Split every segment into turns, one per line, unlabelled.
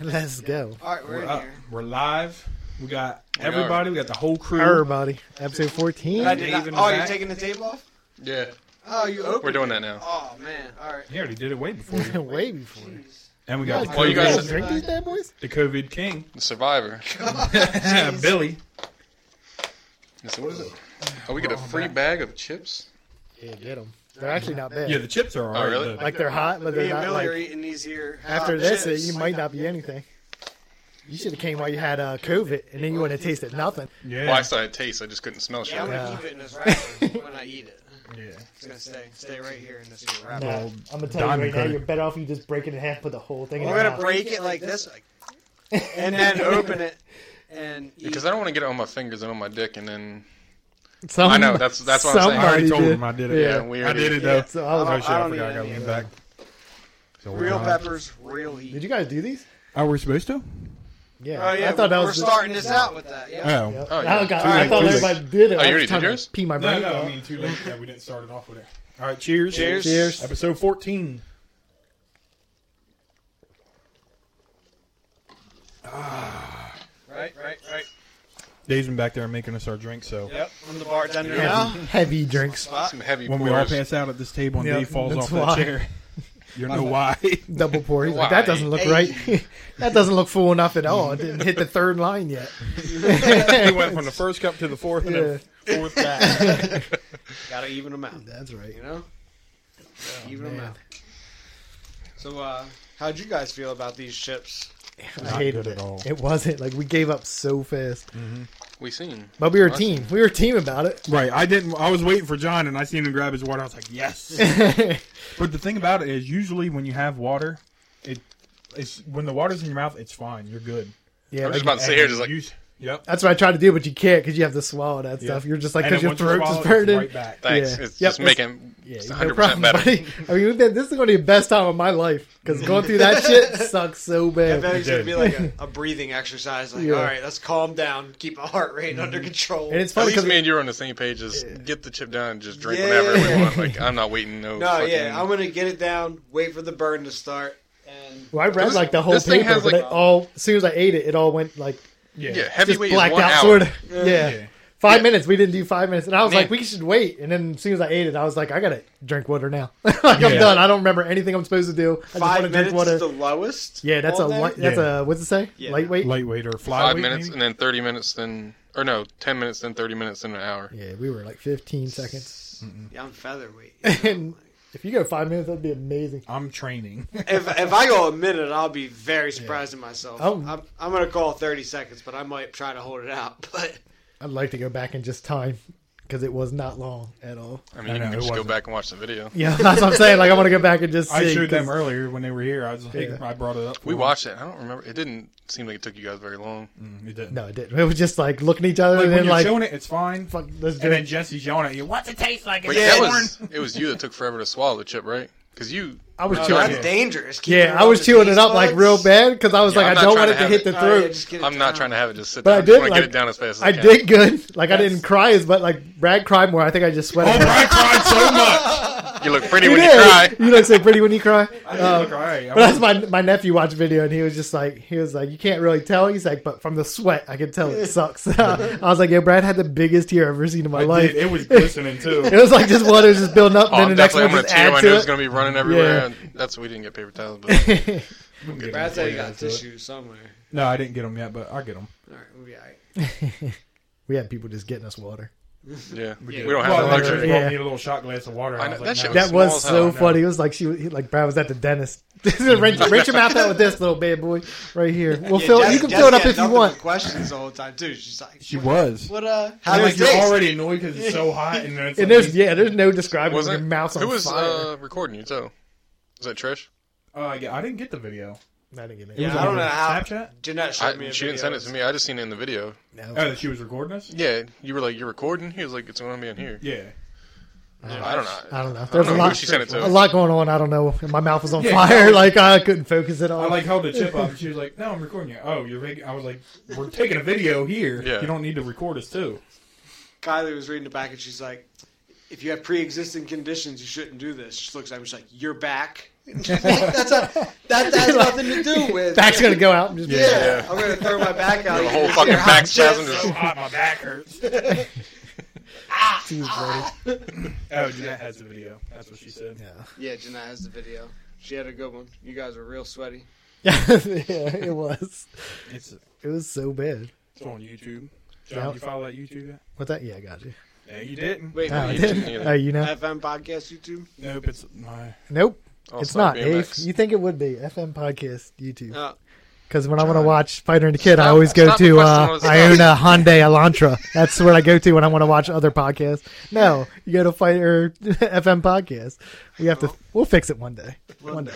Let's go.
All right, we're,
We're
in
up.
here.
Uh, We're live. We got
We
everybody. We got the whole crew.
Everybody, episode
I
14.
did
Dave
not-
in the
oh, you're
back.
taking the table off?
Yeah,
Oh, you opened.
we're doing
it.
that now.
Oh man, all right.
He already did it way before. you.
Way before.
Jeez.
And we got the
Well,
COVID,
you guys-
drink these bad boys?
the COVID king,
The Survivor.
Billy.
So what is it? Oh, we get a free bag of chips.
Yeah, get them. They're actually not bad.
Yeah, the chips are alright.
Oh, really?
though.
Like they're hot, but they're
Me and
not
Billy are
like.
eating these here.
After
hot
this,
chips.
you might not be anything. You should have came while you had uh, COVID, and then you wouldn't have tasted nothing.
yeah.
Well, I said it tastes. I just couldn't smell shit.
Yeah, I'm gonna
Yeah.
keep it in this wrapper when I eat it.
yeah.
It's gonna stay, stay right here in this here wrapper.
Nah,
Well,
I'm gonna tell you
diamond
right now,
cutter.
you're better off you just break it in half, put the whole thing. in
We're
your
gonna
mouth.
break it like this, like, and then open it and eat.
Because I don't want to get it on my fingers and on my dick, and then
Some,
I know, that's- that's what I'm saying.
I already
somebody
told
did.
him I did
Yeah.
it.
yeah, we
I
already-
did it though.
So
I
I
don't,
was,
Oh shit!
I
I,
don't
forgot. I
need
gotta
any
lean
of
back.
that.
So
Real
we're-
peppers, real heat.
did you guys do these?
Are we supposed to?
Yeah.
Oh yeah,
I thought that
we're
was the-
starting this out with that. Yeah.
Oh.
Yep.
Oh,
I,
yeah.
don't got-
Too
I
late,
thought
too late.
everybody did it.
Oh, you
I
already
was
did
trying
yours?
to pee my brain.
No, no.
out.
I mean, too late that we didn't start it off with it. All right. Cheers.
Cheers.
Cheers.
Episode fourteen.
Right, right, right.
Dave's been back there making us our drink, so
Yep, I'm the bartender
Heavy,
now.
heavy drinks.
some heavy
when
pours.
we all pass out at this table and
Yeah,
Dave falls
that's
off that
why.
chair, you know why.
Double pour. He's like, that doesn't look right. that doesn't look full enough at all. It didn't hit the third line yet.
he went from the first cup to the fourth and
Yeah.
the fourth back.
Gotta even them out.
That's right. Oh,
You know? even them out. So, uh, how'd you guys feel about these chips?
I hated
good
it.
at all.
It wasn't like we gave up so fast,
We seen.
but we were a team. We were a team about it.
right. I didn't. I was waiting for John, and I seen him grab his water. I was like, yes. but the thing about it is, usually when you have water, it it's when the water's in your mouth, it's fine. You're good.
yeah,
I'm
like,
just about to sit here, just like
You s- yep.
that's what I tried to do, but you can't because you have to swallow that stuff.
Yeah.
You're just like
And
because
then
your
once you
throat is
swallow it, it's
burning.
Right back.
thanks.
Yeah.
It's
Yep,
just
it's-
making
Yeah,
it's
no
100
problem,
percent better.
buddy. I mean, th- this is going to be the best time of my life because going through that shit sucks so
I
bad.
bet it's gonna
did.
be like a, a breathing exercise. Like,
Yeah. Mm-hmm.
all right, let's calm down, keep our heart rate under control.
And it's
At
funny
least
because
me and you are on the same page. Just get the chip down and just drink
Yeah.
whenever we want. Like I'm not waiting. No.
no,
fucking-
yeah, I'm gonna get it down, wait for the burn to start, and
well, I read
This-
like the whole
this
paper,
thing has,
but
like-
it all as soon as I ate it, it all went like
yeah.
just
Heavyweight is
blacked
one
out,
hour.
sort of. Yeah.
Yeah.
Five
Yeah.
minutes. We didn't do five minutes, and I was
Man.
like, we should wait. And then as soon as I ate it, I was like, I gotta drink water now. like I'm
Yeah.
done. I don't remember anything I'm supposed to do. I just want to
five
drink
minutes
water.
is the lowest.
yeah, that's a
on there?
light, that's
Yeah.
a what's it say?
Yeah.
Lightweight.
Lightweight or flyweight.
Five minutes
maybe?
and then 30 minutes, then or no, 10 minutes, then 30 minutes, then an hour.
yeah, we were like 15 seconds.
Yeah, I'm featherweight.
and if you go five minutes, that'd be amazing.
I'm training.
if if I go a minute, I'll be very surprised at myself.
Oh.
I'm, I'm gonna call 30 seconds, but I might try to hold it out. But
I'd like to go back and just time because it was not long at all.
I
I
mean, you
know,
can
it
just go
wasn't.
back and watch the video.
Yeah, that's what I'm saying. Like I want to go back and just see.
I showed them
'cause-
earlier when they were here. I was like,
Yeah.
I brought it up. for
We
them.
watched it. I don't remember. It didn't seem like it took you guys very long.
Mm, it didn't.
No, it didn't. It was just like looking at each other
Like,
and
when
then
you're
like,
showing it, it's fine.
fuck, let's do
And then
it.
Jesse's yelling at you. What's it taste like?
But
It's
that
corn."
was it was you that took forever to swallow the chip, right? Because you
I was
no,
chewing
Oh, that's
it.
dangerous. Keeping
Yeah, I was
on
chewing
the
it up like
taste
real
buds.
bad because I was
Yeah,
like,
I'm
I
not
don't
trying
want it
to
to
have
hit
it.
the
All right,
throat.
yeah, just get it
I'm not
down.
trying to have it just sit
But
down.
I
I, just
did,
want to
like-
get it down as fast as
I
can.
did good. Like I didn't cry as but like Brad cried more. I think I just
Oh,
sweated.
I cried so much.
You look pretty
you
when you
did.
cry.
You look so pretty when you cry.
I
Um,
didn't look all right. I
but that's
was-
my my nephew watched a video and he was just like he was like you can't really tell. He's like, but from the sweat I can tell it sucks. I was like, yeah, Brad had the biggest tear I've ever seen in my
I
life.
did. It was glistening too.
It was like just water was just building up,
Oh,
and then the
I'm
next one
definitely I'm gonna
just
tear.
add
My
to
nose is
it.
gonna be running everywhere.
Yeah.
And that's we didn't get paper towels, but
Brad said he got
Get 'em.
tissue somewhere.
No, I didn't get them yet, but I'll get them.
All right, we'll be all right.
we had people just getting us water.
yeah, we
did.
don't have
Well,
that
luxury.
my nurse
luxury.
brought
Yeah.
me a little shot glass of water. and
I
I
know,
was
that
like,
shit
no.
was-
That was
small as
so
hell,
funny. It was like she, he- like Brad was at the dentist. wrench, wrench your mouth out with this little bad boy right here. Well,
Yeah,
fill,
Jess-
you can
Jess
fill it up
had
if you
nothing
want.
but Questions the whole time too. She's like,
She was.
"What? Uh,
I
how
was-
does
you're
this?"
already annoyed because it's so hot, and then it's
And
like,
there's yeah, there's no describing
Was
when
it?
your mouth's on
Who was
fire.
uh, recording you too? Was that Trish?
uh, yeah, I didn't get the video.
I didn't get it.
Yeah,
was
I don't
on
know how.
Snapchat?
Jeanette showed
I,
me. A
she didn't
video.
send it to me. I just seen it in the video.
No.
Oh, that she was recording us.
Yeah, you were like, "You're recording." He was like, "It's gonna be in here."
Yeah.
I don't know.
I don't know.
I don't
There's a
know who
lot,
she sent it to.
a lot going on. I don't know. My mouth was on
Yeah,
fire.
no.
Like I couldn't focus at all.
I like held the chip up, and she was like, "No, I'm recording you." Oh, you're. Making, I was like, "We're taking a video here.
Yeah.
You don't need to record us too."
Kylie was reading the back, and she's like, "If you have pre-existing conditions, you shouldn't do this." She looks at me, she's like, "You're back." that's a, that has nothing to do with.
That's gonna go out. And just
Yeah,
yeah.
Yeah.
I'm gonna throw my back out.
The
You're
whole
gonna
fucking
hear hot
back
chips.
spasm just.
So hot, Oh, my back hurts.
Two years later.
Oh, Jeanette has the video. That's what she said.
Yeah.
Yeah, Janai has the video. She had a good one. You guys are real sweaty.
yeah, it was.
It's,
It was so bad.
it's on YouTube. John,
Yep.
you follow that YouTube? yet?
What that? Yeah, I got you.
No, you didn't.
Wait,
No, I
wait,
didn't. Oh, you know?
FM podcast YouTube.
Nope, it's my.
Nope.
I'll
It's
start
not.
BMX.
Dave. You think it would be FM podcast YouTube?
Oh,
Because when I want to watch Fighter and the Kid, I
Stop-
always go
stop
to
requesting
uh,
those
I own a Hyundai Elantra. That's where I go to when I want to watch other podcasts. No, you go to Fighter FM podcast. We have to. We'll fix it one day. One day.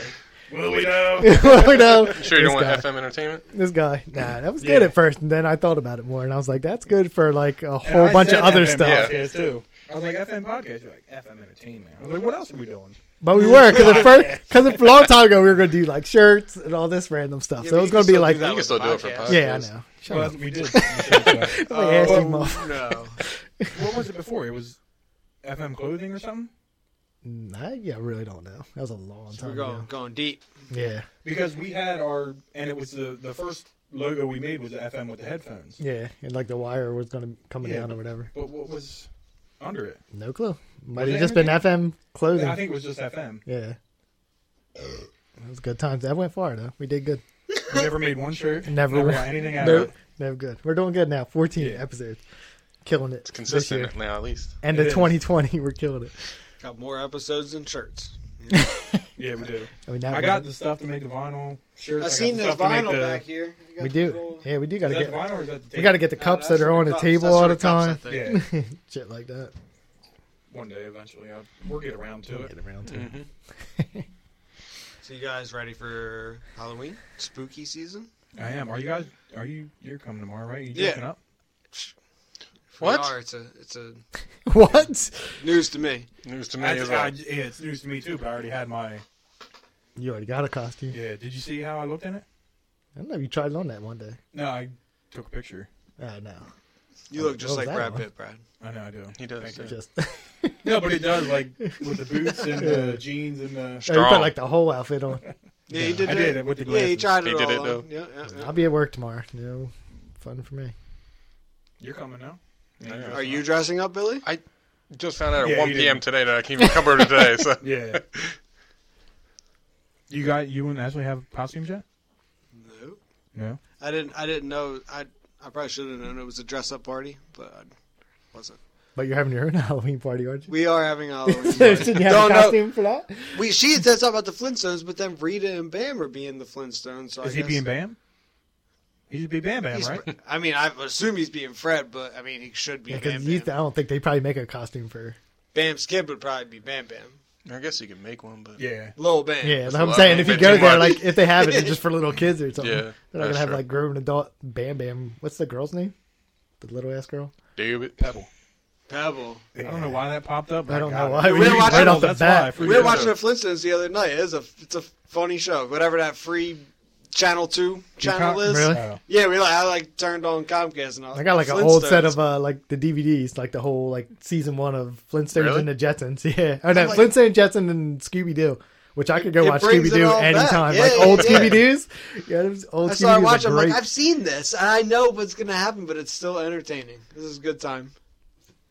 Will we know?
we know.
Sure, you don't
this
want
guy,
FM entertainment?
This guy. Nah, that was
Yeah.
good at first, and then I thought about it more, and I was like, that's good for like a
And
whole
I
bunch
said
of other
FM
stuff.
Podcast too. I was like FM podcast. You're like FM entertainment. I was like, what else are we doing?
But we were because at first, because a long time ago we were going to do like shirts and all this random stuff.
Yeah,
so
but
it was
you
going
can
to be
still
like,
do that
You can
with
still do it
podcasts.
for podcast.
yeah, I know. Shut
Well, um,
up. Like,
that's what we did. what
ass you mother-
Oh, no.
Uh, was it before? It was FM clothing or something.
Nah, yeah, Mm, I really don't know. That was a long
We're
time
going
ago.
going deep.
Yeah,
Because we had our, and it was the the first logo we made was the FM with the headphones.
yeah, and like the wire was going to coming
Yeah.
down or whatever.
But what was under it?
No clue. Might
Was
have
it
just been FM clothing.
I think it was just FM.
yeah, that was good times. That went far though. We did good.
We never made one shirt.
Never.
Never got anything out of
Nope.
it.
Never good. We're doing good now. Fourteen
Yeah.
episodes, killing it. this year.
Consistent now, at least.
And
It
the
is.
2020, we're killing it.
Got more episodes than shirts.
Yeah, we do.
I mean, now
I
we're-
got the stuff to make the vinyl shirts.
I
got
seen
the
this
stuff to make
vinyl
the-
back here. You got
We
the
do.
little-
Yeah, we do got
Is
to get.
that the vinyl or is that the
We got to
tape?
get the
No,
cups
that's
that are
for
on the
cups.
table
That's
all
for
the
cups, I
time.
think.
Yeah.
Shit like that.
One day, eventually, I'll, we'll get around to it.
Get around to it.
Mm-hmm.
So you guys ready for Halloween? Spooky season?
I am. Are you guys? Are you? You're coming tomorrow, right? You
Yeah.
jumping up?
If we
What?
are, it's a it's a
What?
news to me.
News to me
I,
as
I-
well.
yeah, it's news to me too, but I already had my.
You already got a costume.
Yeah. Did you see how I looked in it?
I don't know if you tried on that one day.
No, I took a picture.
Oh, no.
You look just
what was
like
that
Brad
one?
Pitt, Brad.
I know I do.
He does,
Thank
yeah.
you.
Just.
No, but it does like with the boots and the jeans and the.
you put like the whole outfit on.
Yeah, he did.
I
that.
did it with the
Yeah, he
glasses.
tried it.
He
all
did it,
on.
though.
Yeah, yeah, yeah.
I'll be at work tomorrow. No fun for me.
You're coming now.
know.
Are you dressing up, Billy?
Just found out at
Yeah,
1
you
p.m.
didn't.
today that I can't even come over today. So
Yeah. You got you and Ashley have costumes yet?
No.
No.
I didn't. I didn't know. I I probably should have known it was a dress up party, but I wasn't.
But you're having your own Halloween party, aren't you?
We are having a Halloween.
so
party.
did you have
Don't
a
know.
costume for that?
We she says something about the Flintstones, but then Rita and Bam are being the Flintstones. So I
Is he
guess
being Bam? He should be Bam Bam,
he's-
right?
I mean, I assume he's being Fred, but I mean, he should be
Yeah,
Bam
because
Bam.
I don't think they probably make a costume for.
Bam's kid would probably be Bam Bam,
I guess you can make one, but
Yeah.
Lil Bam.
Yeah, that's
a
what I'm
lot.
saying. If you
Bit
go
too
there,
much.
like, if they have it, it's just for little kids or something.
Yeah,
They're not going to
that's
have,
true.
like, grown adult Bam Bam. What's the girl's name? The little ass girl?
do it.
Pebble.
Pebble.
I don't know why that popped up. but
I don't
got
know
it.
why.
We were watching-
right off the
That's why I
bat.
freaked
We were
out.
watching the Flintstones the other night. It's a it's a funny show. Whatever that free channel two channel
Peacock?
is.
Really?
Oh.
Yeah, we like I like turned on Comcast and all.
I got like an old set of uh, like the DVDs, like the whole like season one of Flintstones
Really?
and the Jetsons. Yeah, oh no,
I'm like-
Flintstones, Jetson, and Scooby Doo, which I could go
It
watch
brings
Scooby
it
Doo
all back.
anytime.
Yeah,
like
yeah,
old
yeah.
Scooby Doo's. Yeah, those old
That's why I
Scooby
watch.
Doo's
I'm
are
like,
great.
I've seen this, and I know what's gonna happen, but it's still entertaining. This is a good time.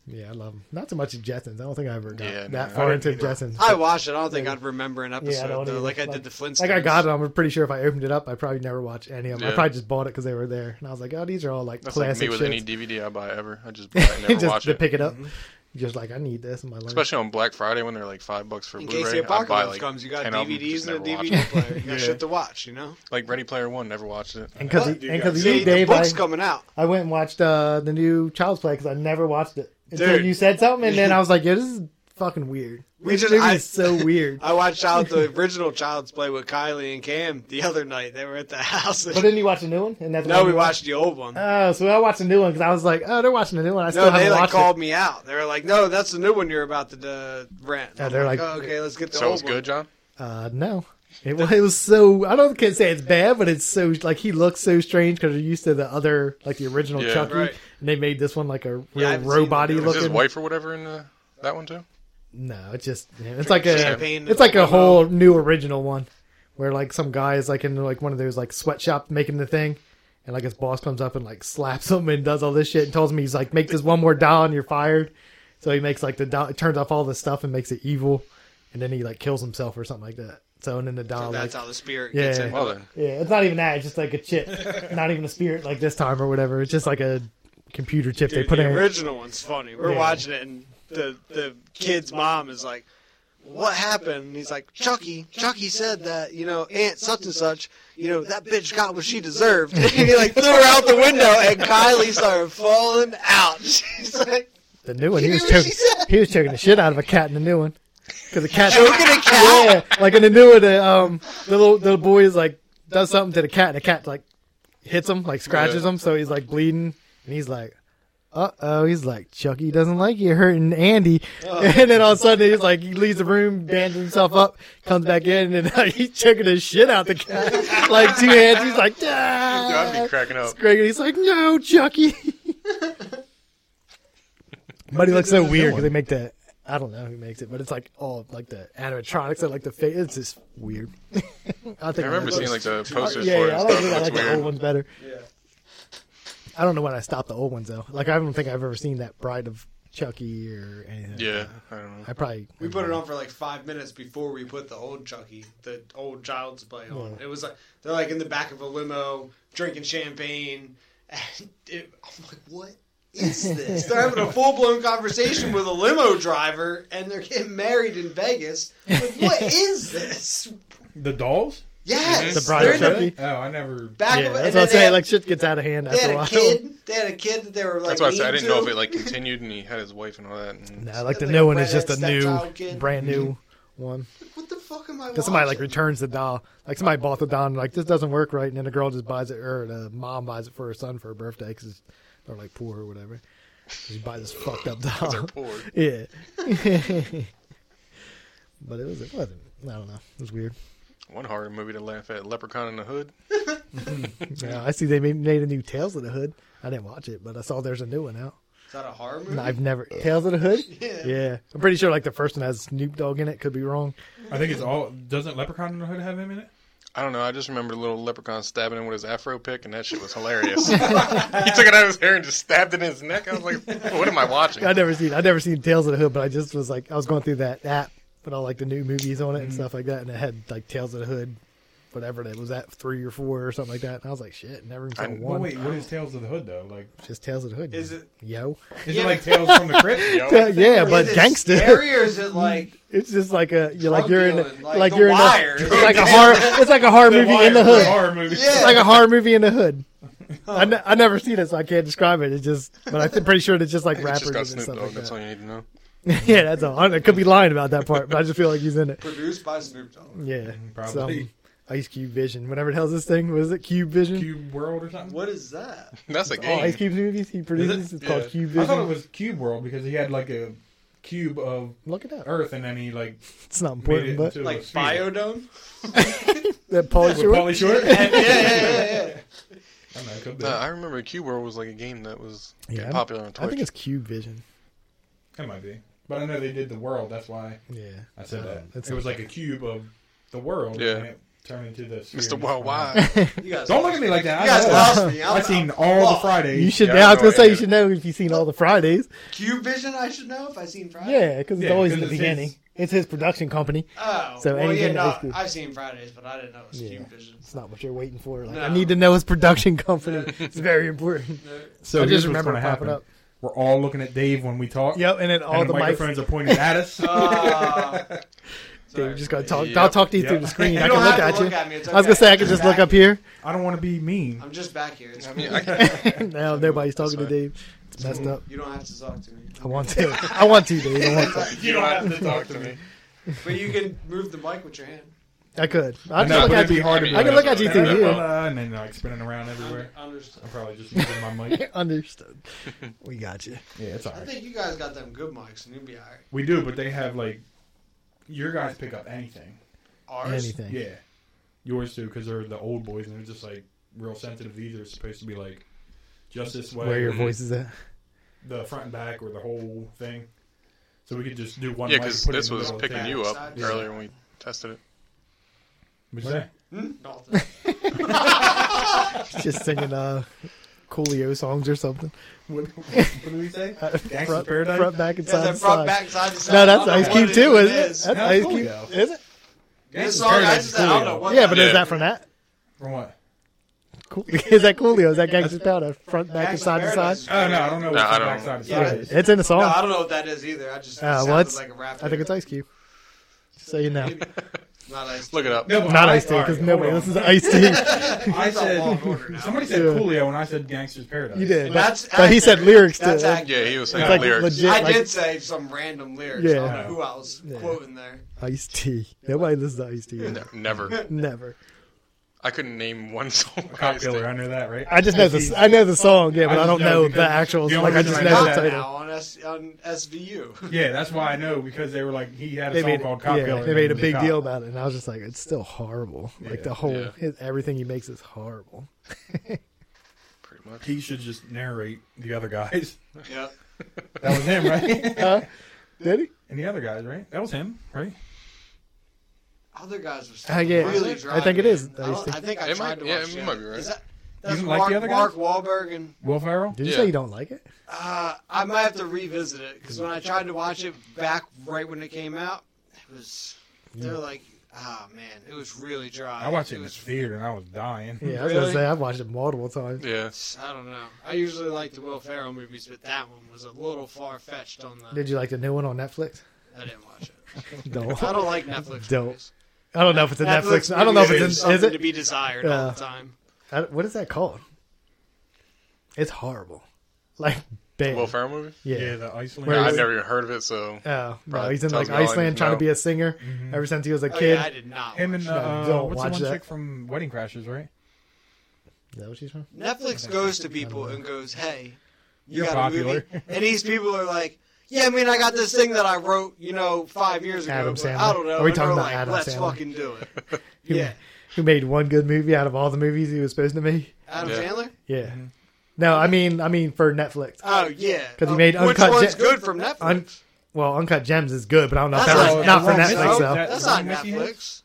yeah, I love them. Not so much the Jetsons. I don't think I ever got
Yeah, no,
that
I
far into
didn't either.
Jetsons.
I
But,
watched it. I don't think I'd remember an episode
yeah, I don't
though,
either.
like I did the Flintstones.
Like I got it. I'm pretty sure if I opened it up, I probably never watched any of them. I
Yeah.
probably just bought it because they were there, and I was like, oh, these are all like
That's like me
classic
with any
shits.
DVD I buy ever. I just buy it and never
just
watch
to
it.
pick it up.
Mm-hmm.
Just like I need this in my life.
Especially on Black Friday when they're like five bucks for
In
Blu-ray.
case the
I buy
apocalypse
like
comes, you got
10 of them,
DVDs
just
and a
never watch
DVD
it.
player. You got
Yeah.
shit to watch, you know.
Like Ready Player One, never watched it.
and because
Well,
and
you got
because
to
you,
See, the
Dave, I,
book's coming out.
I went and watched uh, the new Child's Play because I never watched it until
Dude.
you said something, and then I was like, "Yeah, this is fucking weird.
We
this
just-
movie
I-
is so weird."
I watched out the original Child's Play with Kylie and Cam the other night. They were at the house.
but then you watch a new one, and that's
no, we watched the old one.
Oh, so I watched a new one because I was like, "Oh, they're watching a new one." I still
No, they
haven't
like
watched
called me out. They were like, "No, that's the new one you're about to uh, rent."
Yeah,
I'm
they're like-
oh, "Okay, let's get the
So it
old
was good, John.
it. Uh, no, it, wa- it was so. I don't can't say it's bad, but it's so like he looks so strange because they're used to the other like the original
Yeah.
Chucky,
Right.
and they made this one like a real
Yeah, I haven't seen
robot
the new one.
Is his
looking.
wife or whatever in the, that one too?
No, it's just it's like a
champagne
it's like a
limo.
whole new original one where like some guy is like in like one of those like sweatshop making the thing and like his boss comes up and like slaps him and does all this shit and tells him he's like make this one more dial and you're fired. So he makes like the dial turns off all the stuff and makes it evil and then he like kills himself or something like that. So and then the dial like,
That's how the spirit
Yeah.
gets in.
Well then,
Yeah, it's not even that, it's just like a chip. not even a spirit like this time or whatever. It's just like a computer chip they
Dude,
put
the
in.
original one's funny. We're
Yeah.
watching it, and the the kid's mom is like, "What happened?" And he's like, "Chucky, Chucky said that you know Aunt such and such, you know that bitch got what she deserved." and he like threw her out the window, and Kylie started falling out. She's like
The new one, he
You
was
hear what she
choking.
said?
He was choking the shit out of a cat in the new one, because the cat.
choking a cat.
yeah, like in the new one, the, um, the little the little boy is like does something to the cat, and the cat like hits him, like scratches
Yeah.
him, so he's like bleeding, and he's like, uh oh, he's like Chucky doesn't like you hurting Andy,
Uh.
and then all of a sudden he's like he leaves the room, bandages himself up, comes back in, and then he's choking the shit out the cat, like two hands. He's like,
dude, I'd be
ah.
cracking up.
Greg, and he's like, no, Chucky. Buddy looks so weird because they make the I don't know who makes it, but it's like all like the animatronics and like the face. It's just weird. I think
I remember seeing like the posters
yeah,
for it
yeah. I
and
like,
stuff.
the-
It
I
looks
like the old
weird.
ones better. I don't know when I stopped the old ones though. Like I don't think I've ever seen that Bride of Chucky or anything.
Yeah, I don't know.
I probably
We put it on for like five minutes before we put the old Chucky, the old Child's Play on. It was like they're like in the back of a limo drinking champagne, and it, I'm like, what is this? they're having a full blown conversation with a limo driver, and they're getting married in Vegas. Like, what is this?
The dolls?
Yes,
The Bride
they're
of
in the
Chucky.
Oh, I never.
back
Yeah,
of
that's
it. and
what I'm
then they
saying.
had-
Like shit gets out of hand
they
after
had
a
a
while.
kid. They had a kid that they were like.
That's why I said I
mean
didn't know
to.
if it like continued and he had his wife and all that. And
Nah, like the
Like
new
a
one is just a
redhead
new,
stepchild kid. Mm-hmm.
brand new one.
What the fuck am I?
Because somebody like
watching?
returns the doll. Like somebody bought the doll and like this doesn't work right, and then the girl just buys it, or the mom buys it for her son for her birthday because they're like poor or whatever. She buys this fucked up
they're
doll.
poor.
yeah. but it was it wasn't. I don't know. It was weird.
One horror movie to laugh at: Leprechaun in the Hood.
Yeah, I see they made, made a new Tales of the Hood. I didn't watch it, but I saw there's a new one out.
Is that a horror movie?
And I've never Tales of the Hood.
Yeah.
I'm pretty sure like the first one has Snoop Dogg in it. Could be wrong.
I think it's all. Doesn't Leprechaun in the Hood have him in it?
I don't know. I just remember the little leprechaun stabbing him with his afro pick, and that shit was hilarious. he took it out of his hair and just stabbed it in his neck. I was like, "What am I watching?"
I never seen I never seen Tales of the Hood, but I just was like I was going through that app with all like the new movies on it and stuff like that, and it had like Tales of the Hood, whatever that was at three or four or something like that. And I was like, shit, never even saw
I-
one.
Well, wait, what is Tales of the Hood though? Like,
Just Tales of the Hood.
Is it-
Yo.
is
Yeah.
it like Tales from the Crypt?
Yo.
Yeah, yeah, but
Is it
gangster.
Scary or is it like?
It's just like a you like
Drug
you're in a-
dealing,
like,
like The
you're in a,
Wire.
it's like a horror it's like a horror movie in the
Wire,
hood.
Horror movie.
Yeah.
It's like a horror movie in the hood. I ne- I never seen it, so I can't describe it. It's just, but I'm pretty sure it's just like
It's
rappers
just got
and
Snoop
stuff
Dogg.
like
That's all
that.
you need to know.
yeah, that's all. I could be lying about that part, but I just feel like he's in it.
Produced by Snoop Dogg.
Yeah,
probably.
some Ice Cube Vision, whatever the hell's this thing. What is it? Cube Vision.
Cube World or something.
What is that?
That's a
All
game.
Ice Cube's movies he produces. It's called
Yeah.
Cube
I
Vision.
thought it was Cube World because he had like a cube of
Look it up.
Earth, and then he like
It's not important,
made it
but
into a
Like
sphere.
Biodome?
that Paul
With
Short.
Pauly Short.
yeah, yeah, Uh-huh. yeah, yeah.
I don't know, it could be.
Nah, Uh, I remember Cube World was like a game that was
Yeah,
getting popular on Twitch.
I think it's Cube Vision.
It might be, but I know they did the world. That's why
Yeah,
I said that.
Oh, that's-
it was like a cube of the world.
Yeah.
and it turned into the sphere.
Mr. Worldwide.
You guys,
Don't look at me like that.
You guys
I know.
lost me. I'm,
I've seen all the Fridays.
you should.
Yeah,
now I was
I
gonna
know
say
it
you
is.
should know if you've seen all the Fridays.
Cube Vision. I should know if I seen Friday.
Yeah, because it's
Yeah,
always in the
'cause it's
beginning.
his-
It's his production company.
Oh,
So
well, yeah,
anything that
no,
is good.
I've seen Fridays, but I didn't know it was
Yeah.
Cube Vision.
It's not what you're waiting for. Like, I
No.
need to know his production company. it's very important.
No,
So
I
here's
just
what's
remember
gonna
it popping
happen.
up.
We're all looking at Dave when we talk.
Yep, and then all
and
the
the,
microphones.
microphones are pointing at us.
uh,
Dude,
sorry.
you just gotta talk.
Yep.
I'll talk to you through
Yep.
the screen.
You
I
don't
can look
have
at
to
you.
look at me, it's
I was gonna
okay.
say I could just look
Back.
up here.
I don't want to be mean.
I'm just back here. It's
I
cool.
mean, I can,
now nobody's talking to
Sorry.
Dave. It's messed up.
you don't have to talk to me,
I want to. I want to, Dave. I, want to.
you don't have to talk to me.
but you can move the mic with your hand
I could. I
I know,
just look at
but it'd be
you.
hard to be
I can
like,
look at you
"Blah,
through
blah,
here.
blah, blah," and then like spinning around everywhere.
Understood.
I'm probably just moving my mic.
Understood. We got you.
Yeah, it's
I
alright.
think you guys got them good mics, and you'll be all right.
We do, but they have like your guys pick up anything.
Ours,
Anything.
Yeah, yours too, because they're the old boys and they're just like real sensitive. These are supposed to be like just this way,
Where your voice is at.
the front and back, or the whole thing. So we could just do one.
Yeah,
leg and
because
put it
this
in the
was
middle of the
picking
thing.
you up
Side-
earlier when we tested it.
What'd you say?
Nothing.
Just singing uh, Coolio songs or something.
What, what did we say?
Uh,
Gangsta's
front,
Paradise?
front, back, and
Yeah,
side.
that
to
brought
side.
back side to side.
No, that's
I don't
Ice
know
Cube
what it
too,
even
isn't it?
is.
That's
No,
Ice Cube,
Coolio.
is it?
This
Gangsta's
song, I
Paradise
just,
is
I don't
Coolio.
know what.
Yeah, but
Yeah.
is that from that?
From what?
Cool. Is that Coolio? Is that Gangsta's Paradise? Front, back, and
Gangsta's
side to side?
Paradise.
Oh no, I don't know. what
No, I
front,
don't
back,
know.
side to
Yeah.
side is.
It's in the
No,
song.
I don't know what that is either. I just it
Uh,
sounded
well, it's,
like a rap.
I think it's Ice Cube. Just so you know.
Not Ice.
Look it up.
No, but
Not
I-
Ice T,
all right,
because
hold
nobody
on.
listens to Ice T.
I
It's on Law and Order
said
now.
somebody said
Yeah.
Coolio and I said Gangster's Paradise.
You did.
Well,
That-
that's
but he said
accurate.
lyrics too.
That's accurate.
Yeah, he was saying
It's like
lyrics.
legit.
I
like-
did say some random lyrics. I don't know who I was quoting there.
Ice T. Nobody listens to Ice T.
No, never.
Never.
I couldn't name one song.
Cop
Ice T.
killer. I know that, right?
I just know the I know the song, yeah, but I,
just
don't
know
know
because
the actual.
the only
Like I
reason
just
I
know
know
the
Not
that
title.
now on, S- on SVU.
Yeah, that's why I know because they were like he had a
They
song
made,
called Cop
yeah,
Killer.
they
and
made
it
a
was
big
cop.
deal about it, and I was just like, it's still horrible. Like the whole
Yeah.
his- everything he makes is horrible.
Pretty much.
He should just narrate the other guys.
Yep.
That was him, right?
Huh? Did he?
and the other guys, right? That was him, right?
Other guys were
Uh, yeah.
really
I
driving.
think it is.
I, don't- I think I
It
tried
might-
to watch
yeah,
the
it
other-
might be right.
Is that, that's
didn't
Mark,
like the other guy?
Mark Wahlberg and
Will Ferrell.
Did you
Yeah.
say you don't like it?
uh, I might have to revisit it because when I tried to watch it back right when it came out, it was they're like, ah man, it was really dry.
I watched it
It
in the
was
theater and I was dying.
Yeah, I was gonna
Really?
say I've watched it multiple times.
Yeah.
I don't know. I usually like the Will Ferrell movies, but that one was a little far fetched on the.
Did you like the new one on Netflix?
I didn't watch it.
Don't.
I don't like Netflix.
Don't.
movies.
I don't know if it's a Netflix. I don't know if
movies
it's
are
in, is
something to
it?
be desired all
Yeah.
the time.
I, what is that called? It's horrible. Like bad.
Will Ferrell movie?
Yeah.
Yeah, the Iceland.
Where
Yeah,
is
I've
it?
never even heard of it, so
Oh, no,
Probably
he's in
tells
like
me all I
Iceland
need to
trying to
know. Mm-hmm.
be a singer ever since he was a
Oh,
kid.
yeah, I did not.
Him
watch
and
it.
uh,
No, don't
what's the
watch
one
that.
chick from Wedding Crashers, right?
Is that what she's from?
Netflix goes to people and goes, "Hey, you
You're
got
popular."
a movie?" And these people are like, "Yeah, I mean, I got this thing that I wrote, you know, five years ago.
Adam
but
Sandler.
I don't know."
Are we
And
talking
they're
about
like,
Adam
Let's
Sandler?
fucking do it.
Who,
Yeah.
Who made one good movie out of all the movies he was supposed to make?
Adam
Yeah.
Sandler?
Yeah.
Mm-hmm.
No, I mean, I mean for Netflix.
Oh yeah,
'Cause Uh, he
Oh,
made
which
Uncut
one's
Gem-
good from Netflix?
Un- well, Uncut Gems is good, but I don't know if
That's
that
all-
was not for
that's
Netflix
all-
though.
that-
That's not
Mickey
Netflix.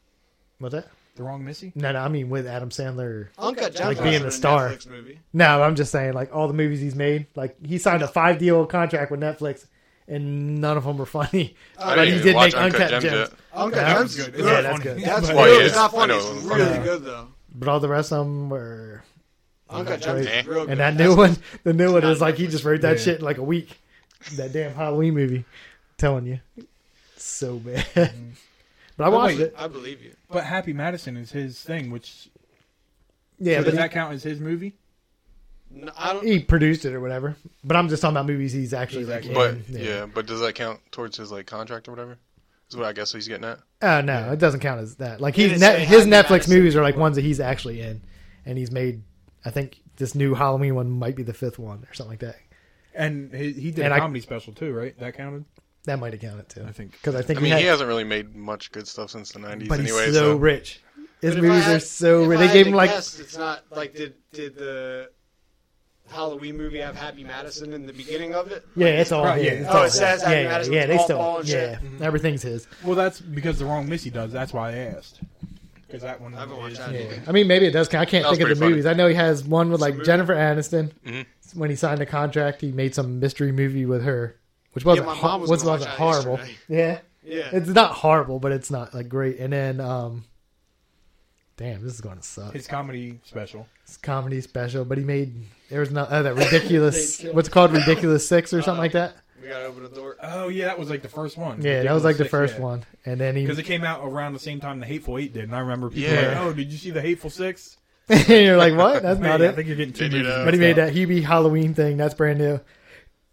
What's that?
The wrong Missy.
No, no, I mean with Adam Sandler.
Uncut Gems
Like
wasn't
being the star.
Netflix movie.
No, I'm just saying like all the movies he's made. Like he signed a five deal contract with Netflix, and none of them were funny.
Uh,
I
But
didn't
he
even
did
watch
make
Uncut,
Uncut
Gems,
Gems.
yet.
Uncut
That
Gems
was
is
good.
good.
Yeah,
not
that's
funny.
good.
That's
But-
Well,
good.
yeah,
It's not
I
funny.
know
It's
it was
really
funny.
good though.
But all the rest of them were.
Uncut Gems
Eh.
is real good.
And that
That's
new one, the new one is like he just wrote that
Yeah.
shit in like a week. That damn Halloween movie, telling you, so bad. But I
But
watched
wait,
it.
I believe you.
But Happy Madison is his thing, which
Yeah,
so
but
does that count as his movie?
No, I don't.
he, he produced it or whatever. But I'm just talking about movies he's actually like.
Exactly.
But
in.
yeah. but does that count towards his like contract or whatever? Is what I guess he's getting at.
Oh no, it doesn't count as that. Like
He
he's
didn't
net
say
his
Happy
Netflix
Madison.
movies are like ones that he's actually in, and he's made. I think this new Halloween one might be the fifth one or something like that.
And he, he did
And
a
I-
comedy special too, right? That counted.
That might have counted too.
I think-
because I think
I mean,
he,
he
had,
hasn't really made much good stuff since the '90s,
but he's
anyway.
so,
so
rich. His
But if I
movies
had-
are so
if
rich.
I
They
had
gave
to
him like
guess, it's not like did did the Halloween movie have Happy Madison in the beginning of it?
yeah, it's all
Right, yeah,
his.
it's
It's all
all
his.
his.
yeah,
Happy
yeah,
Madison's
yeah. They
all
still
ball and
yeah,
shit.
everything's his.
Well, that's because the wrong Missy does. That's why I asked. Because that one.
I haven't watched
is-
that. either.
Yeah. I mean, maybe it does. count. I can't
That was
think of the
pretty funny.
movies. I know he has one with like
movie.
Jennifer Aniston.
Mhm.
When he signed the contract, he made some mystery movie with her, which wasn't
my mom
ho-
was
which
gonna
wasn't
watch that
horrible.
yesterday.
Yeah.
Yeah.
It's not horrible, but it's not like great. And then, um, damn, this is going to suck.
His comedy special.
It's a comedy special, but he made there was no oh, that ridiculous what's it called ridiculous six or something like that.
We gotta open the door.
Oh yeah, that was like the first one.
Yeah, that was like the first
one.
one. And then he,
Because it came out around the same time the Hateful Eight did, and I remember people
Yeah.
like, "Oh, did you see the Hateful Six?
you're like, what? That's
Man,
not
I
it.
think you're getting two
Did you
movies.
uh,
know?
But he made
mixed up.
that Hubie Halloween thing. That's brand new.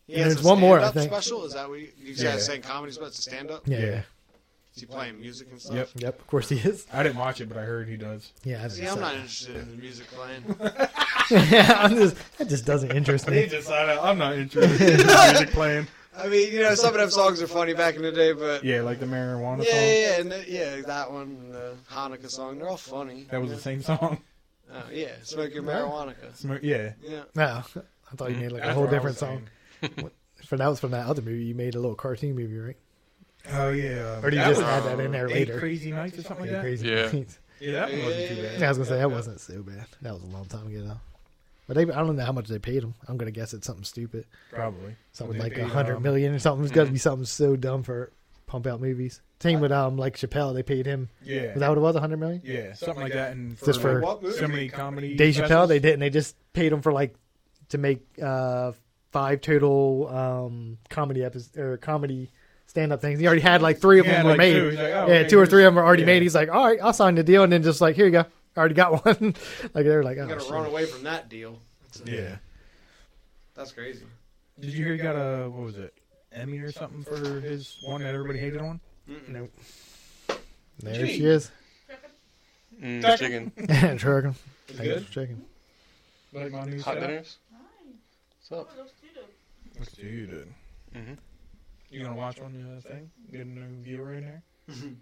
He has
there's
a
one more, I
stand-up
think.
Special is that what you, you
Yeah.
guys saying? Comedy special, it's a stand up.
Yeah,
Yeah.
yeah.
Is he playing music and stuff?
Yep.
Yep. Of course he is.
I didn't watch it, but I heard he does.
Yeah. I
See, I'm not interested in the music playing.
I'm just, that just doesn't interest
He
me.
just, I don't- I'm not interested in the music playing.
I mean, you know, some of them songs are funny back in the day, but yeah,
Yeah, like the marijuana
yeah,
song.
yeah, and, uh, yeah that one, and the Hanukkah song, they're all funny.
That was the same song.
Oh, yeah, smoke your marijuana.
Sm- Yeah,
Yeah.
No, I thought he made like a
That's
whole
what I
different
was
song.
saying.
For that was from that other movie. You made a little cartoon movie, right?
Oh yeah.
Or do you just add that in there
Eight
later?
crazy nights or something like
Oh, Yeah,
that.
crazy.
Yeah.
Nights.
Yeah, that one wasn't too bad.
Yeah, I was gonna say that wasn't so bad. That was a long time ago though. But they, I don't know how much they paid him. I'm gonna guess it's something stupid,
Probably.
something
They
like
paid,
a hundred
um,
million or something. It's got to be something so dumb for pump out movies. Same with um like Chappelle, they paid him.
Yeah.
Was that what it was? A hundred million?
yeah, something like that. And
Just for-
What movie?
so many comedy.
Dave Chappelle,
specials.
they didn't. They just paid him for like to make uh five total um comedy episodes or comedy stand up things. He already had like three of
Yeah,
them were
like
made.
two. He's like, oh,
yeah,
okay,
two or
here's-
three of them were already
yeah.
made. He's like, all right, I'll sign the deal, and then just like, here you go, I already got one. like they were like,
You
oh,
gotta
shit.
run away from that deal. That's,
Yeah.
That's crazy.
Did you hear he got a what was it Emmy or something for his one that everybody hated on?
Nope. There
Gee.
she is.
Mm, the chicken.
Dragon.
It's
I guess
good.
it's chicken.
Like my new
Hot
setup?
dinners? What's up?
Let's do you did.
Mm-hmm.
You gonna watch on the thing? Get a new viewer in there.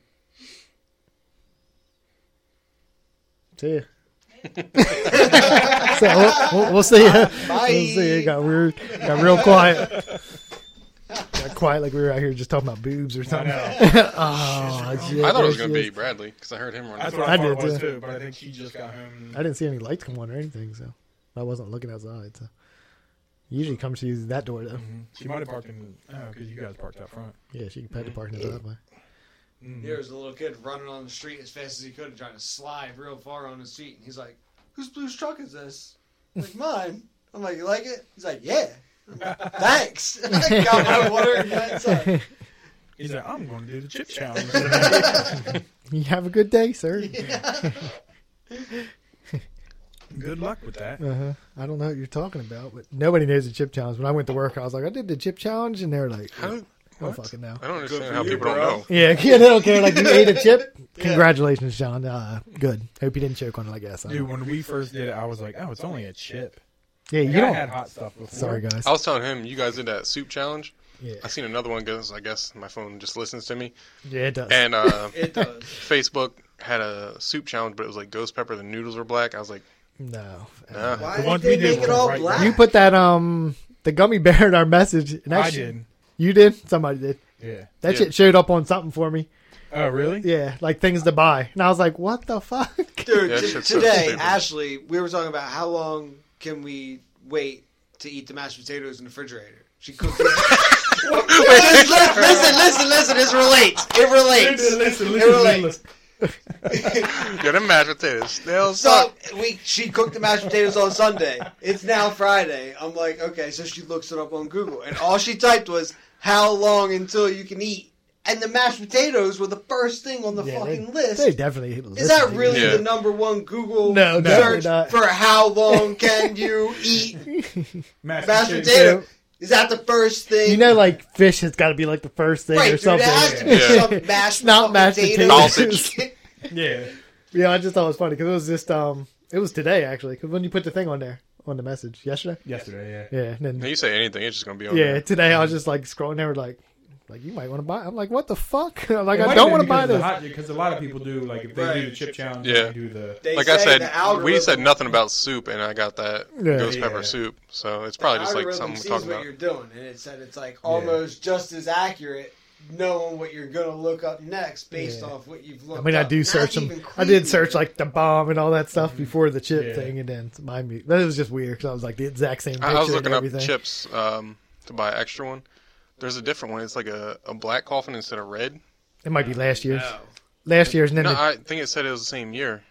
See ya. so we'll, we'll, we'll see ya.
Bye.
We'll see ya. Got weird. Got real quiet. Got quiet like we were out here just talking about boobs or something. oh, shit,
I thought
there
it was
she
going to be
is.
Bradley because I heard him running.
That's what I,
I
thought
did,
it was
too.
too, but I think she just got home.
I didn't see any lights come on or anything, so I wasn't looking outside. So usually comes to use that door though.
Mhm. She might have parked in. Oh, because you guys parked out front.
Yeah, she can pet the park in the driveway.
Here was a little kid running on the street as fast as he could and trying to slide real far on his feet. And he's like, Whose blue truck is this? I'm like, mine. I'm like, You like it? He's like, Yeah. I'm
Mm-hmm.
like, Thanks. Got my water and got inside.
He's like, I'm going to do the chip challenge.
You have a good day, sir.
Good luck with that.
Uh-huh. I don't know what you're talking about, but nobody knows the chip challenge. When I went to work, I was like, I did the chip challenge, and they were like,
How did-
I don't
what? Uh,
fucking know.
I don't
Good
understand
for
how
you,
people
bro.
don't know.
Yeah, they don't care. Like you ate a chip. Congratulations, John. Uh, good. Hope you didn't choke on it. I guess. I don't
Dude,
know.
when we first did it, I was like, oh, it's only a chip.
yeah, you
Like, I
don't.
had hot stuff before.
Sorry, guys.
I was telling him, you guys did that soup challenge.
Yeah,
I seen another one because I guess my phone just listens to me.
yeah, it does.
And uh,
It does.
Facebook had a soup challenge, but it was like ghost pepper. The noodles were black. I was like, uh,
no,
nah.
Why
The
did
ones
they
we did
make it
were
all
right.
black?
you put that um the gummy bear in our message. And that
I
shit-
did.
You did. Somebody did.
Yeah.
That
Yeah.
shit showed up on something for me.
Oh, really?
Yeah, like things to buy, and I was like, "What the fuck?"
Dude,
Yeah, that
t-
shit's so
today,
stupid.
Ashley, we were talking about how long can we wait to eat the mashed potatoes in the refrigerator. She cooked. it. listen, listen, listen! It relates. It relates.
listen,
It relates.
yeah, them mashed potatoes still
So
suck.
we she cooked the mashed potatoes on Sunday. It's now Friday. I'm like, okay, so she looks it up on Google and all she typed was how long until you can eat. And the mashed potatoes were the first thing on the
Yeah, they-
fucking list.
They definitely.
Is that really
Yeah.
the number one Google
No, no,
search
they're not.
for how long can you eat
Mashed
mashed
potatoes.
potato? Is that the first thing?
You know, like fish has got to be like the first thing
right,
or
dude,
something.
it has to be
Yeah.
some mashed
Not mashed
potatoes.
potatoes.
Yeah.
Yeah, I just thought it was funny because it was just um, it was today actually because when you put the thing on there on the message yesterday.
Yesterday, yeah.
Yeah, and then
Now, you say anything, it's just going to be on
yeah,
there.
today I was just like scrolling there like, like you might want to buy. I'm like, what the fuck? like
It might
I
have
don't want to
been because
buy
of the
this.
hot- Because a lot of people do, like, if they
Right.
do the chip challenge,
Yeah.
they do the.
They
Like I
say
said,
the algorithm-
we said nothing about soup, and I got that
Yeah.
ghost pepper
Yeah.
soup. So it's probably just like something we're
sees
talking
what
about.
you're doing, and it said it's like almost just as accurate knowing what you're gonna look up next based
Yeah.
off what you've looked.
I mean, I
up.
do
Not
search
even
them. I
creepy.
did search like the bomb and all that stuff before the chip
Mm-hmm. Yeah.
thing, and then my mu- that was just weird because I was like the exact same picture
I I was
and
looking up
everything.
chips um, to buy an extra one. There's a different one. It's like a, a black coffin instead of red.
It might be last year's,
No.
last year's, and then
No,
the-
I think it said it was the same year.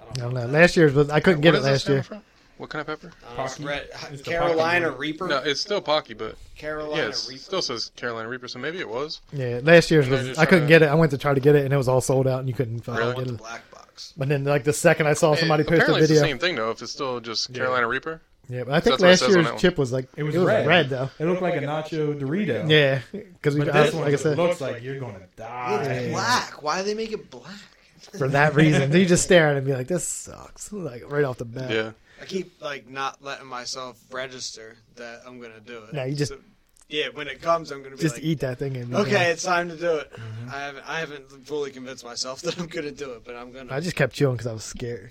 I don't know. Last year's was I couldn't get
What
it last
is this coming
year.
from? What kind of pepper?
Uh, it's
Pocky?
red-
It's the
Carolina
Pocky
Reaper.
No, it's still Pocky, but
Carolina
yeah, it
Reaper.
still says Carolina Reaper, so maybe it was.
Yeah, last year's
And I
was
just
I couldn't
tried-
get it. I went to try to get it, and it was all sold out, and you couldn't fucking
Really?
I want
get
the
it.
black box.
But then, like the second I saw somebody
It-
post a
apparently
video,
it's the same thing, though, if it's still just Carolina Reaper.
yeah. But I think
that's what it
last
says on
year's
that one.
chip was like
It was red.
though.
It looked like a nacho Dorito.
Yeah, because we
But
I,
this
like I
one
said
looks like you're going to
It's
die.
black. Why do they make it black?
for that reason, you just stare at it and be like, "This sucks," like right off the bat.
Yeah.
I keep like not letting myself register that I'm gonna do it.
No, you just-
yeah, when it comes, I'm gonna be
Just
like,
eat Mm-hmm. that thing and be
Okay,
done.
it's time to do it. I haven't I haven't fully convinced myself that I'm gonna do it, but I'm gonna.
I just kept chewing because I was scared.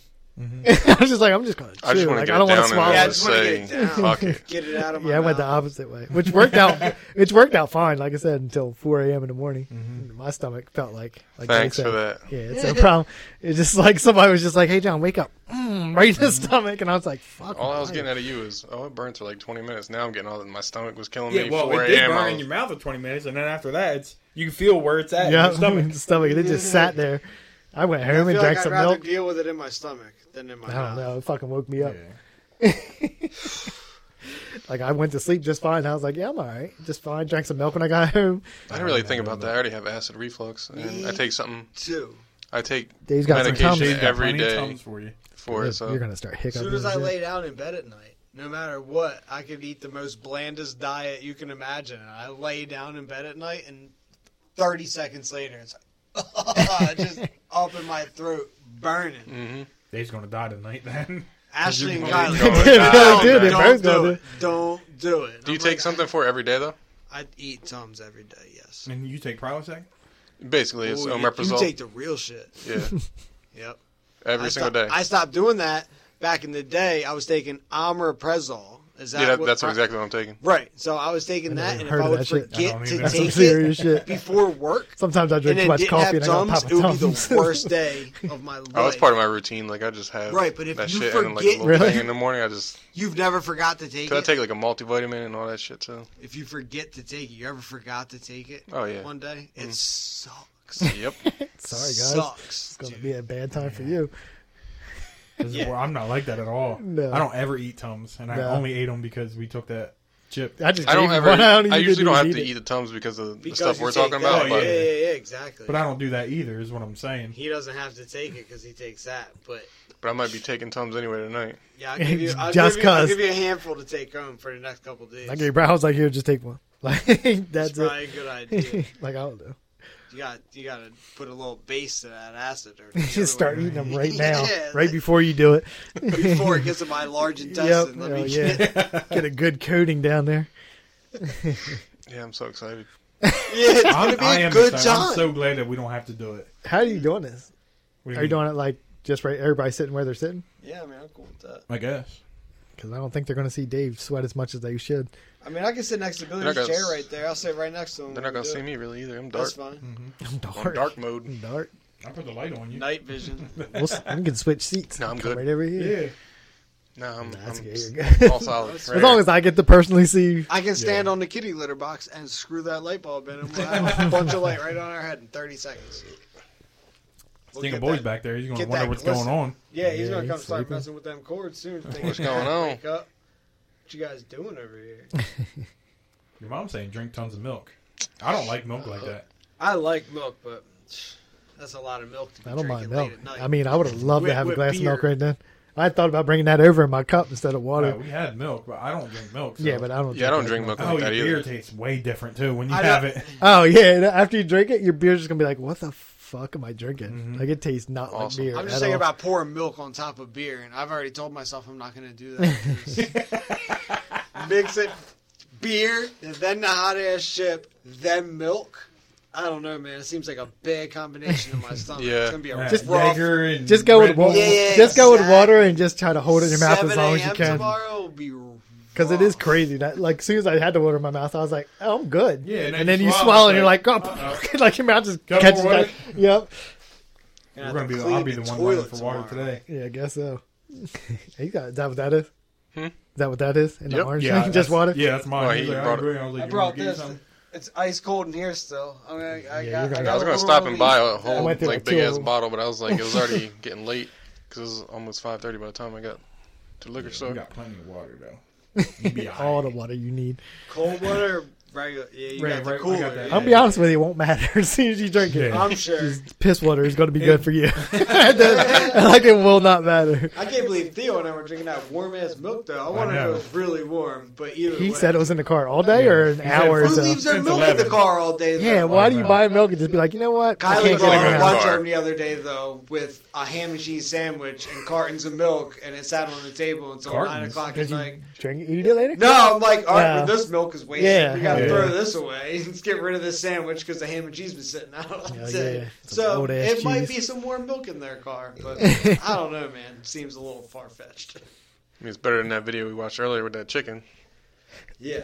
Mm-hmm.
I was just like, I'm just gonna. Chew.
I just want
like,
to get
I don't
down
want to
and
swallow.
Yeah, I
it.
just
just wanna
say,
get down.
fuck it.
Get it out of my
Yeah, I went the
mouth.
opposite way, which worked out. which worked out fine. Like I said, until 4 a.m. in the morning,
Mm-hmm.
my stomach felt like. like they
Thanks
said.
for that.
Yeah, it's no problem. It's just like somebody was just like, "Hey, John, wake up!" Mm, right in the
Mm-hmm.
stomach, and I was like, "Fuck."
All I was
my
getting
life.
out of you is, oh, it burns for like 20 minutes. Now I'm getting all that. My stomach was killing
Yeah,
me.
well,
4
it did
a.m. I
burn in
was-
your mouth for 20 minutes, and then after that, it's you can feel where it's at
yeah,
in your stomach.
the stomach. and It just sat there. I went
I
home and
feel
drank
like I'd
some
rather
milk.
deal with it in my stomach than in my
I
mouth.
don't know. It fucking woke me up.
Yeah.
Like I went to sleep just fine. I was like, "Yeah, I'm all right, just fine." Drank some milk when I got home.
I didn't really think about that. I already have acid reflux, and I take something.
Too.
I take
Dave's got
Medication.
some
Shane's
tums.
Yeah.
got
Every
plenty of
day.
Tums for you.
for it. So
You're gonna start
As
hiccuping.
soon as I
and shit.
lay down in bed at night, no matter what, I could eat the most blandest diet you can imagine. And I lay down in bed at night, and 30 seconds later, it's like, just up in my throat, burning.
Mm. Mm-hmm.
Dave's gonna die tonight. Then
Ashley and
You're
Kylie,
going
don't,
to die,
do
man.
it.
Dude,
Barry's
Don't do
gonna
it. Don't do it.
do
I'm
you take
like,
something for it every day though?
I'd eat Tums every day, yes.
and you take Prilosec.
Basically, it's
Ooh, you- you
omeprazole.
take the real shit.
yeah,
Yep.
every
I
single
stopped-
day.
I stopped doing that back in the day. I was taking omeprazole. Is that
yeah, that,
what
that's
pri-
exactly what I'm taking.
Right. So I was taking
I
that, and
never
if
heard
I
of
would
that shit.
I
forget
don't
to
either.
Some
take
serious
it
shit.
before work,
Sometimes I
and
drink too
then
much
didn't
coffee
have
and I gotta
Tums,
pop
it
a
would be
Tums.
the worst day of my life.
Oh, it's part of my routine. Like I just have
Right, but if
that
you
shit and then, like a
forget-
little
Really?
thing in the morning. I just
You've never forgot to take
could I
it.
take like a multivitamin and all that shit too.
if you forget to take it, you ever forgot to take it?
Oh, yeah.
One day, it sucks.
Yep.
Sorry, guys.
Sucks.
It's gonna
dude.
be a bad time for you.
This is
Yeah.
where- I'm not like that at all.
No.
I don't ever eat Tums, and I
No.
only ate them because we took that chip.
I just
I don't
gave you
ever.
one. I, don't
I
even need
usually don't have
eat
to
it.
eat the tums because of the
Because
stuff
you
we're
take
talking
that.
about.
Oh,
yeah,
but
yeah, yeah, exactly.
But I don't do that either. Is what I'm saying.
he doesn't have to take it because he takes that. But
but I might be taking tums anyway tonight.
yeah, I'll give you, I'll
Just
give you, I'll
'cause.
give you a handful to take home for the next couple days.
I gave Browns like here, just take one. Like that's
That's probably a good idea.
it. like I don't know.
You got you got to put a little base to that acid, or
Just start eating them right now,
Yeah,
right before you do it.
before it gets to my large
Yep.
intestine. Let
Oh,
me
yeah.
get-
Get a good coating down there.
Yeah, I'm so excited.
yeah, it's gonna
I'm,
be a
I am
good
excited.
job.
I'm so glad that we don't have to do it.
How are you doing this?
What do
Are you
Mm-hmm.
mean?
doing it like just right? Everybody sitting where they're sitting?
yeah, man, I'm cool with that.
I guess.
Because I don't think they're going to see Dave sweat as much as they should.
I mean, I can sit next to
They're
Billy's
not gonna
chair
s-
right there. I'll sit right next to him.
They're
when
not
we
gonna
do
see
it.
me really either. I'm dark.
That's fine.
I'm
I'm
dark.
dark mode.
I'm dark.
I put the light on you.
Night vision.
We'll, s- we can switch seats.
No, I'm
Come
good.
Right over here.
Yeah.
No, I'm,
That's
I'm
good. You're good.
all solid.
As
As long as I get to personally see.
I can stand
Yeah.
on the kitty litter box and screw that light bulb in, and we'll have a bunch of light right on our head in 30 seconds. We'll
Stinking
get
boy's
that-
back there. He's gonna
get
wonder
that
what's
glisten.
going on.
Yeah, he's
Yeah,
gonna
he's
come start
sleeping.
messing with them cords soon. Thinking,
What's going on?
Wake up. What you guys doing over here?
Your mom's saying drink tons of milk. I don't like milk like that.
I like milk, but that's a lot of milk to be
I don't mind
drinking
milk.
late at night.
I mean, I would have loved to
With-
have a
with
glass of milk
beer.
right then. I thought about bringing that over in my cup instead of water.
Right, we had milk, but I don't drink milk. so-
yeah, but I don't.
Yeah, I don't drink milk
oh,
like
your
that
beer
either.
tastes way different too when you
I
have
don't-
it.
Oh yeah, after you drink it, your beer's just gonna be like, "What the fuck am I drinking?" Like it tastes not
Awesome.
like beer.
I'm
at
just thinking
all.
about pouring milk on top of beer, and I've already told myself I'm not going to do that. Mix it, beer, and then the hot ass chip, then milk. I don't know, man. It seems like a bad combination in my stomach.
Yeah.
It's gonna be a
Just
rough.
and
Just go with
Red Bull.
water.
Yeah, yeah,
just go with
exactly.
water and just try to hold it in your mouth as
7
long as you
a.m.
can.
Tomorrow will be
Because it is crazy that, like, as soon as I had the water in my mouth, I was like, "Oh, I'm good."
Yeah,
and, then you swallow, and you're like, "Oh," like your mouth just
Got more
catches
water?
back. Yep.
We're
We're gonna be. I'll be the one running for water today.
Yeah, I guess so. you got, is that what that is?
Hmm?
Is that what that is? In the
Yep.
orange
Yeah,
thing?
that's-
just water?
Yeah, that's mine.
Oh,
He's
he
like, I
brought it.
agree. I was like,
I
you
brought
want to get
this.
something?
It's ice cold in here still. I mean, I, I
Yeah,
got.
you're gonna-
got
I was gonna
a
stop
little
and buy
bit.
a whole
went through
like
a
big ass
tool.
bottle, but I was like, it was already getting late because it was almost five thirty by the time I got to the liquor
We
store.
got plenty of water though. You be
All
all
the
right.
water you need.
cold water. or Regular. Yeah, you
Right,
got the
right, I
cooler.
got that.
I'll be honest with you, it won't matter as soon as you drink it.
Yeah.
I'm sure.
Piss water is going to be good for you. like it will not matter.
I can't believe Theo and I were drinking that warm ass milk though. I wanted
know.
it was really warm, but either
He
way.
said it was in the car all day or an
He said
hour or
Who
so.
leaves their
Since
milk in
11.
the car all day? Though?
Yeah, why do you buy milk and just be like, you know what? I can't
Kylie
bought
get it
brought
in
a
the
now.
one-
lunch
car.
home the other day though with a ham and cheese sandwich and cartons of milk, and it sat on the table until nine
Cartons?
o'clock at
Did you
night.
drink it? Eat it later?
No, I'm like, all right,
Yeah.
this milk is wasted.
Yeah,
we gotta to
Yeah.
throw this away. Let's get rid of this sandwich because the ham and cheese been sitting out all
Yeah,
day.
yeah. It's some
So
old-ass
it might
cheese.
be some more milk in their car, but I don't know, man. Seems a little far fetched.
I mean, it's better than that video we watched earlier with that chicken.
Yeah,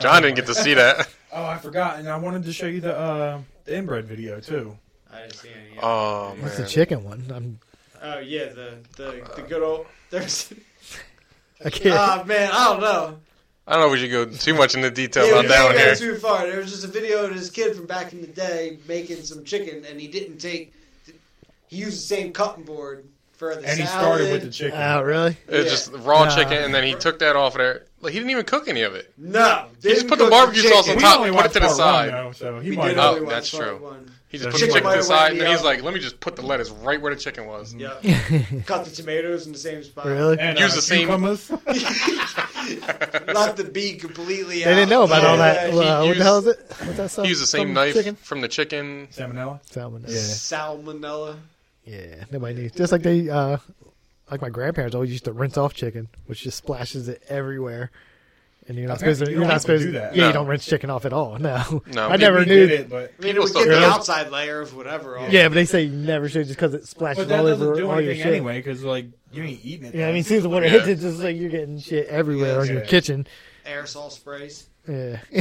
John didn't get to see that.
Oh, I forgot, and I wanted to show you the uh, the inbred video too.
I didn't see any. of it.
Oh
That's the
man,
chicken one. I'm,
Oh yeah, the the, the good old. There's,
I can't.
Ah man, I don't know.
I don't know if we should go too much into detail
Yeah,
about
we
that one
didn't
here.
go too far. There was just a video of this kid from back in the day making some chicken, and he didn't take. He used the same cutting board for the
And he
salad.
started with the chicken.
oh, really?
It was
Yeah.
just raw
Nah.
chicken, and then he took that off there. Like he didn't even cook any of it.
No,
just
didn't
put the
cook
barbecue sauce
chicken.
on top, put it
watched
to the
part
side.
One, though, so he
We
might
did
Oh,
only watch
that's
part
true.
One.
He just
The
put the
chicken
chicken
might
to the
have
side,
went
and then he's
out.
like, "Let me just put the lettuce right where the chicken was."
Yeah,
Mm.
really?
cut the tomatoes in the same spot.
and,
Use
uh,
the same-
cucumbers.
Left the beat completely out.
They didn't know about all that.
Yeah,
he
uh, what
used-
the hell is it? What's that stuff?
He used the same
Some
knife
Chicken?
from the chicken.
Salmonella.
Salmon.
Yeah.
Salmonella.
Yeah, nobody knew. Just like they, uh, like my grandparents always used to rinse off chicken, which just splashes it everywhere. And you're not
Apparently
supposed to.
you
You're
don't
not
have to
supposed to.
do that.
Yeah,
No.
you don't rinse chicken off at all. No,
No.
I
People
never
We
knew.
did it, but
I mean,
People
it would
still
get
do
the
it.
outside layer of whatever. on
Yeah, but they say you never should just because it splashes
but that
all
doesn't
over
do
all your
anything
shit.
anyway because like you ain't eating it.
Yeah, I mean, as soon as the water
Yeah.
hits it, it's just like you're getting shit everywhere
Yeah.
on your
Yeah.
kitchen.
Aerosol sprays.
Yeah,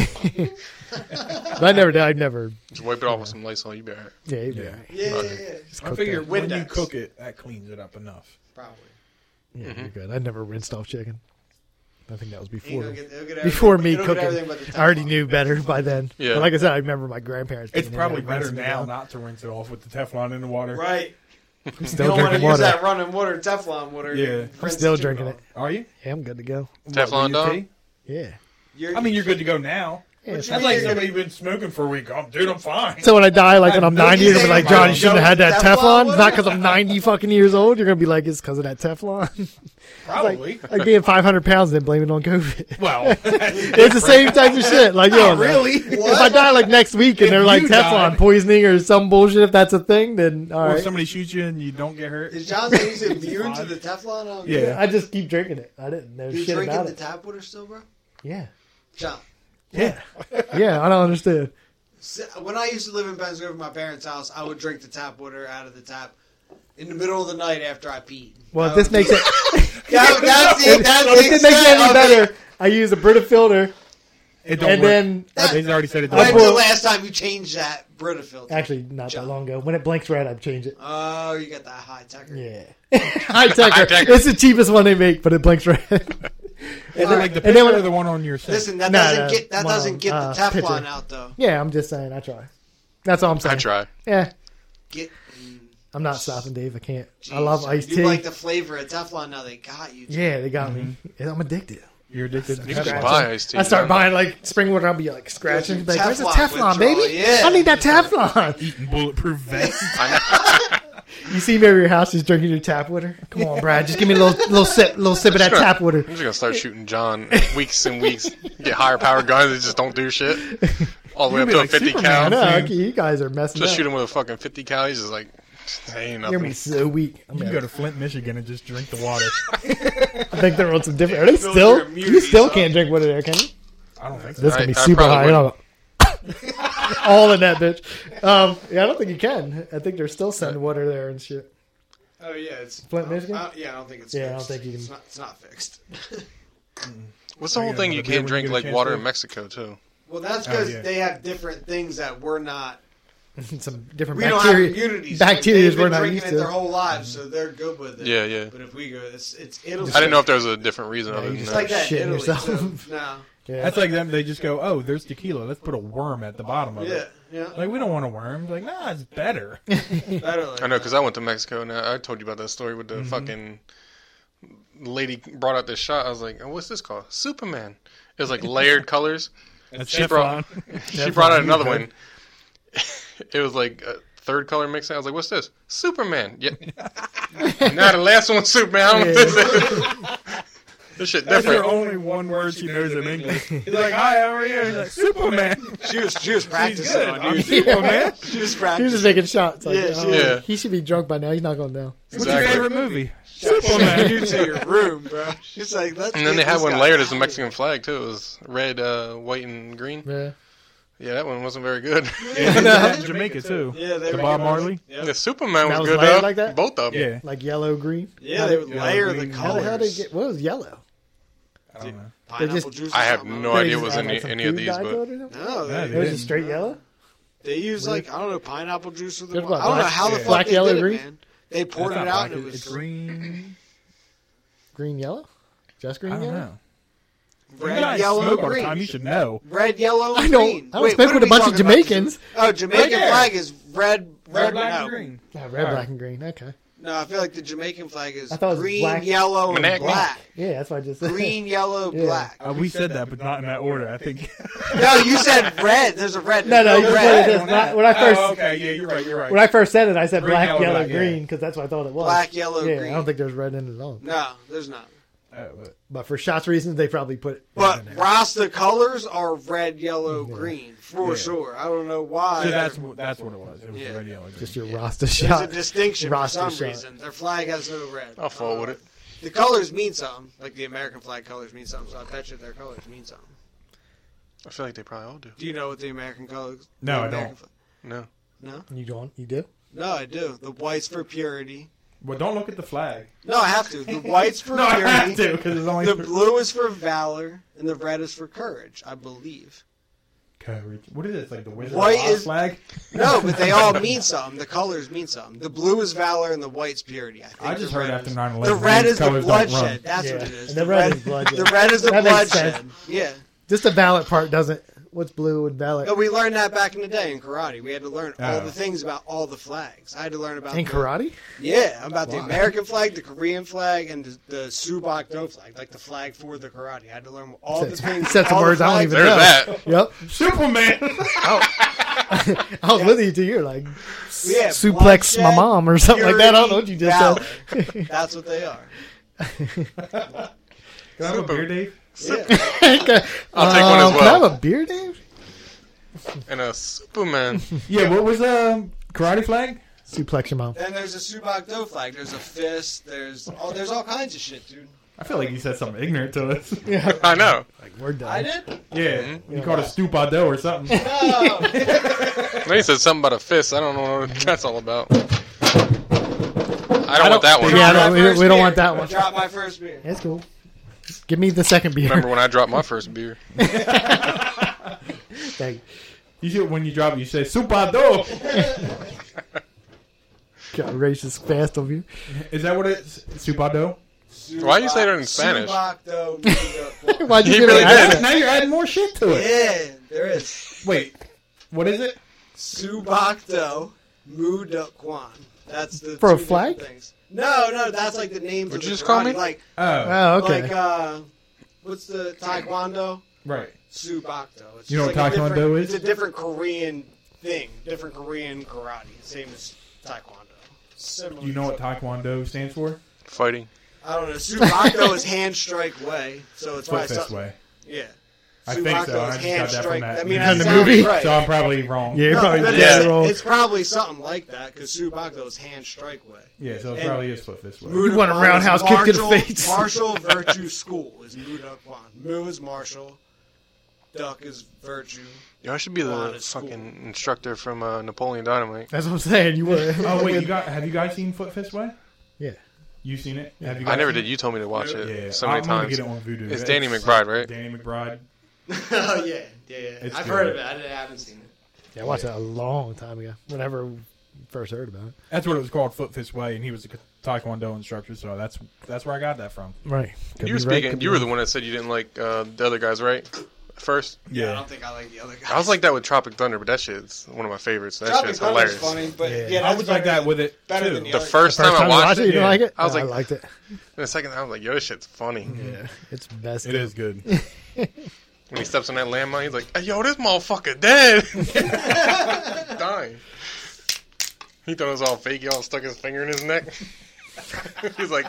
but I never did. I never.
Just wipe it off with some Lysol. You better.
Yeah, yeah.
Yeah.
Yeah, yeah,
Okay.
yeah.
I figure
that.
when you
Windex.
cook it, that cleans it up enough.
Probably.
yeah
Mm-hmm.
you're good. I never rinsed off chicken. I think that was
Ain't
before.
gonna get- it'll get everything-
before me
it'll get
cooking.
everything but the
I already
top.
knew better by then.
Yeah.
But like I said, I remember my grandparents.
It's
being in
probably
there
better
rinsing it
now
out.
not to rinse it off with the Teflon in the water.
Right.
I'm
You
still
don't want to
drinking
use
water.
that running water, Teflon water.
Yeah.
You
I'm
rinse the
still
chicken
drinking
off.
it.
Are you?
Yeah, I'm good to go.
Teflon
What,
dog?
your tea?
Yeah.
You're,
I mean, you're good to go now.
Yeah,
What you
That's
so-
mean?
like somebody been smoking for a week. I'm, dude, I'm fine.
so when I die, like when I'm
I've been
90, you're gonna be
saying
like,
my
John, you shouldn't have had that Teflon.
Teflon
It's not
water.
because I'm 90 fucking years old. You're gonna be like, it's because of that Teflon.
Probably.
like being 500 pounds and then blaming it on COVID.
well,
it's the same type of shit. Like, yo, man.
really.
If I die like next week
If
and they're like
you
Teflon
died-
poisoning or some bullshit, if that's a thing, then all
Or if
right.
somebody shoots you and you don't get hurt.
Is John saying he's immune to the Teflon? On
Yeah.
I just keep drinking it. I didn't know
You're
shit
drinking
about
the
it.
tap water still, bro?
yeah.
John.
Yeah. yeah, I don't understand.
s- When I used to live in Pennsylvania with my parents' house, I would drink the tap water out of the tap in the middle of the night after I peed.
Well,
I
if this
would-
makes it.
That, that's it. That's
if it makes
the
it any
extent of it.
better, I use a Brita filter,
It don't
and
work.
then
He's already said it.
I
When's
Don't
pour-
the
work.
last time you changed that Brita filter?
actually not that
John.
long ago, when it blinks red, I change it.
Oh, you got that high tucker.
Yeah, high
High
tech.
Tecker.
It's the cheapest one they make, but it blinks red. and
And then, like
and
the
then
picture
when-
of the one on your sink.
Listen, that
No,
doesn't
no,
get that
one
doesn't
on,
get
uh,
the Teflon
picture.
out though.
yeah, I'm just saying, I try. That's all I'm saying.
I try.
Yeah,
Get. mm,
I'm not stopping, Dave. I can't. I
jeez,
love
John.
iced
You
tea.
like the flavor of Teflon? Now they got you. John.
yeah, they got me. And I'm addicted.
You're addicted. to
You can just
Teflon.
buy iced tea.
I start
John.
buying like spring water. I'll be like scratching. Like, Where's the
Teflon
Teflon,
withdrawal,
baby?
yeah.
I need that Teflon.
Eating bulletproof vests.
You see me over your house, just drinking your tap water. Come on, Brad, just give me a little, little sip, little sip of that
Sure.
tap water.
I'm just gonna start shooting John weeks and weeks. Get higher power guns that just don't do shit. All the way
You'd
up
be
to a
like
50
I
Superman.
cal.
know,
saying-
okay, you guys are messing
Just
up.
shoot him with a fucking 50 cal. He's just like, "That
You're
ain't
gonna be
nothing.
so weak. I'm
You
gonna,
can go to Flint, Michigan, and just drink the water.
I think they're on some different. Are they
Those
still?
are immunities,
You still
huh?
can't drink water there, can you?
I don't think so.
This is gonna
I-
be
I
super high.
probably
you know. All in that bitch. Um, yeah, I don't think you can. I think they're still sending water there and shit.
Oh yeah, it's
Flint,
I-
Michigan?
I- yeah, I don't think it's.
Yeah, I
fixed.
don't think you can-
It's not, it's not fixed.
What's the
Are you
whole thing
gonna
you
be able to
can't drink
get a
like
chance
water
to-
in Mexico, too?
Well, that's because
Oh, yeah.
they have different things that we're not.
Some different
We
bacteria.
don't have immunities.
bacteria
They've
we're
been
not
drinking
used
it their
to.
whole lives, so they're good with it.
Yeah, yeah.
But if we go, it's it's Italy.
I didn't know if there was a different reason
you
other than
just
It's
that.
like that. in
Shitting
Italy,
yourself.
too. no.
Yeah.
That's like them. They just go, "Oh, there's tequila. Let's put a worm at the bottom of
Yeah,
it."
yeah.
Like we don't want a worm. Like nah, it's better.
Better like
I know
that.
because I went to Mexico and I I told you about that story with the fucking lady brought out this shot. I was like, oh, "What's this called? Superman." It was like layered colors.
That's
She brought-
Teflon.
She brought out another one. it was like a third color mix. I was like, "What's this? Superman?" Yeah. now the last one was Superman. I don't know what this is. This shit
That's her
different.
only one word she knows in English. He's like, "Hi, how are you?" He's like, "Superman."
She was she was
She's
practicing
good.
on
I'm
you.
Superman.
She was
He was
practicing.
just taking shots. Like,
Yeah,
oh,
she-
yeah.
He should be drunk by now. He's not going down.
What's
Exactly.
your favorite movie?
Send you
Superman.
to your room, bro. She's like, let's.
And then
get
they had
this
one
guy
layered as
out
a
of
Mexican flag too. It was red, uh, white, and green.
Yeah.
Yeah, that one wasn't very good.
Jamaica, too.
here." Yeah, they
The
were
Bob
getting-
Marley.
Yeah,
the Superman
That
was,
was
good
layered
though.
like that?
Both of them.
Yeah.
Like yellow, green.
yeah, they would
Yeah,
layer
green.
the
How the
colors.
hell did it get? What was yellow?
I don't know.
Pineapple
They just-
juice or
I have
something.
no
They
idea
just
was
add,
any-
some
any of
food
these,
dye
but-
to it or something?
No,
Yeah,
It
they,
they-
was just straight yellow.
they use like I don't know pineapple juice or the.
Good one.
I don't know
Black-
how the
yeah.
fuck
Black,
they
yellow,
did it,
green?
man. They poured
That's
it
not
out
black,
and it was
it's green.
Green, yellow. Just green,
I don't
yellow.
know. you
red,
guys
yellow,
smoke all the
green.
time. You should know.
Red, yellow,
I
and
don't-
green.
I don't
Wait,
speak
what
with a
are we
bunch of
talking about?
Jamaicans.
Oh, Jamaican
there.
flag is red, red,
Red, black,
no.
and green.
Yeah, red,
Alright.
black, and green. Okay.
No, I feel like the Jamaican flag is
I thought it was
green,
black.
yellow, and
Manakee.
black.
Yeah, that's what I just said.
Green, yellow,
Yeah.
black.
Uh, we said that, but not in that order. I think.
No, you said red. There's a red.
No, no,
There's
you
red.
said it is. Not- when I first-
Oh, okay. Yeah, you're right. You're right.
When I first said it, I said
Green,
black,
yellow,
yellow,
black, yeah.
green because that's what I thought it was.
Black, yellow,
yeah,
green.
I don't think there's red in it at all.
No, there's not.
Oh, but-
But for shots reasons, they probably put.
But Rasta colors are red, yellow, green for
Yeah.
sure. I don't know why.
So that's wh- that's what it was. It was
Yeah.
red, yellow, green.
Oh, just your Rasta
There's a
shot.
distinction for
Rasta
some
shot.
reason. Their flag has no red.
I'll fall with it.
The colors mean something. Like the American flag colors mean something. So I bet you their colors mean something.
I feel like they probably all do.
Do you know what the American colors?
No,
the
I
American
don't.
flag-
No.
No,
You don't. You do.
no, I do. The whites for purity.
Well, don't look at the flag.
No, I have to. The whites for
No, I
purity.
have to because it's only
The blue is for valor, and the red is for courage. I believe.
courage. What is this? Like the Wizard
White
of Oz
is-
flag?
No, but they all mean something. The colors mean something. The blue is valor and the white's purity. I, think
I just
the
heard
red
after
is-
9/11,
The red
these
is the
colors don't run.
bloodshed. That's
yeah.
what it is.
And the red is blood.
The red is the
That makes
bloodshed.
sense.
Yeah.
Just the valid part doesn't. What's blue and valid?
No, we learned that back in the day in karate. We had to learn all
Oh.
the things about all the flags. I had to learn about
in
the-
karate?
Yeah, about the American flag, the Korean flag, and the, the Subak Do flag, like the flag for the karate. I had to learn all the
Said some-
things.
said some
all the
words I don't
flags.
even
There's
No.
that.
Yep.
Superman.
I was with you too. You're like
Yeah,
suplex my
bloodshed,
mom or something like that. I don't know what
purity,
you just
valor. That's what they are.
Can I have a beer, Dave?
Yeah.
said.
I'll take
Um,
one as
Can I have
well.
a beer, Dave?
And a Superman.
Yeah. What was um karate flag?
Suplex your mom.
Then there's a Subak Do flag. There's a fist. There's all there's all kinds of shit, dude.
I feel like you said something ignorant to us.
Yeah.
I know.
Like we're done.
I did.
Yeah, you called it stupado or something.
No.
Then he said something about a fist. I don't know what that's all about. I don't, want that one.
Yeah, I don't- we don't-
My
we
first
don't
beer.
want that one.
Drop my first beer.
That's cool. Give me the second beer.
Remember when I dropped my first beer?
Thank
You should when you drop it, you say stupado.
God, racist fast of you.
Is that what it's stupado?
Why you say that in Spanish?
Subak Do Nido.
Why'd you
He
give me
really
an
did.
accent?
Now you're adding more shit to it.
Yeah, there is.
Wait, what is it?
Subak Do Mudo Kwan. That's the
For a
two different
flag?
Things. No, no, that's like the name.
Would
for
you
the
just call
karate.
me?
like
Oh,
Oh, okay.
like uh, what's the Taekwondo?
right.
Subak Do. It's
You know
just
what
like a
Taekwondo
different-
is?
It's a different Korean thing, different Korean karate, same as Taekwondo. Similar.
Do you know what taekwondo stands for?
Fighting.
I don't know. Subakdo is hand strike way, so it's why
Foot
it's
fist way.
Yeah.
I think so.
Subakdo
I
is
just got
hand
that from
strike.
that.
I mean,
From
that
the
sounds
movie?
Right.
So I'm probably wrong.
Yeah,
No,
probably
but
did
it's,
it wrong.
it's probably something like that because Subakdo is hand strike way.
Yeah, so it
And-
probably is foot fist way.
Muda
want a
Kwan
roundhouse
is
kick to the
martial-
face.
Martial virtue school is Muda Kwan. Mu is martial. Duck is virtue.
Yo, I should be
Well,
the
it's cool.
fucking instructor from uh, Napoleon Dynamite.
That's what I'm saying. You were.
Oh wait, you got? Have you guys seen Foot Fist Way?
Yeah.
You seen it? Have you
I
guys
never
seen
did. You told me to watch
it?
it
Yeah,
so
I'm
many
gonna
times.
Get it on Voodoo.
It's Danny McBride, right?
Danny McBride.
oh yeah, yeah. yeah.
It's
I've
good.
heard of it. I didn't- I haven't seen it.
Yeah, I watched that a long time ago. Whenever we first heard about it.
That's what it was called, Foot Fist Way, and he was a taekwondo instructor. So that's that's where I got that from.
Right.
You were speaking. You were the one that said you didn't like uh, the other guys, right? At First,
Yeah. I don't think I like the other guys.
I was like that with Tropic Thunder, but that shit's one of my favorites. That
Tropic
shit's
Thunder's
hilarious.
funny, but yeah,
I was like that with it
better
too.
than the
The
other-
first,
First
time I watched it,
you didn't
yeah.
like it?
I was
No,
like-
liked it.
and the second time I was like, "Yo, this shit's funny."
Yeah. It's best.
It is good.
When he steps on that landmine, he's like, hey, "Yo, this motherfucker dead, dying." He thought it was all fake. He all stuck his finger in his neck. he's like,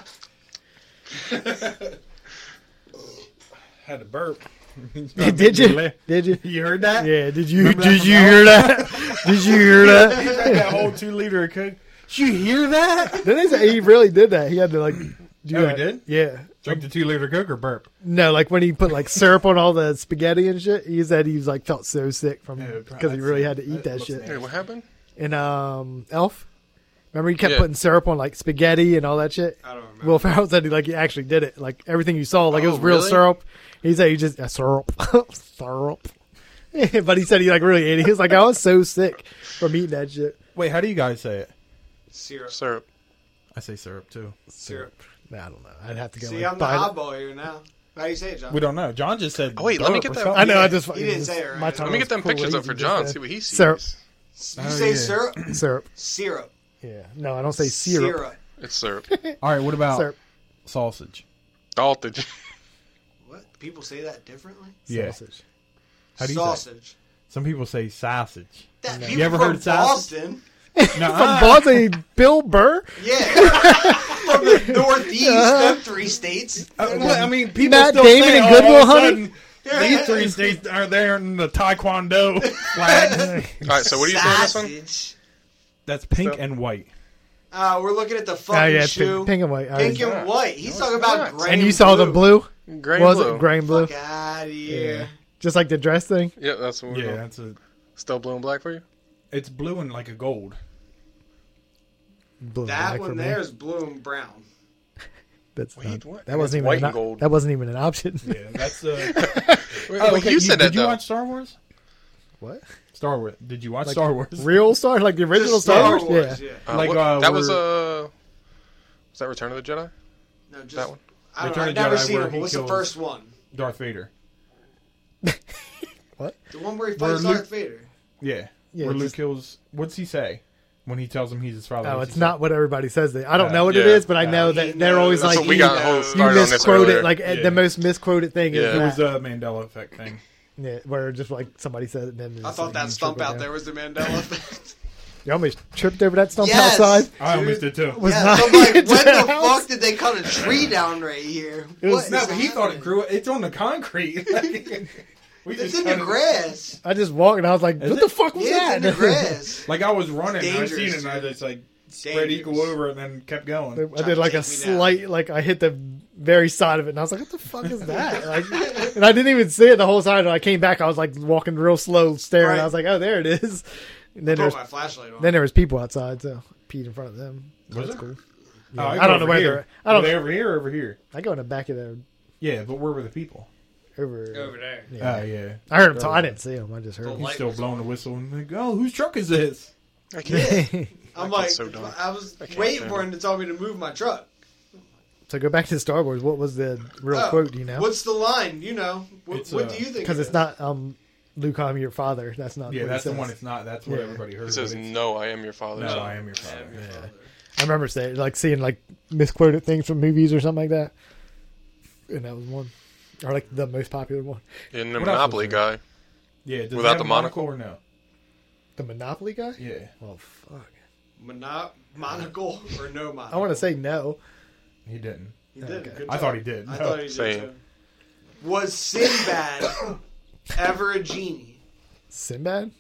had to burp.
Did you? Did you?
You heard that?
Yeah. Did you?
Remember that
Did
from
you
Alf?
hear that? Did you hear
He
that?
drank that whole two liter of Coke. Did you hear that?
Then they said he really did that. He had to like. Do
Oh, he
that.
did?
Yeah.
Drink the two liter Coke or burp?
No, like when he put like syrup on all the spaghetti and shit, he said he was like felt so sick from
Yeah,
because he really had to eat
Oh, that
that
looks
shit.
Hey, what happened?
In um Elf, remember he kept
Yeah.
putting syrup on like spaghetti and all that shit.
I don't remember.
Will Ferrell said he like he actually did it. Like everything you saw, like it
Oh,
was real
really?
syrup. He said he just yeah, syrup, syrup. but he said he like really ate it. He was like, I was so sick from eating that shit.
Wait, how do you guys say it?
syrup.
Syrup.
I say syrup too.
Syrup.
Nah, I don't know. I'd have to go.
See,
like,
I'm the
find it.
highball here now. How do you say it, John?
We don't know. John just said.
Oh, wait, let me
burp
get
or
that-
something.
I know. I just
He didn't say it right.
my
Let
tongue
Let me
was
get them pictures
cool
up for
lazy
John.
just
See what he sees.
Syrup.
You
Oh,
say
yeah.
syrup?
then. syrup.
Syrup.
Yeah. No, I don't say syrup.
It's syrup.
All right, what about
Syrup.
sausage?
Salted.
What? People say that differently?
Yeah.
Sausage.
How do you say? it?
sausage.
Some people say sausage.
That people
You ever
from
heard sausage?
Boston?
From
Nuh-uh.
Boston, Bill Burr.
Yeah. from the Northeast, them three states.
Uh, well, I mean, people
Matt
still
Damon
say,
and
oh, all
Goodwill
of a
Hunting?
sudden, These three states are there uh, in the Taekwondo flag.
All right, so what do you say on this one?
Sausage.
That's pink
So-
and white.
Uh, we're looking at the fucking
Oh, yeah, it's
shoe.
pink, pink and white. I
Pink
was-
and white. He's talking
it's
about
not.
gray.
and you saw the blue?
Gray and
was
blue.
it gray and blue?
Fuck out of here.
Just like the dress thing?
Yeah, that's what we're
Yeah,
doing.
that's a.
Still blue and black for you?
It's blue and like a gold.
Blue and
That
black for
one
me.
there is blue and brown.
That's
Wait,
not-
what?
That wasn't
It's
even
white
an,
and
op-
gold.
That wasn't even an option.
Yeah, that's a.
Wait,
Oh,
wait,
okay.
you said
did
that
you
though.
watch Star Wars?
what?
Star Wars. Did you watch
Like,
Star Wars?
Real Star? Like the original
Just
Star Wars? Yeah.
yeah.
Uh,
like,
what-
uh,
that was
we're-
uh, was that Return of the Jedi?
No, just,
That one.
I don't know.
Return
I've
of
never
Jedi
seen
where
it.
he
What's the
kills-
first one?
Darth Vader.
The one where he
Where
fights
Luke-
Darth Vader.
Yeah.
Yeah,
Where Luke
just-
kills. What's he say when he tells him he's his father?
Oh,
What's
it's
he say?
not what everybody says. They, I don't
Yeah.
know what it
Yeah.
is, but I know
He
that they're
knows.
always
That's
like,
what we
you,
got
knows.
whole
you
started on this earlier.
misquoted, like eh,
Yeah.
the most misquoted thing
Yeah.
is
It
It
that.
was a Mandela effect thing.
yeah, where just like somebody said it. And then
I
it's
thought
like,
that
you
stump
trip
out
over.
there was the Mandela effect.
You almost tripped over that stump
Yes!
outside.
I almost
Dude.
did too.
Was
yeah,
not
so I'm like,
yet
when the
down.
fuck did they cut a tree down right here?
It was-
What
No,
is
but he thought it
happening?
grew. It's on the concrete. we
It's
just
in
cut
the
it-
grass.
I just walked and I was like,
Is
what
it?
the fuck was
Yeah,
that?
it's in the grass.
Like I was running, and I
dangerous,
seen it, and I
dude.
just like spread
Dangerous.
equal over, it and then kept going.
I did like a
Take me down.
slight, like I hit the very side of it, and I was like, "What the fuck is that?" Like, and I didn't even see it the whole time. When I came back, I was like walking real slow, staring.
Right.
I was like, "Oh, there it is." And then
Put
there's
my flashlight on.
then there was people outside, so I peed in front of them.
Was
That's
there?
cool.
Oh,
I
go
don't know
over
where
here.
they're- I don't-
Were they over here, or over here.
I go in the back of the
Yeah, but where were the people?
over.
Over there.
Yeah.
Oh yeah,
I heard him. Talk, I didn't see him. I just heard.
The
Him.
he's
Light
still
was
blowing the whistle and like, oh, whose truck is this?
I can't.
I'm
That
like,
kid's so dumb.
I was
can't
waiting
stand
for him to tell me to move my truck.
So go back to Star Wars. What was the real
Oh,
quote? Do you know?
What's the line? You know. What,
It's,
what
uh,
do you think?
Because
it
it's
is?
not um, Luke, I'm your father. That's not.
Yeah,
what he
that's the
says.
one. It's not. That's what
Yeah.
everybody heard.
It says,
but it's-
"No, I am your father."
no,
So-
I am your
Yeah,
father.
your
Yeah.
father.
I remember saying, like seeing like misquoted things from movies or something like that, and that was one, or like the most popular one,
In the
What else
Monopoly
was
guy.
Yeah, does it
Without
have
the
a monocle or no?
the Monopoly guy.
Yeah,
Oh fuck!
Mono- monocle or no monocle?
I want to say no.
he didn't.
He did.
Okay.
Good
I
job.
thought he did.
I
No.
thought he did
Same.
too. Was Sinbad ever a genie?
Sinbad.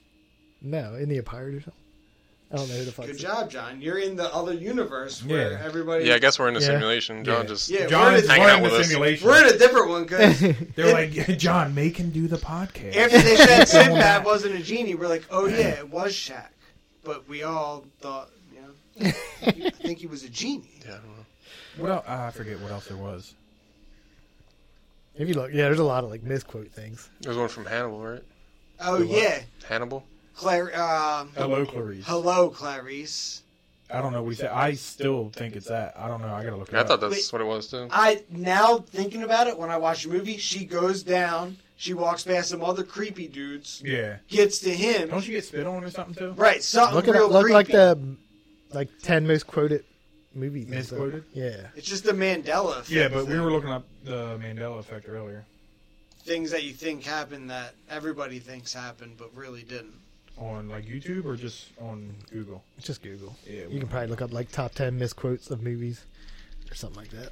No, in the pirate or something. I don't know who the fuck.
Good
is-
job, John. You're in the other universe where
Yeah.
everybody.
Yeah, I guess we're in a
Yeah.
simulation. John just
Yeah,
John
we're
is
in,
Hanging out
running
with
the
us.
simulation.
we're in a different one because
They're like, John, make him do the podcast.
after they said Sinbad wasn't a genie, we're like, oh yeah, it was Shaq. But we all thought, you know, I think he was a genie.
Yeah, I don't know.
What el- ah, I forget what else there was.
If you look, yeah, there's a lot of like misquote things.
There's one from Hannibal, right?
Oh
What?
yeah,
Hannibal.
Claire. Um,
Hello, Clarice.
hello, Clarice.
I don't know what he said. I still think it's that. I don't know. I gotta look. It
I
up.
thought that's what it was too.
I now thinking about it when I watch the movie, she goes down. She walks past some other creepy dudes.
Yeah.
Gets to him.
Don't you get spit on or something too?
Right, something
Look at
real
look
creepy.
like the like ten most quoted movies.
Misquoted?
Yeah.
It's just the Mandela effect.
Yeah, but we
thing.
were looking up the Mandela effect earlier
things that you think happen that everybody thinks happened but really didn't.
on like YouTube or just on Google.
Just Google.
Yeah.
You can probably look up like top ten misquotes of movies or something like that.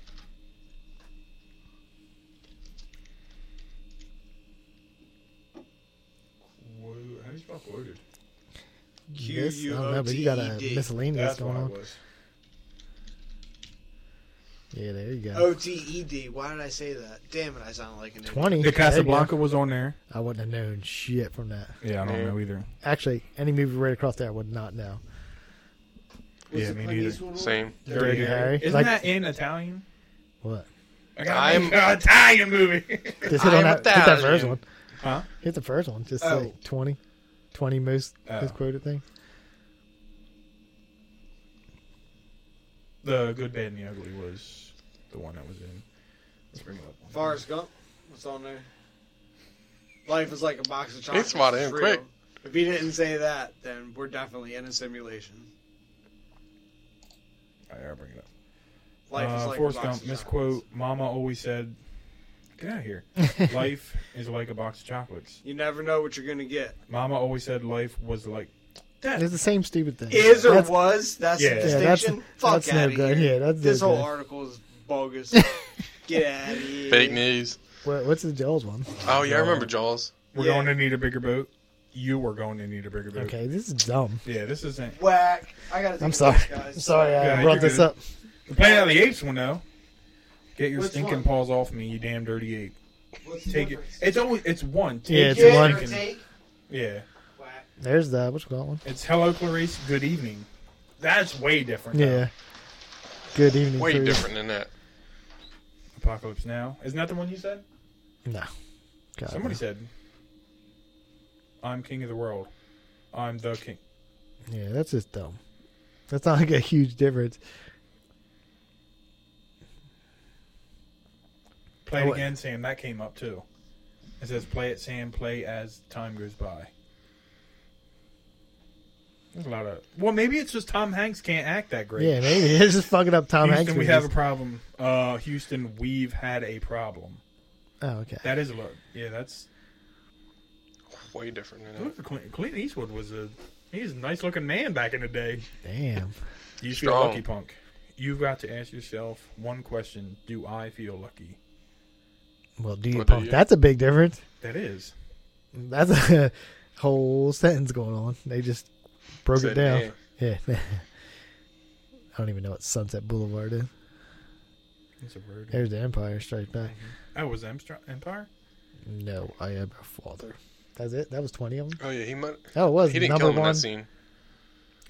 Ordered.
This, I don't know, but you got a
Q-U-O-T-E-D.
miscellaneous
That's
going
what it
on.
was.
Yeah, there you go.
O T E D. Why did I say that? Damn it! I sound like an idiot.
Twenty.
The
There you go.
Casablanca was on there.
I wouldn't have known shit from that.
Yeah, I don't
Yeah.
know either.
Actually, any movie right across there, I would not know.
Yeah,
it
me
Clint
neither.
Eastwood one?
Same.
Dirty Harry.
Isn't
Like-
that in Italian?
What?
I
I'm-
make an Italian movie.
Just hit
I
on
am
that. Hit that first
Italian.
one.
Huh?
Hit the first one. Just
Oh.
say 20. 20 most
Oh.
most quoted thing.
the Good, Bad, and the Ugly was the one that was in. Let's bring it up.
Forrest Gump. What's on there? Life is like a box of chocolates.
smart
It's
and
real.
quick.
If he didn't say that, then we're definitely in a simulation.
Alright, I'll bring it up.
Life is
uh,
like
Forrest
a box
Gump,
of
misquote.
chocolates.
Mama always said, "Get out of here." life is like a box of chocolates.
You never know what you're gonna get.
Mama always said life was like. That
It's the same stupid thing.
Is or
That's-
was? That's
Yeah.
the
Yeah,
that's-
distinction. Fuck
that's no
outta
good.
here.
Yeah, that's no
this whole
good.
article is bogus. get out of here.
Fake news.
what- what's the Jaws one?
Oh yeah, I remember Jaws.
we're
Yeah.
going to need a bigger boat. You were going to need a bigger boat.
Okay, this is dumb.
Yeah, this isn't.
Whack. I gotta.
I'm
think
sorry.
of this,
I'm
guys.
sorry I
Yeah,
brought
you're
this
good.
up.
The Planet of the Apes one though. Get your
Which
stinking
one?
paws off me, you damn dirty ape.
What's the
Take it.
difference?
It's always it's one. Take
Yeah,
it.
it's
Give
one.
or take?
Yeah,
Whack.
There's the what's that one?
it's hello Clarice. Good evening. That's way different. though.
Yeah. Good evening.
Way
food.
different than that.
Apocalypse Now. Isn't that the one you said?
No. God,
Somebody
no.
said, "I'm king of the world. I'm the king."
Yeah, that's just dumb. That's not like a huge difference.
Play
Oh,
it
wait.
again, Sam. That came up too. It says, "Play it, Sam. Play as time goes by." There's a lot of. Well, maybe it's just Tom Hanks can't act that great.
Yeah, maybe it's just fucking up Tom
Houston,
Hanks.
we
movies.
have a problem. Uh, Houston, we've had a problem.
oh, okay.
That is a lot. Yeah, that's.
Way different than that.
Look, Clint, Clint Eastwood was a. He's a nice looking man back in the day.
Damn.
You feel
Strong.
lucky, punk. You've got to ask yourself one question: Do I feel lucky?
Well, do you
What do
punk?
you-
That's a big difference.
That is.
That's a whole sentence going on. They just broke it
Said,
down.
"Hey."
Yeah. I don't even know what Sunset Boulevard is.
That's a word.
There's the Empire Strikes Back.
Oh, was Amstra- Empire?
No, I am a father. That's it. That was twenty of them.
Oh yeah, he might.
Oh, it was
He didn't
number
kill him in
one.
that scene.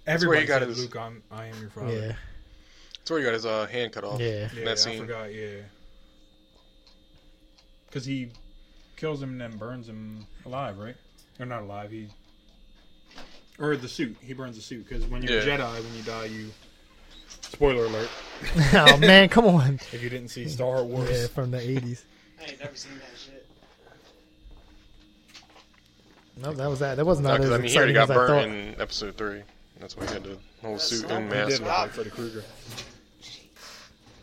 where
Everybody
he got
said,
his-
Luke, I'm, I am your father.
Yeah,
That's where he got his uh, hand cut off.
Oh, yeah.
Yeah,
That
I
scene.
forgot. Yeah. Because he kills him and then burns him alive, right? Or not alive. He or the suit. He burns the suit because when you're a
Yeah.
Jedi, when you die, you. Spoiler alert!
oh man, come on.
If you didn't see Star Wars,
Yeah, from the eighties.
I ain't never seen that shit.
No, that was that. That was not
Because
as
I mean, he already
exciting
got
as I
burnt
thought.
in episode three. That's why he had the whole
That's
suit
not-
and
He
he did
mask.
look like Freddy Krueger.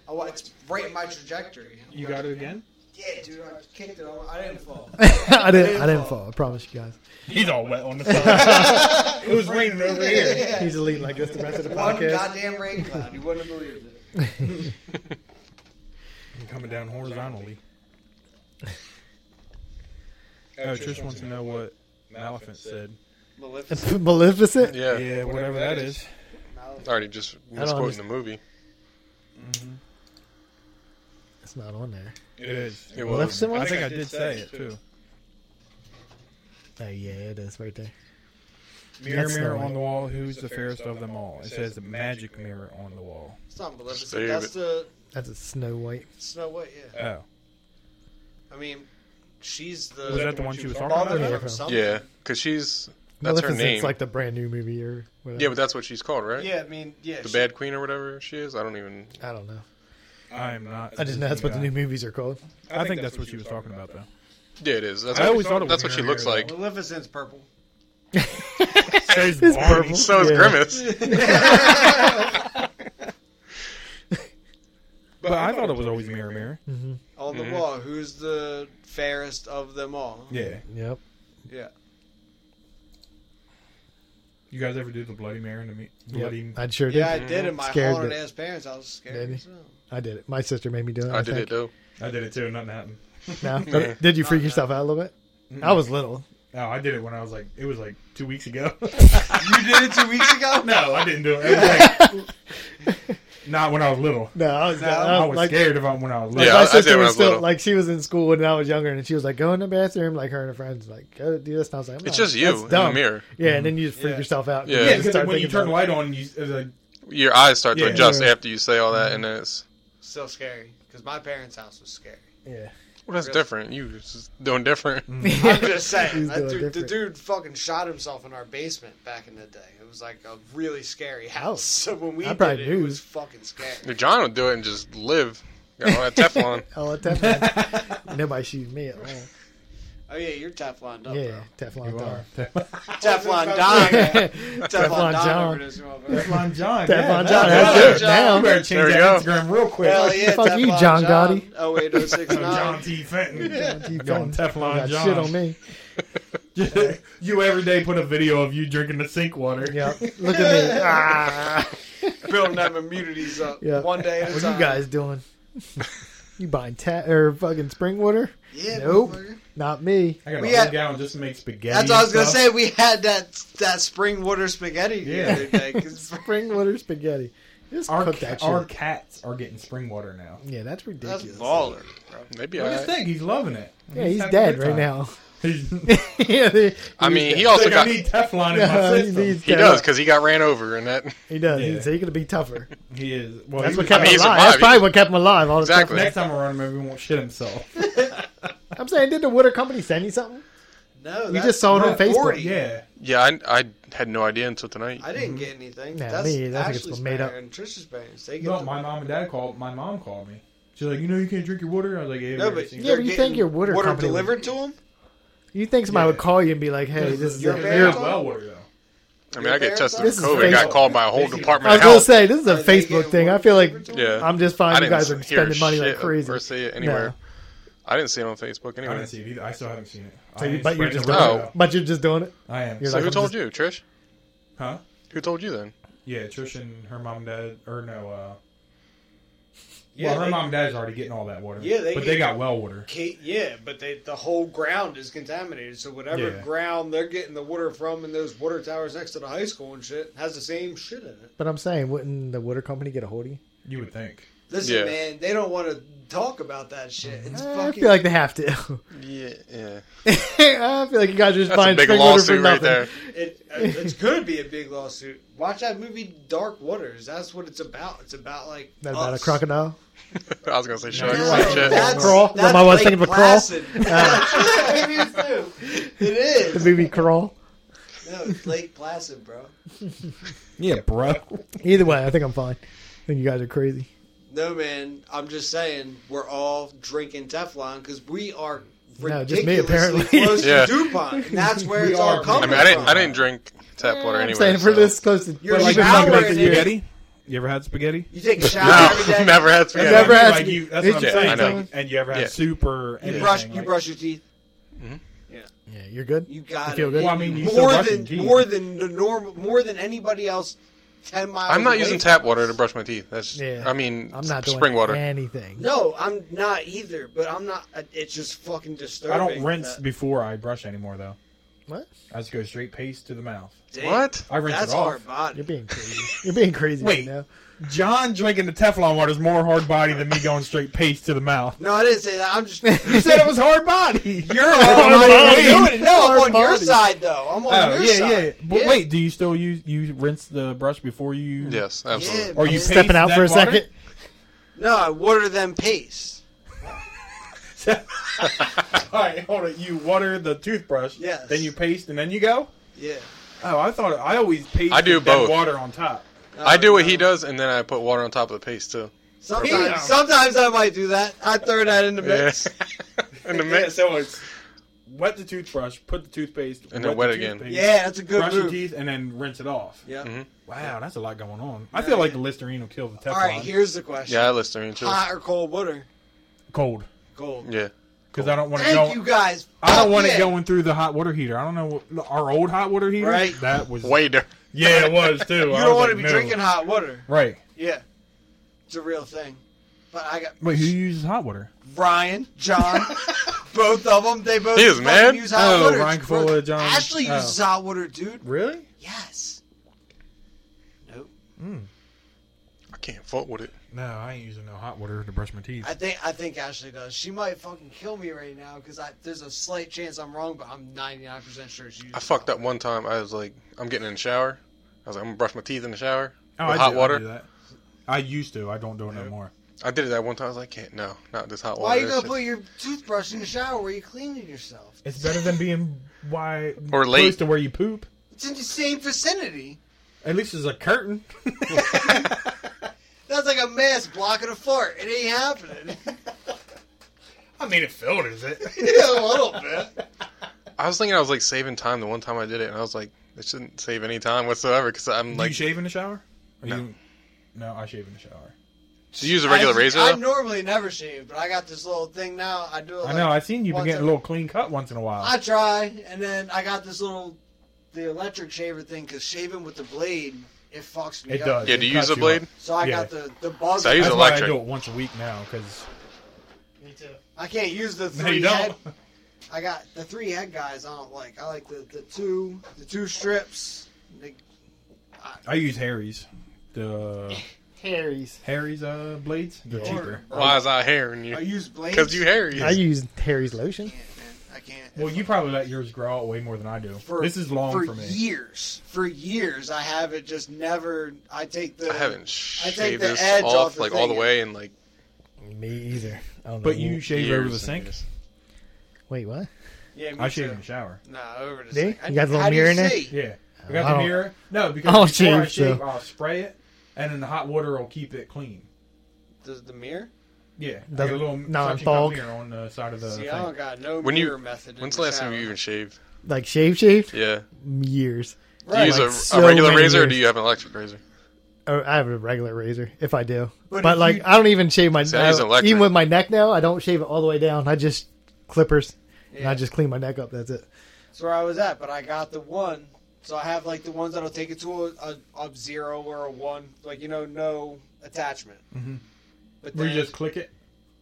Oh, it's right in my trajectory.
You got it again?
Yeah, dude, I kicked it. I didn't fall.
I didn't. I didn't fall. I promise you guys.
He's all wet on the side. it was raining over here.
He's just leading like this the rest of the
One
podcast.
goddamn rain cloud. You wouldn't have believed it.
Coming down horizontally. Oh, Trish wants to know what Maleficent said.
Maleficent.
Maleficent.
Yeah.
Yeah, whatever that is.
Already just misquoting the
understand.
movie.
It's not on there.
It is.
It was.
Maleficent
I
was.
think I did say it too.
Oh yeah, it is right there.
Mirror,
That's the
mirror
one.
on the wall, who's the fairest of them all? It says the magic mirror on the wall.
It's not Maleficent.
Save
That's
it.
the
That's a Snow White.
Snow White. Yeah.
Oh,
I mean, she's the
was that the one she was talking
mother
about?
Yeah.
from something.
Yeah, because she's that's her
Maleficent's
name.
like the brand new movie or whatever.
yeah, but that's what she's called, right?
Yeah, I mean, yeah.
The
she-
Bad Queen or whatever she is. I don't even.
I don't know.
I am not.
I just know that's what the new movies are called.
I think that's what she was talking about though.
Yeah, it is. That's
I
what,
always thought it was
that's what she
Mirror,
looks
Mirror,
like.
Maleficent's purple.
Says
Barney. purple.
So is
Yeah.
Grimace.
But I thought it was always mirror mirror.
On the
Mm-hmm.
wall, who's the fairest of them all?
Yeah.
Yep.
Yeah.
You guys ever do the bloody mirror and the me- bloody?
Yep. I sure did.
Yeah, I did it. My
Scared
haunted
it.
ass parents. I was scared.
Maybe.
as hell.
I did it. My sister made me do it. I,
I did it
think.
though.
I did it too. Nothing happened.
No?
Yeah.
Did you freak
Not Mm-hmm.
yourself out a little bit? I was little.
Oh, I did it when I was like, it was like two weeks ago.
You did it two weeks ago?
no, I didn't do it. it was like- not when I was little.
No, I was, I
I
was
was
Uh, like,
scared about when I was
Like
little.
Yeah, I-
my
I did
sister
when I
was
was
still
little.
like she was in school when I was younger, and she was like, "Go in the bathroom," like her and her friends, like go do this. And I was like, I'm
It's
not-
just you
that's
in
dumb.
the mirror.
Yeah, and then you just freak
Yeah.
yourself out.
Yeah.
you
Yeah,
just
because
start
when you
thinking
turn the
about
light on, you it was like,
Your eyes start to
Yeah.
adjust after you say all that, and then it's
Still scary. Because my parents' house was scary.
it.
well, that's
Really?
different. You just doing different.
Mm.
I'm
Yeah.
just saying,
He's
that
doing
dude, the
different.
dude fucking shot himself in our basement back in the day. It was like a really scary house. So when we
Oh. I
did
probably
it, it
knew.
was fucking scary.
If John would do it and just live. Got all that Teflon.
Oh, Teflon. Nobody shoots me at all.
Oh yeah, you're Teflon up,
Yeah, Teflon Don.
bro. Teflon Don.
Teflon
Teflon
John.
Don. over this motherfucker.
Teflon
Teflon
John. yeah,
John. That's it.
Teflon
that's
John.
Now
You better change
There we
that
go.
Instagram real quick.
Hell yeah,
Fuck you,
Teflon
John
John.
Gotti.
Oh wait, oh six
John
nine.
T. Fenton.
John T.
Going
Fenton.
Teflon
Got
John.
Shit on me.
you every day put a video of you drinking the sink water.
Yeah, look at me. Ah.
Building them immunities up.
Yeah.
One day at a
What
time.
you guys doing? You buying tat or fucking spring water?
Yeah,
Nope.
motherfucker.
Not me.
I got
We
a whole
had-
gallon just to make spaghetti.
That's what I was
and
gonna
stuff.
say. We had that that spring water spaghetti
Yeah.
the other day. 'cause-
Spring water spaghetti. Just
Our,
cook
ca-
that shit.
our cats are getting spring water now.
Yeah, that's ridiculous.
that's baller.
Maybe
What do you
I.
think? He's loving it.
yeah, he's
having a
dead
good
right
time.
now.
He's
yeah, they-
I mean, he also
like, I
got.
need Teflon in
Yeah,
my
he
system.
needs-
He does because he got ran over, and that
he does.
Yeah.
So he's gonna be tougher.
He is. Well,
That's what
he was-
kept
I mean,
him
he
alive.
survived.
That's probably what kept him alive. All the time.
Exactly.
Next time I run him, maybe he won't shit himself.
I'm saying, did the water company send you something?
No,
You
that's
just saw it on
that's
Facebook.
40.
Yeah.
Yeah, I, I had no idea until tonight.
I didn't get anything.
Mm-hmm. Nah,
that's
me either. I think it's
Ashley's
made up.
parents and Trish's parents. They
You
get
know,
the-
my mom and dad called. My mom called me. She's like, you know, you can't drink your water. I was like, yeah,
No,
we're
but
seeing-
Yeah,
they're
but you think
getting
your water company would-
delivered to them?
You think somebody
Yeah.
would call you and be like, "Hey, this is
You're
a,
very
you're-
welcome.
well water though.
I mean, I got tested
This is
with COVID. Got
Facebook.
called by a whole
I
department
was
of
gonna
health.
say this is a
Are they getting
Facebook thing. I
water
feel like
delivered to 'em?
Yeah,
I'm just fine.
I
You guys are
hear
spending money like
shit or
crazy.
see it anywhere. I didn't see it on Facebook
I
anyway.
didn't see it. Either. I still haven't seen it.
So
I
you,
am
but you're
spreading
just
the
doing
word
it.
out.
but you're just doing it.
Oh.
I am.
You're
So
like,
who
I'm
told
just-
you, Trish?
huh?
Who told you then?
Yeah, Trish and her mom and dad, or no, uh,
Yeah,
well, her
they-
mom and dad's already getting all that water.
Yeah, they
but
get-
they got well water.
Kate, yeah, but they, the whole ground is contaminated. So whatever
Yeah.
ground they're getting the water from, and those water towers next to the high school and shit has the same shit in it.
But I'm saying, wouldn't the water company get a hold of you?
You would think.
Listen,
Yeah.
man, they don't want to talk about that shit. It's
Eh, I
fucking.
feel like they have to.
Yeah, yeah.
I feel like you guys are just
That's a
buying
big
spring water for
lawsuit right
nothing.
there.
it, it's going to be a big lawsuit. Watch that movie Dark Waters. That's what it's about. It's about like
That about a
us.
crocodile?
I was gonna say sharks
No,
and shit.
that's,
Crawl?
That's
No, I was
Lake
thinking of a crawl.
Placid. It is, too. It
The
is.
movie Crawl.
No, it's Lake Placid, bro.
Yeah, bro.
Either way, I think I'm fine. I think you guys are crazy.
No, man. I'm just saying we're all drinking Teflon because we are
No,
ridiculously
just me, apparently.
close
Yeah.
to DuPont, and that's where
We
it's all
are.
I
coming
mean, I didn't.
from.
I didn't drink tap water
I'm
anyway.
saying for
so-
this close to
You're
even
showering
talking about
in
the year.
it.
You ever had spaghetti?
You take a shower every
No,
day.
never had spaghetti.
Never had
like
spag-
you, that's
Did
what I'm
you?
Yeah, I
saying.
know.
like, and you ever had
Yeah.
soup or
You
anything,
brush. You
like-
brush your teeth.
Yeah, you're good.
You got
You feel
it.
good?
Well, I mean, you still
more
brush your
than
teeth.
more than the normal, more than anybody else. Ten miles.
I'm not
away
using
from
tap
us.
water to brush my teeth. That's.
Yeah.
I mean,
I'm not doing
spring water.
anything.
No, I'm not either. But I'm not. It's just fucking disturbing.
I don't rinse
that-
before I brush anymore though.
What?
I just go straight paste to the mouth.
Damn,
What?
I rinse
That's
it off.
hard body.
You're being crazy. You're being crazy
Wait.
right now.
John drinking the Teflon water is more hard body than me going straight paste to the mouth.
No, I didn't say that. I'm just. You're
You said it was hard body. You're
Hard
I'm not
body.
doing it. No, I'm
Hard
on your
body.
side though. I'm on
Oh
your
yeah,
side.
yeah. But wait, do you still use you rinse the brush before you?
Yes, absolutely.
Yeah.
Or you
Paste
Stepping out for a second.
No, I water them paste.
second? All right, hold it. You water the toothbrush.
Yes.
Then you paste, and then you go.
Yeah.
Oh, I thought I always paste.
I do
and then
both.
Water on top.
I do what
no.
he does, and then I put water on top of the paste too.
Sometimes, sometimes I might do that. I throw that in the
Yeah.
mix.
In the
Yeah,
mix.
so it's wet the toothbrush, put the toothpaste,
And then wet
the
again.
Yeah,
toothpaste,
that's a
Brush
good
your
move.
teeth and then rinse it off.
Yeah.
Mm-hmm.
Wow, that's a lot going on. I feel like the Listerine will kill the Teflon.
All right. Here's the question.
Yeah, I Listerine too.
Hot or cold water?
Cold,
Cold.
Yeah.
because I don't want to
Thank
go.
you guys.
I don't
Fuck
want it
yeah.
going through the hot water heater. I don't know what, our old hot water heater.
Right.
That was
Way different.
Yeah, it was too.
You don't want to be drinking hot water.
Right.
Yeah. It's a real thing. But I got
Wait, who uses hot water?
Brian, John, both of them. They both
He is
fucking
mad?
use hot
Oh,
water.
Ryan
It's gross.
Cavola, John-
Ashley
oh.
uses hot water, dude.
Really?
Yes. Nope.
I can't fuck with it.
No, I ain't using no hot water to brush my teeth.
I think I think Ashley does. She might fucking kill me right now because there's a slight chance I'm wrong, but I'm 99% sure she.
I fucked up one time. I was like, I'm getting in the shower. I was like, I'm gonna brush my teeth in the shower
Oh,
with
I
hot
do- I
water.
do that. I used to. I don't do it no
Yeah.
more.
I did it that one time. I was like, can't. No, not this hot
Why are
water.
you
This
gonna
shit-
put your toothbrush in the shower where you're cleaning yourself?
It's better than being why
Or
close
late.
to where you poop.
It's in the same vicinity.
At least there's a curtain.
That's like a mask blocking a fart. It ain't happening.
I mean, it filters it.
yeah, a little bit.
I was thinking I was like saving time the one time I did it, and I was like, it shouldn't save any time whatsoever because I'm
Do
like,
you shave in the shower? Or
No.
You, no, I shave in the shower.
do you use a regular
I,
razor?
I
though?
normally never shave, but I got this little thing now. I do. It like,
I know. I've seen you been
once
getting a
every-
little clean cut once in a while.
I try, and then I got this little, the electric shaver thing, because shaving with the blade, it fucks me
It
up.
does.
yeah, do you
It
use
cuts
a
you
blade?
up.
So I
Yeah.
got the, the buzz.
So I use
That's
a-
why I
electric.
do it once a week now because
Me too. I can't use the
no,
three
you don't.
head. I got the three head guys I don't like. I like the, the two, the two strips. The,
I use Harry's. The
Harry's.
Harry's uh, blades. They're cheaper.
Why is I hairing
I
you?
use blades.
Because you hairy.
I use Harry's lotion.
I can't, man. I can't.
Well, you probably let yours grow out way more than I do.
For-
this is long
for
for, me.
years. For years, I have it just never. I take the.
I haven't
take
shaved
the
this
edge
off,
off the
like all the
thing.
way and like
Me either. I don't
But
know.
you shave
years
over the
and
sink.
years.
wait, what?
Yeah, me
I shave
too.
in the shower.
Nah, over the
See?
sink.
You got the little
How do you
mirror in there?
see?
Yeah, I
I
got the
don't-
mirror. No, because
I don't
before I
shave,
shave,
so-
I'll spray it, and then the hot water will keep it clean.
Does the mirror?
Yeah, I
Doesn't-
got a little
no,
suction cup
fog.
mirror on the side of the
See,
thing.
I don't got no
When you-
mirror method. in
When's the last time
shower.
you even shaved?
Like shave, shave?
Yeah.
Years.
Do you
Right.
use
Like
a,
so
a regular
many
razor or
years.
do you have an electric razor?
Oh, I have a regular razor if I do.
But
But,
if
like
you-
I don't even shave my
See, I use
uh,
electric.
even with my neck now. I don't shave it all the way down. I just clippers and
Yeah.
I just clean my neck up. That's it.
That's where I was at, but I got the one. So I have like the ones that'll take it to a, a, a zero or a one, like you know, no attachment.
Mm-hmm.
Mhm.
But
Where
then
you just click it.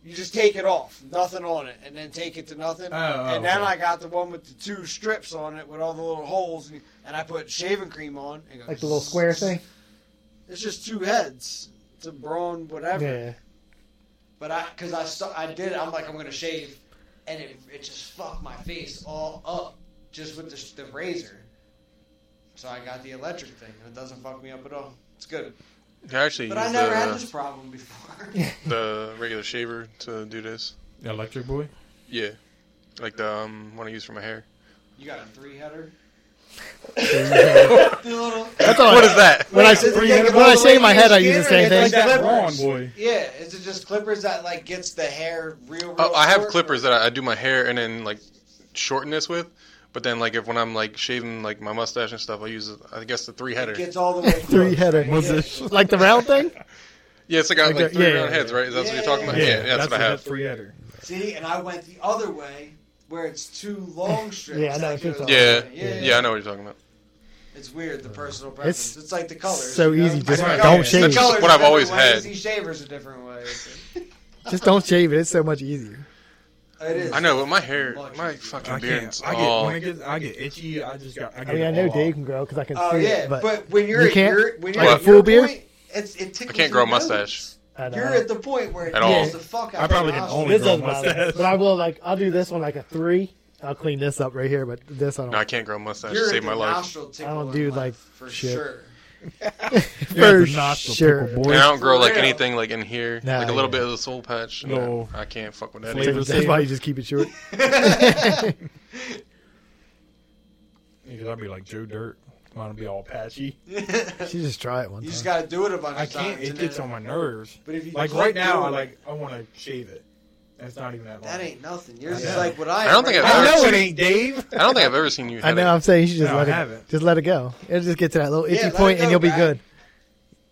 you just take it off, nothing on it, and then take it to nothing.
Oh, oh,
and then
okay.
I got the one with the two strips on it with all the little holes, and, and I put shaving cream on. And go
Like the little square thing.
It's just two heads. It's a brawn, whatever.
Yeah.
But I, because I, stu- I did, it, I'm like, I'm gonna shave, and it, it just fucked my face all up just with the, the razor. So I got the electric thing, and it doesn't fuck me up at all. It's good.
You uh, actually
But
use
I never
the,
had this problem before.
the regular shaver to do this.
The electric boy.
Yeah. Like the um, one I use for my hair.
you got a three header.
That's all. I-
What is that?
when I
Wait, so they
when
take it all
I
the way
shave my
to
head, I
your
use the
skin
same
or they
thing.
Like
Like that
that
brawn
Clippers.
boy.
Yeah, is it just clippers that like gets the hair real? real
Oh, I have
short?
clippers that I I do my hair and then like shorten this with. But then like if when I'm like shaving like my mustache and stuff, I use I guess the three header.
It gets all the way.
Three
close,
header.
right?
Was
Yeah.
this like the round thing?
Yeah, it's like got
Like
like
the-
three
yeah,
round
yeah,
heads, right? Is that what you're talking about?
Yeah,
Yeah, that's, what I have.
Free header.
See, and I went the other way where it's two long strips.
Yeah, I know
that
what you're
goes
talking
Yeah.
all the way.
yeah, I know what you're talking about.
It's weird, the personal preference. It's, like the colors.
so
you know?
easy, just
The
don't
colors-
shave.
the
That's
colors
what
are
I've always
different ways,
had.
These shavers a different way.
Just don't shave it. It's so much easier.
It is.
I know, but my hair,
Much
my
easier.
fucking
I
beard's
can't. I get
all.
when it gets. I get itchy. I just got. I,
I
get
mean,
it
I know
all
Dave
off.
can grow because I can
Oh
see
yeah,
it,
but,
but
when you're
you
at
can't-
your- when you're
like a
at
full
your
beard?
point, it's, it tickles
can't grow a
your nose.
mustache.
I know.
You're at the point where it
At all.
tickles the fuck out.
I
of
probably
your
can
nostril.
only
This
grow
doesn't
my
matter.
mustache.
But I will like I'll do this one like a three. I'll clean this up right here, but this I
No, I
don't.
can't grow a mustache
You're
to
at
save
the
my life.
nostril
I don't
tickler
do,
left,
like,
for
shit.
sure.
For
nostril
sure.
pickle
And
boy.
I don't grow like
real.
anything like in here,
Nah,
like a little
yeah.
bit of the soul patch. No,
Little
I can't fuck with that.
flavor.
either.
So That's why you just keep it short.
Because I'd be like Joe Dirt. Mine would be all patchy.
She just try it one
You
time.
just gotta do it a bunch
I
of times.
can't. It
and then-
gets on my nerves.
But if you
Like
click
right now,
through
I
it,
like. I want to shave it. That's not even that long.
that ain't nothing. Yours
I
is
know.
like what I.
I don't think
have
I've
right
ever-
now.
know it
ain't Dave.
I don't think I've ever seen you.
I
have
know.
it.
I'm saying you should just
No,
let
I
it.
haven't.
Just let it go. It'll just get to that little
Yeah,
itchy
let it
point
go,
and you'll be
Brad.
good.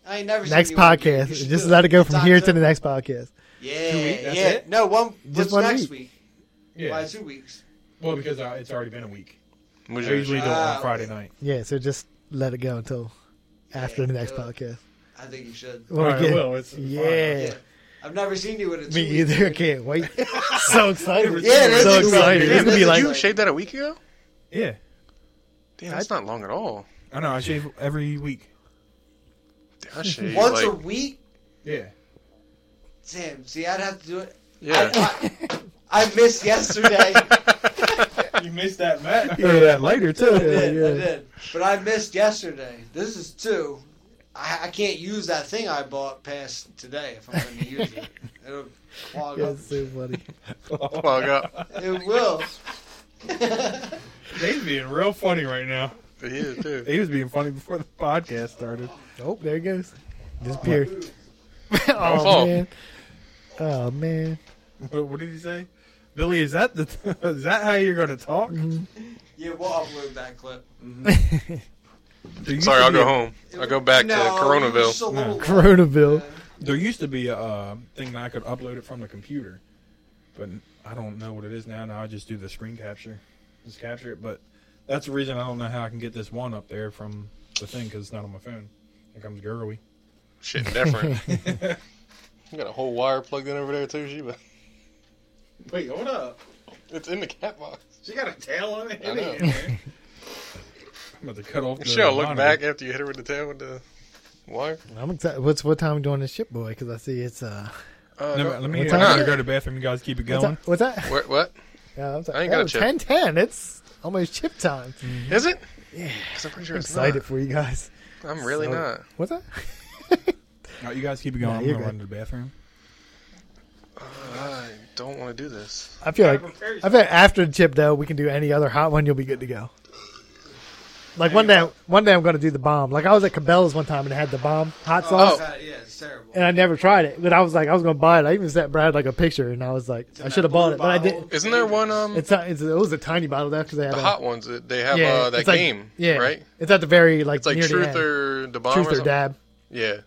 I ain't never. seen
Next
you with a beard.
podcast,
You should
just
do
let it go
It's
from
on
here
film.
to the next podcast.
Yeah,
weeks, that's
yeah.
it?
No, one. Just
one
next
week.
week. Why
Yeah.
two weeks?
Well, because uh, it's already been a week.
Who's
I
yours?
usually do it
Ah,
on
okay.
Friday night.
Yeah, so just let it go until after
Yeah,
the next
do it.
podcast.
I think you should.
When we
Alright,
get-
well, it's-
yeah.
Yeah. I've never seen you in a
Me
two-week-
either. I can't wait. so excited.
Yeah, it is
so
exciting.
excited.
Yeah,
It's gonna be
that's
like
you shaved that a week ago?
Yeah.
Damn, that's not long at all.
I know. I shave every week.
Dude, I shave
Once
like,
a week?
Yeah.
Sam, see, I'd have to do it.
yeah.
I missed yesterday.
You missed that, Matt. Or that later too.
I did, I did. But I missed yesterday. This is two. I, I can't use that thing I bought past today if I'm going to use it. It'll clog
Yeah, it's so funny.
Plug up.
up. It will.
Dave's being real funny right now.
He is too.
He was being funny before the podcast started.
Oh, there it goes. Disappeared.
fault.
oh man. Oh man.
What, what did he say? Billy, is that the is that how you're going to talk?
Yeah, we'll upload that clip.
There used
Sorry,
to
I'll
be
go
a-
home. I'll go back to
No,
Coronaville.
just a little-
Coronaville.
There used to be a uh, thing that I could upload it from the computer, but I don't know what it is now. Now I just do the screen capture, just capture it. But that's the reason I don't know how I can get this one up there from the thing because it's not on my phone. Here comes Gurley.
Shit, different. you got a whole wire plugged in over there too, Sheba.
Wait, hold up.
It's in the cat box.
She got a tail on it.
I know.
I'm about to cut off. The
She'll look
monitor.
back after you hit her with the tail with the wire.
I'm excited. What's what time are we doing this ship boy? Because I see it's uh.
Uh,
Let me,
no-
let me-
What's
I
that?
gotta go to the bathroom. You guys keep it
What's
going.
that? What's that?
What? What
Yeah, I'm sorry.
I ain't got a
Oh,
chip.
10 10. It's almost chip time.
is it? Yeah, I'm pretty sure
I'm
it's
excited
not.
for you guys.
I'm really
So-
not.
What's that?
No, you guys keep it going.
No,
I'm
you're
gonna run
good.
to the bathroom.
I don't want to do this.
I feel like I bet after the chip though, we can do any other hot one. You'll be good to go. Like one day, one day I'm going to do the bomb. Like I was at Cabela's one time and it had the bomb hot sauce,
Oh, yeah, it's terrible.
and I never tried it. But I was like, I was going to buy it. I even sent Brad like a picture, and I was like, I
in
should
that
have bought
blue
it, but I
bottle.
didn't.
Isn't there one? Um,
It's not. It's, it was a tiny bottle though because they had
the
a,
hot ones. that They have
yeah,
uh, that
it's like-
game,
yeah,
right?
It's at the very like
It's like
near the
truth
end.
or the bomb.
truth
or
or
something.
dab.
Yeah.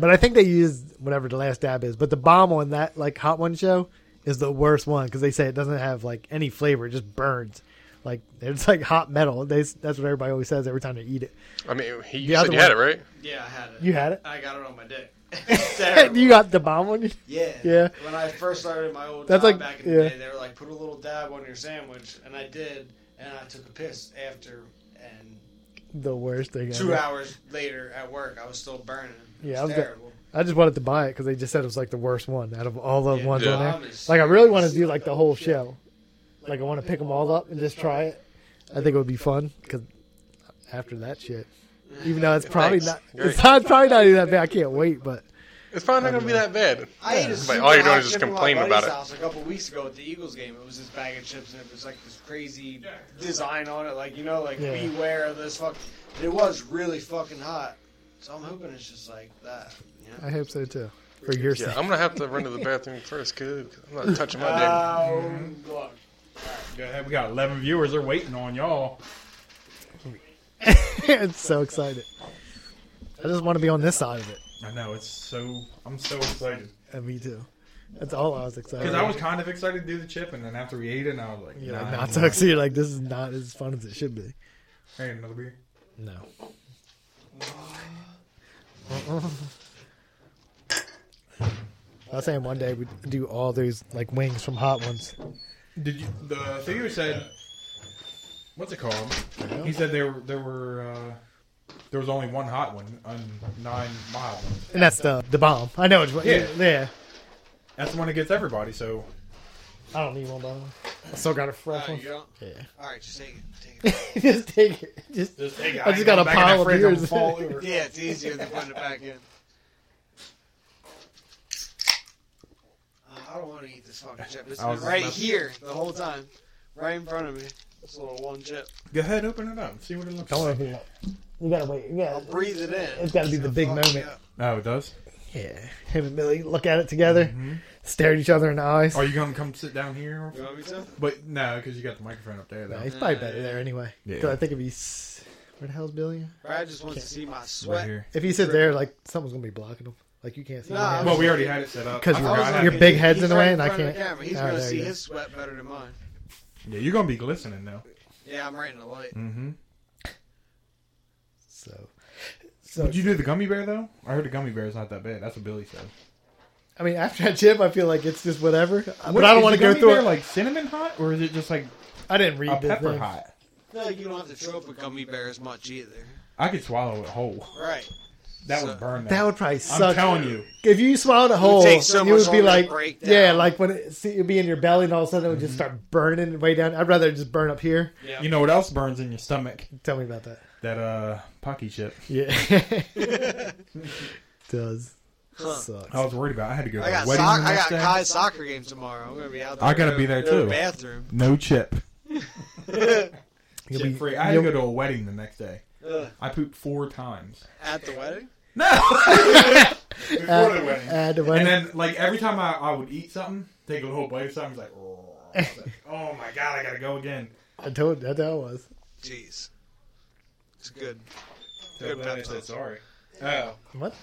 But I think they used whatever the last dab is. But the bomb on that like hot one show is the worst one because they say it doesn't have like any flavor; it just burns. Like it's like hot metal. They, that's what everybody always says every time they eat it.
I mean, he you
The
said
other
you had it
one-
right.
Yeah, I had it.
You had it.
I got it on my dick. It's terrible.
you got the bomb one.
Yeah.
Yeah.
When I first started my old
That's
job
like-
back in the
yeah.
day, they were like, put a little dab on your sandwich, and I did, and I took a piss after, and
The worst thing.
two
ever.
hours later at work, I was still burning.
Yeah, I
Yeah, it's
was-
terrible.
I just wanted to buy it because they just said it was like the worst one out of all the
Yeah,
ones
the
on there.
bomb is
Like I really
serious.
want to do like the whole show. Like I want to pick them all up and just try it. I think it would be fun because after that shit, even though it's probably
Thanks.
not,
Great.
it's not, probably not even that bad. I can't wait, but.
It's probably not gonna be that bad.
I ate a
But
super
all you're doing
hot
is just
chip at my
complaining
buddy's
about it.
House a couple weeks ago at the Eagles game, it was this bag of chips and it was like this crazy design on it, like you know, like
Yeah.
beware of this fuck. And it was really fucking hot, so I'm hoping it's just like that. You know?
I hope so too. For your
Yeah,
sake.
I'm gonna have to run to the bathroom first, cause I'm not touching my dick.
Um, look.
Go ahead. We got 11 viewers. They're waiting on y'all.
I'm so excited. I just want to be on this side of it.
I know. It's so. I'm so excited.
And me too. That's all I was excited.
Because
about.
I was kind of excited to do the chip, and then after we ate it, and I was like,
You're
nah,
like
I'm
not so excited. Like this is not as fun as it should be.
Hey, another beer.
No. I was saying one day we do all those like wings from hot ones.
Did you? The figure said, "What's it called?" He said there there were uh, there was only one hot one, and nine mild ones.
And that's the the bomb. I know it's yeah.
Yeah.
yeah.
That's the one that gets everybody. So
I don't need one bomb. I still got a
Uh,
fresh one.
you don't?
Yeah.
All right, just take it. Take it.
just take it. Just, I just got a pile of beers.
yeah, it's easier than putting it back in. Uh, I don't want to eat this fucking chip. It's
I
been
was-
right here the whole time, right in front of me. This little one chip.
Go ahead, open it up. See what it looks
Don't
like.
open it up. You gotta wait. You gotta,
Breathe it in.
it's gotta be the big
Fuck me
moment.
up.
Oh, it does.
Yeah. Him and Billy look at it together, stare at each other in the eyes.
Mm-hmm. Are you gonna come sit down here?
You want me to?
But no, because you got the microphone up there.
Nah,
Though.
it's probably better there anyway.
Yeah.
'Cause I think if he's. Where the hell's Billy?
Brad just wants to see my
Right
sweat.
here.
If he sits there, like, something's gonna be blocking him. Like, you can't see
Nah,
him.
I'm-
Well, we already had it set up.
'Cause
I
you're-
forgot how
you're
to-
big head's in the
right
way and I
front of the
can't-
camera. He's
Oh,
gonna
there
see
you go.
his sweat better than mine.
Yeah, you're gonna be glistening though.
Yeah, I'm right in the light.
Mm-hmm.
So. So.
Did you do the gummy bear though? I heard the gummy bear is not that bad. That's what Billy said.
I mean, after that chip, I feel like it's just whatever.
What-
but I don't
is
want
it
to go
gummy
through
bear
it.
like cinnamon hot, or is it just like
I didn't read
a
the
pepper
thing.
hot?
I feel like you don't have to show up with gummy bears much either.
I could swallow it whole.
Right.
That
So-
would burn.
That would probably
I'm
suck.
telling you.
If you swallowed a whole,
take so
you would
much
be
longer to
like,
break
yeah,
down.
like when it, see, it'd be in your belly, and all of a sudden it would just
Mm-hmm.
start burning way down. I'd rather just burn up here.
Yeah.
You know what else burns in your stomach?
Tell me about that.
That uh, pocky chip.
Yeah, does
Huh.
sucks.
I was worried about. I had to go to
I
a
got
wedding
soc-
the
I
next
got
day.
Kai's soccer game tomorrow. I'm gonna be out. There
I gotta
to
be there,
go to the
too.
Bathroom.
No chip.
You'll
Chip
be-
free. I had
you'll-
to go to a wedding the next day.
Ugh.
I pooped four times.
At the wedding.
No. Before
Uh,
the wedding.
uh, the
and
wedding-
then, like every time I, I would eat something, take a little bite of something, I was like, "Oh." I was like, "Oh my god, I gotta go again."
I told that that was.
Jeez. It's good.
Tell
Good
them they
pep
said
talk.
sorry. Oh,
What?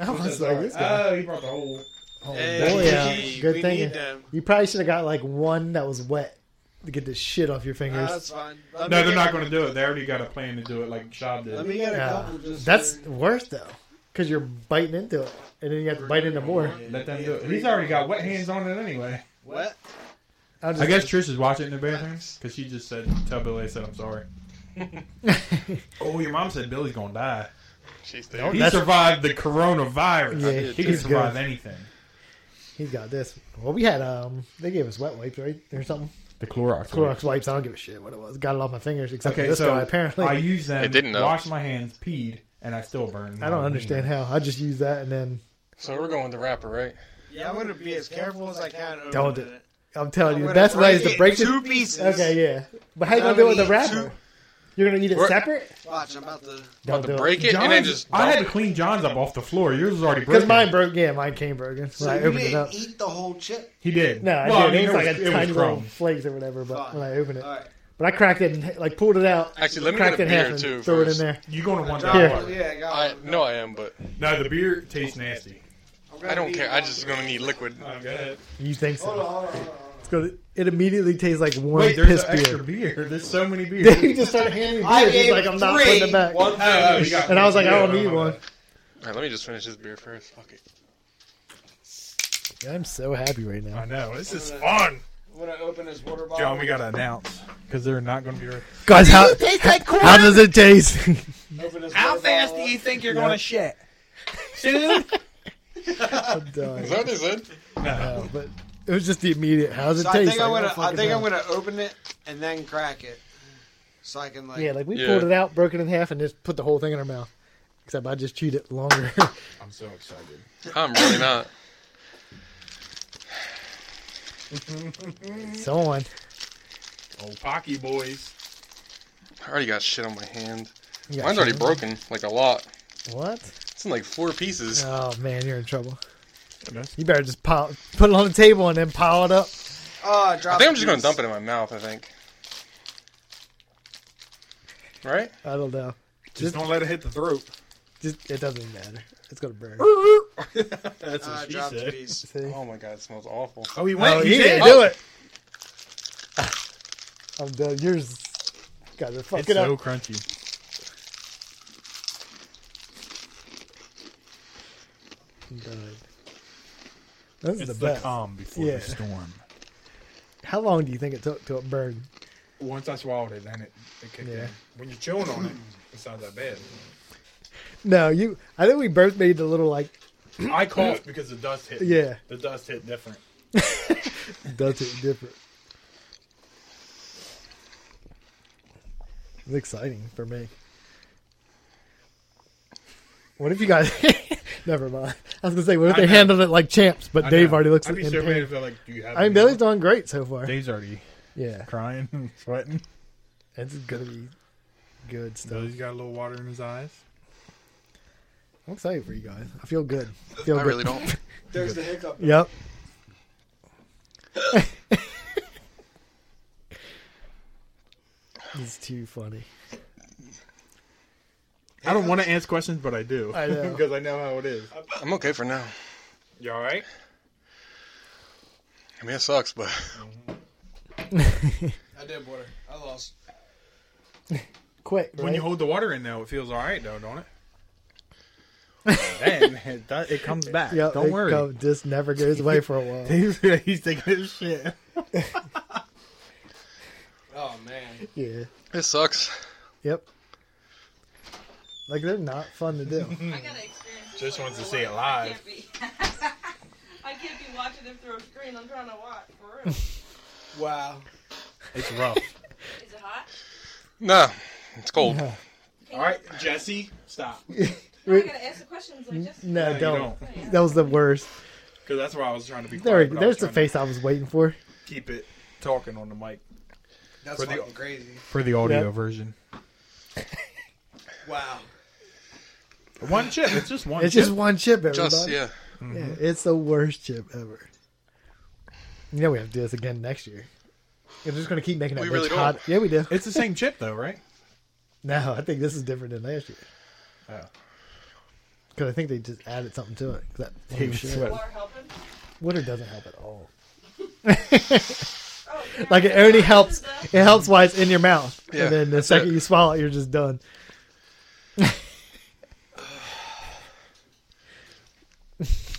I
They
was
said
like,
sorry.
this guy.
Oh, you brought the whole.
Oh,
Hey,
boy, yeah.
we
Good thing.
need them.
You probably should have got like one that was wet to get the shit off your
Uh,
fingers.
that's fine. Let
No,
me
they're
get-
not gonna do it. They already got a plan to do it, like Shab did.
Let me get a
Yeah.
couple. Just
That's
for-
worse though, because you're biting into it, and then you have to bite into more.
Let them do it. He's already got wet hands on it anyway.
what?
I'll
I guess Trish is watching in the bathroom because she just said, "Tell Billy I said I'm sorry." Oh, your mom said Billy's gonna die.
She's there.
He
That's-
survived the coronavirus.
Yeah,
he can
he's
survive
good.
anything.
He's got this. Well, we had um, they gave us wet wipes, right, or something.
The Clorox.
Clorox wipes. I don't give a shit what it was. Got it off my fingers, except for
Okay,
this
so
guy. Apparently,
I
I,
used them.
They didn't know.
Washed my hands, peed, and I still burned.
don't understand how. I just use that, and then
So we're going with the rapper, right?
Yeah, I'm gonna be as careful as I can. over
Don't
it.
do I'm telling
I'm
you,
gonna
that's the way is
break
to break
it
the.
two pieces.
Okay, yeah, but how you
I'm
gonna do it with a
gonna eat
wrapper? You're gonna eat it
We're-
separate?
Watch, I'm about to.
Don't
to
do
break it and then just
I had
dump
to clean John's up off the floor. Yours was already
Because
broken.
mine broke. Yeah, mine came broken. When
So
I
you
opened it
didn't
up.
eat the whole chip.
He did.
No, I
Well,
did.
mean,
it was like
it
a tiny little
chrome.
flakes or whatever. But
Fine.
when I opened it,
All right.
but I cracked it and like pulled it out.
Actually, let me
cracked
get
it
a
in half
beer
and
too.
threw
first.
it in there.
You're gonna want
Here.
that
Yeah,
water.
I got
I
one.
no, I am, but
No, the beer tastes nasty.
I'm gonna
I don't
need
care. I
one.
just gonna need liquid.
You think
Hold
so?
on, hold on, hold on.
It's gonna, it immediately tastes like warm
Wait, there's
piss
an extra
beer.
beer. There's so many beers.
He just started handing me
I
beers. He's
gave
like, I'm not putting it
three,
back.
one
Oh, oh,
for
you got-
And I was like,
Yeah,
I don't need
know
one.
that.
All right, let me just finish this beer first. Fuck it.
I'm so happy right
I
now.
know. This is fun.
I'm gonna open this water bottle.
John, we gotta announce because they're not gonna be. Right.
Guys, how, how does it taste?
Open this water bottle up.
think you're
gonna
shit? Soon.
I'm dying.
Is that what they said?
No, but it was just the immediate. How does it
So I
taste?
think I'm
Like,
gonna.
oh,
I think
fucking
I'm
hell.
gonna open it and then crack it, so I can like.
Yeah, like we
Yeah.
pulled it out, broke it in half, and just put the whole thing in our mouth. Except I just chewed it longer.
I'm so excited.
I'm really not.
so on.
Oh, Pocky boys.
I already got shit on my hand.
You got
Mine's already
shit.
broken, like a lot.
What?
It's in like four pieces.
Oh man, you're in trouble.
That's-
You better just pile, put it on the table and then pile it up.
Oh, I
I think I'm just gonna dump it in my mouth. I think. Right?
I don't know.
Just don't let it hit the throat.
Just it doesn't matter. It's gonna burn.
That's
I dropped a Uh, piece.
See?
Oh my god, it smells awful.
Oh, he
Oh,
went. he
you
did.
didn't do it. I'm done. Yours, guys are
It's
fucking
so
up.
crunchy.
I'm done. This is
It's
the
the,
best.
calm before
Yeah.
the storm.
How long do you think it took till it burned?
Once I swallowed it, then it, it kicked
Yeah.
in. When you're chewing on it, it's not that bad.
No, you. I think we both made the little like
I coughed because the dust hit. me.
Yeah.
The dust hit different.
does it different. It's exciting for me. What if you guys? Never mind. I was gonna say, what if
I
they
know.
handled it like champs? But
I
Dave
know.
already looks
I'd
in
be so mad
pain.
if they're like, do you have
I mean,
any
Billy's doing great so far.
Dave's already
Yeah,
crying and sweating.
it's gonna be good stuff.
Billy's got a little water in his eyes.
I'm excited for you guys. I feel good. I, feel
I
good.
really don't.
There's the hiccup.
Yep. it's too funny.
I don't want to ask questions, but I do.
I know.
Because I know how it is.
I'm okay for now.
You all right?
I mean, it sucks, but
I did water. I lost.
Quick.
When
right?
you hold the water in, though, it feels all right, though, don't it? Then it, does, it comes back.
Yep,
Don't
it
worry.
come- just never goes away for a while.
He's, he's taking his shit.
Oh man.
Yeah.
It sucks.
Yep. Like they're not fun to do.
I gotta experience this
Just
like
wants to
real
see it
life.
live.
I can't be, I can't be watching it through a screen. I'm trying to watch, for real. Is
Wow.
It's rough.
it hot?
No, it's cold.
All right, Jesse, stop.
No, I gotta ask the questions like just
No,
you
don't.
don't.
That was the worst.
Because that's why I was trying to be. Quiet,
There, we
but
go.
I
there's
was
the
trying
face I was waiting for.
to Keep it talking on the mic
That's
For the-
fucking crazy.
for the
audio Yeah.
version.
Wow.
One chip. It's just one.
It's
chip.
just one chip, everybody.
Just yeah.
Yeah, it's the worst chip ever. You know we have to do this again next year. We're just gonna keep making that
We
bitch
really don't.
hot. Yeah, we do.
It's the same chip though, right?
No, I think this is different than last year.
Oh.
Because I think they just added something to it. 'Cause That
He was
shit.
sweating.
Water helping.
water doesn't help at all.
Oh, yeah.
Like it only helps. It helps while it's in your mouth,
Yeah,
and then the
that's
second
it.
you swallow, it, you're just done.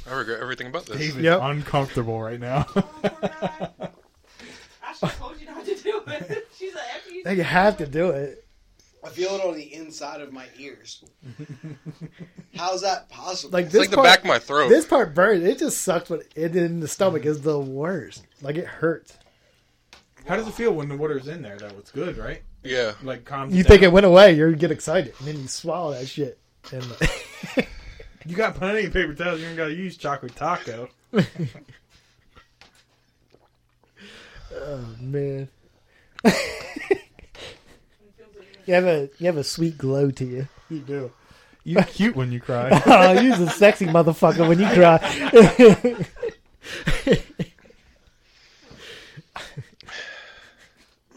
I regret everything about this.
David's
Yep.
uncomfortable right now.
Oh, poor guy. I should have told you not to do it. She's like, after you.
Now you have to do it.
I feel it on the inside of my ears. How's that possible?
Like
It's
this
like the
part,
back of my throat.
this part burns. It just sucks, but it in the stomach is the worst. Like it hurts.
How does it feel when the water's in there? Though it's good, right?
yeah.
Like calms.
You
down.
think it went away, you get excited, and then you swallow that shit. And uh,
you got plenty of paper towels. You ain't got to use chocolate taco.
oh man, you have a you have a sweet glow to you. You do.
You cute when you cry.
Oh, you're a sexy motherfucker when you cry.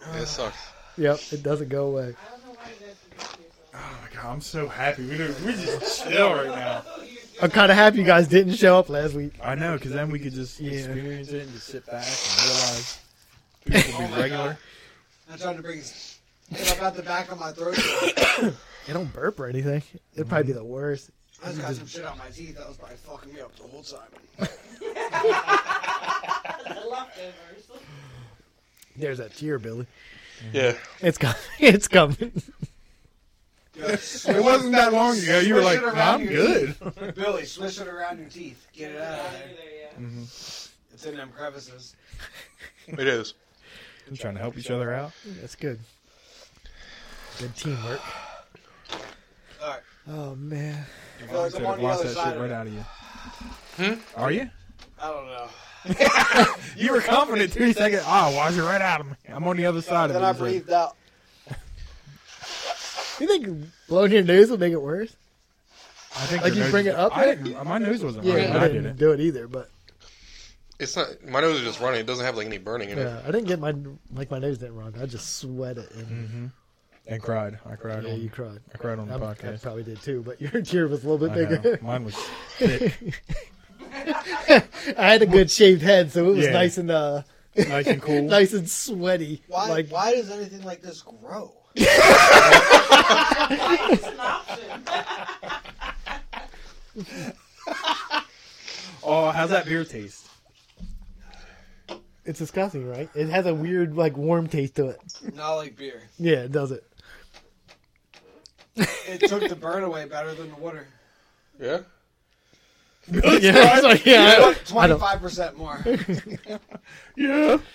yeah, it sucks.
yep, it doesn't go away.
I don't know why you guys do this to yourself.
oh my god, I'm so happy. We do- we just chill right now.
I'm kind of happy you guys didn't show up last week.
I know, because then we could just
Yeah.
experience it and just sit back and realize people
Oh
be
my
regular.
God. I'm trying to bring it up out the back of my throat.
It don't burp or anything. It'd probably be the worst.
I just got some shit on my teeth that was probably fucking me up the whole time.
The leftovers.
There's that tear, Billy.
Yeah.
It's coming. It's coming.
It wasn't that long ago. You were
Swish
like,
it
"Nah,
around
I'm
your
good.
Billy, swish it around your teeth. Get it out of
Out of
there.
there, yeah.
It's in them crevices.
It is.
I'm trying to help each other out.
That's good. Good teamwork.
All right.
Oh man.
I
feel like I'm on the
lost
other
that
side
shit
of
right
it.
out of Hmm? you. Are you?
I don't know.
You were confident two seconds. Ah, oh, wash it right out of me. I'm on the other side of it.
Then I
He's like,
breathed out.
You think blowing your nose would make it worse?
I think
Like you
your nose
bring
is-
it up
I
there?
didn't, uh, my nose wasn't running.
I
I did
didn't
it.
do it either, but
It's not. My nose is just running. It doesn't have like any burning in
yeah,
it.
uh, I didn't get my like my nose didn't run. I just sweat it and
And cried. I cried.
yeah,
on,
you cried.
I cried on Mm-hmm. the
I'm- I
podcast.
probably did too, but your tear was a little
I
bit
know.
bigger.
Mine was thick,
I had a good shaved head, so it was
Yeah.
nice and uh,
nice and cool.
nice and sweaty.
Why?
like
why does anything like this grow?
Why is this an option?
Oh, how's that beer taste?
it's disgusting, right? It has a weird like warm taste to it.
Not like beer.
Yeah, it does it.
It took the burn away better than the water.
Yeah.
yeah, that's what- yeah, I- I don't-
Twenty-five percent more.
Yeah.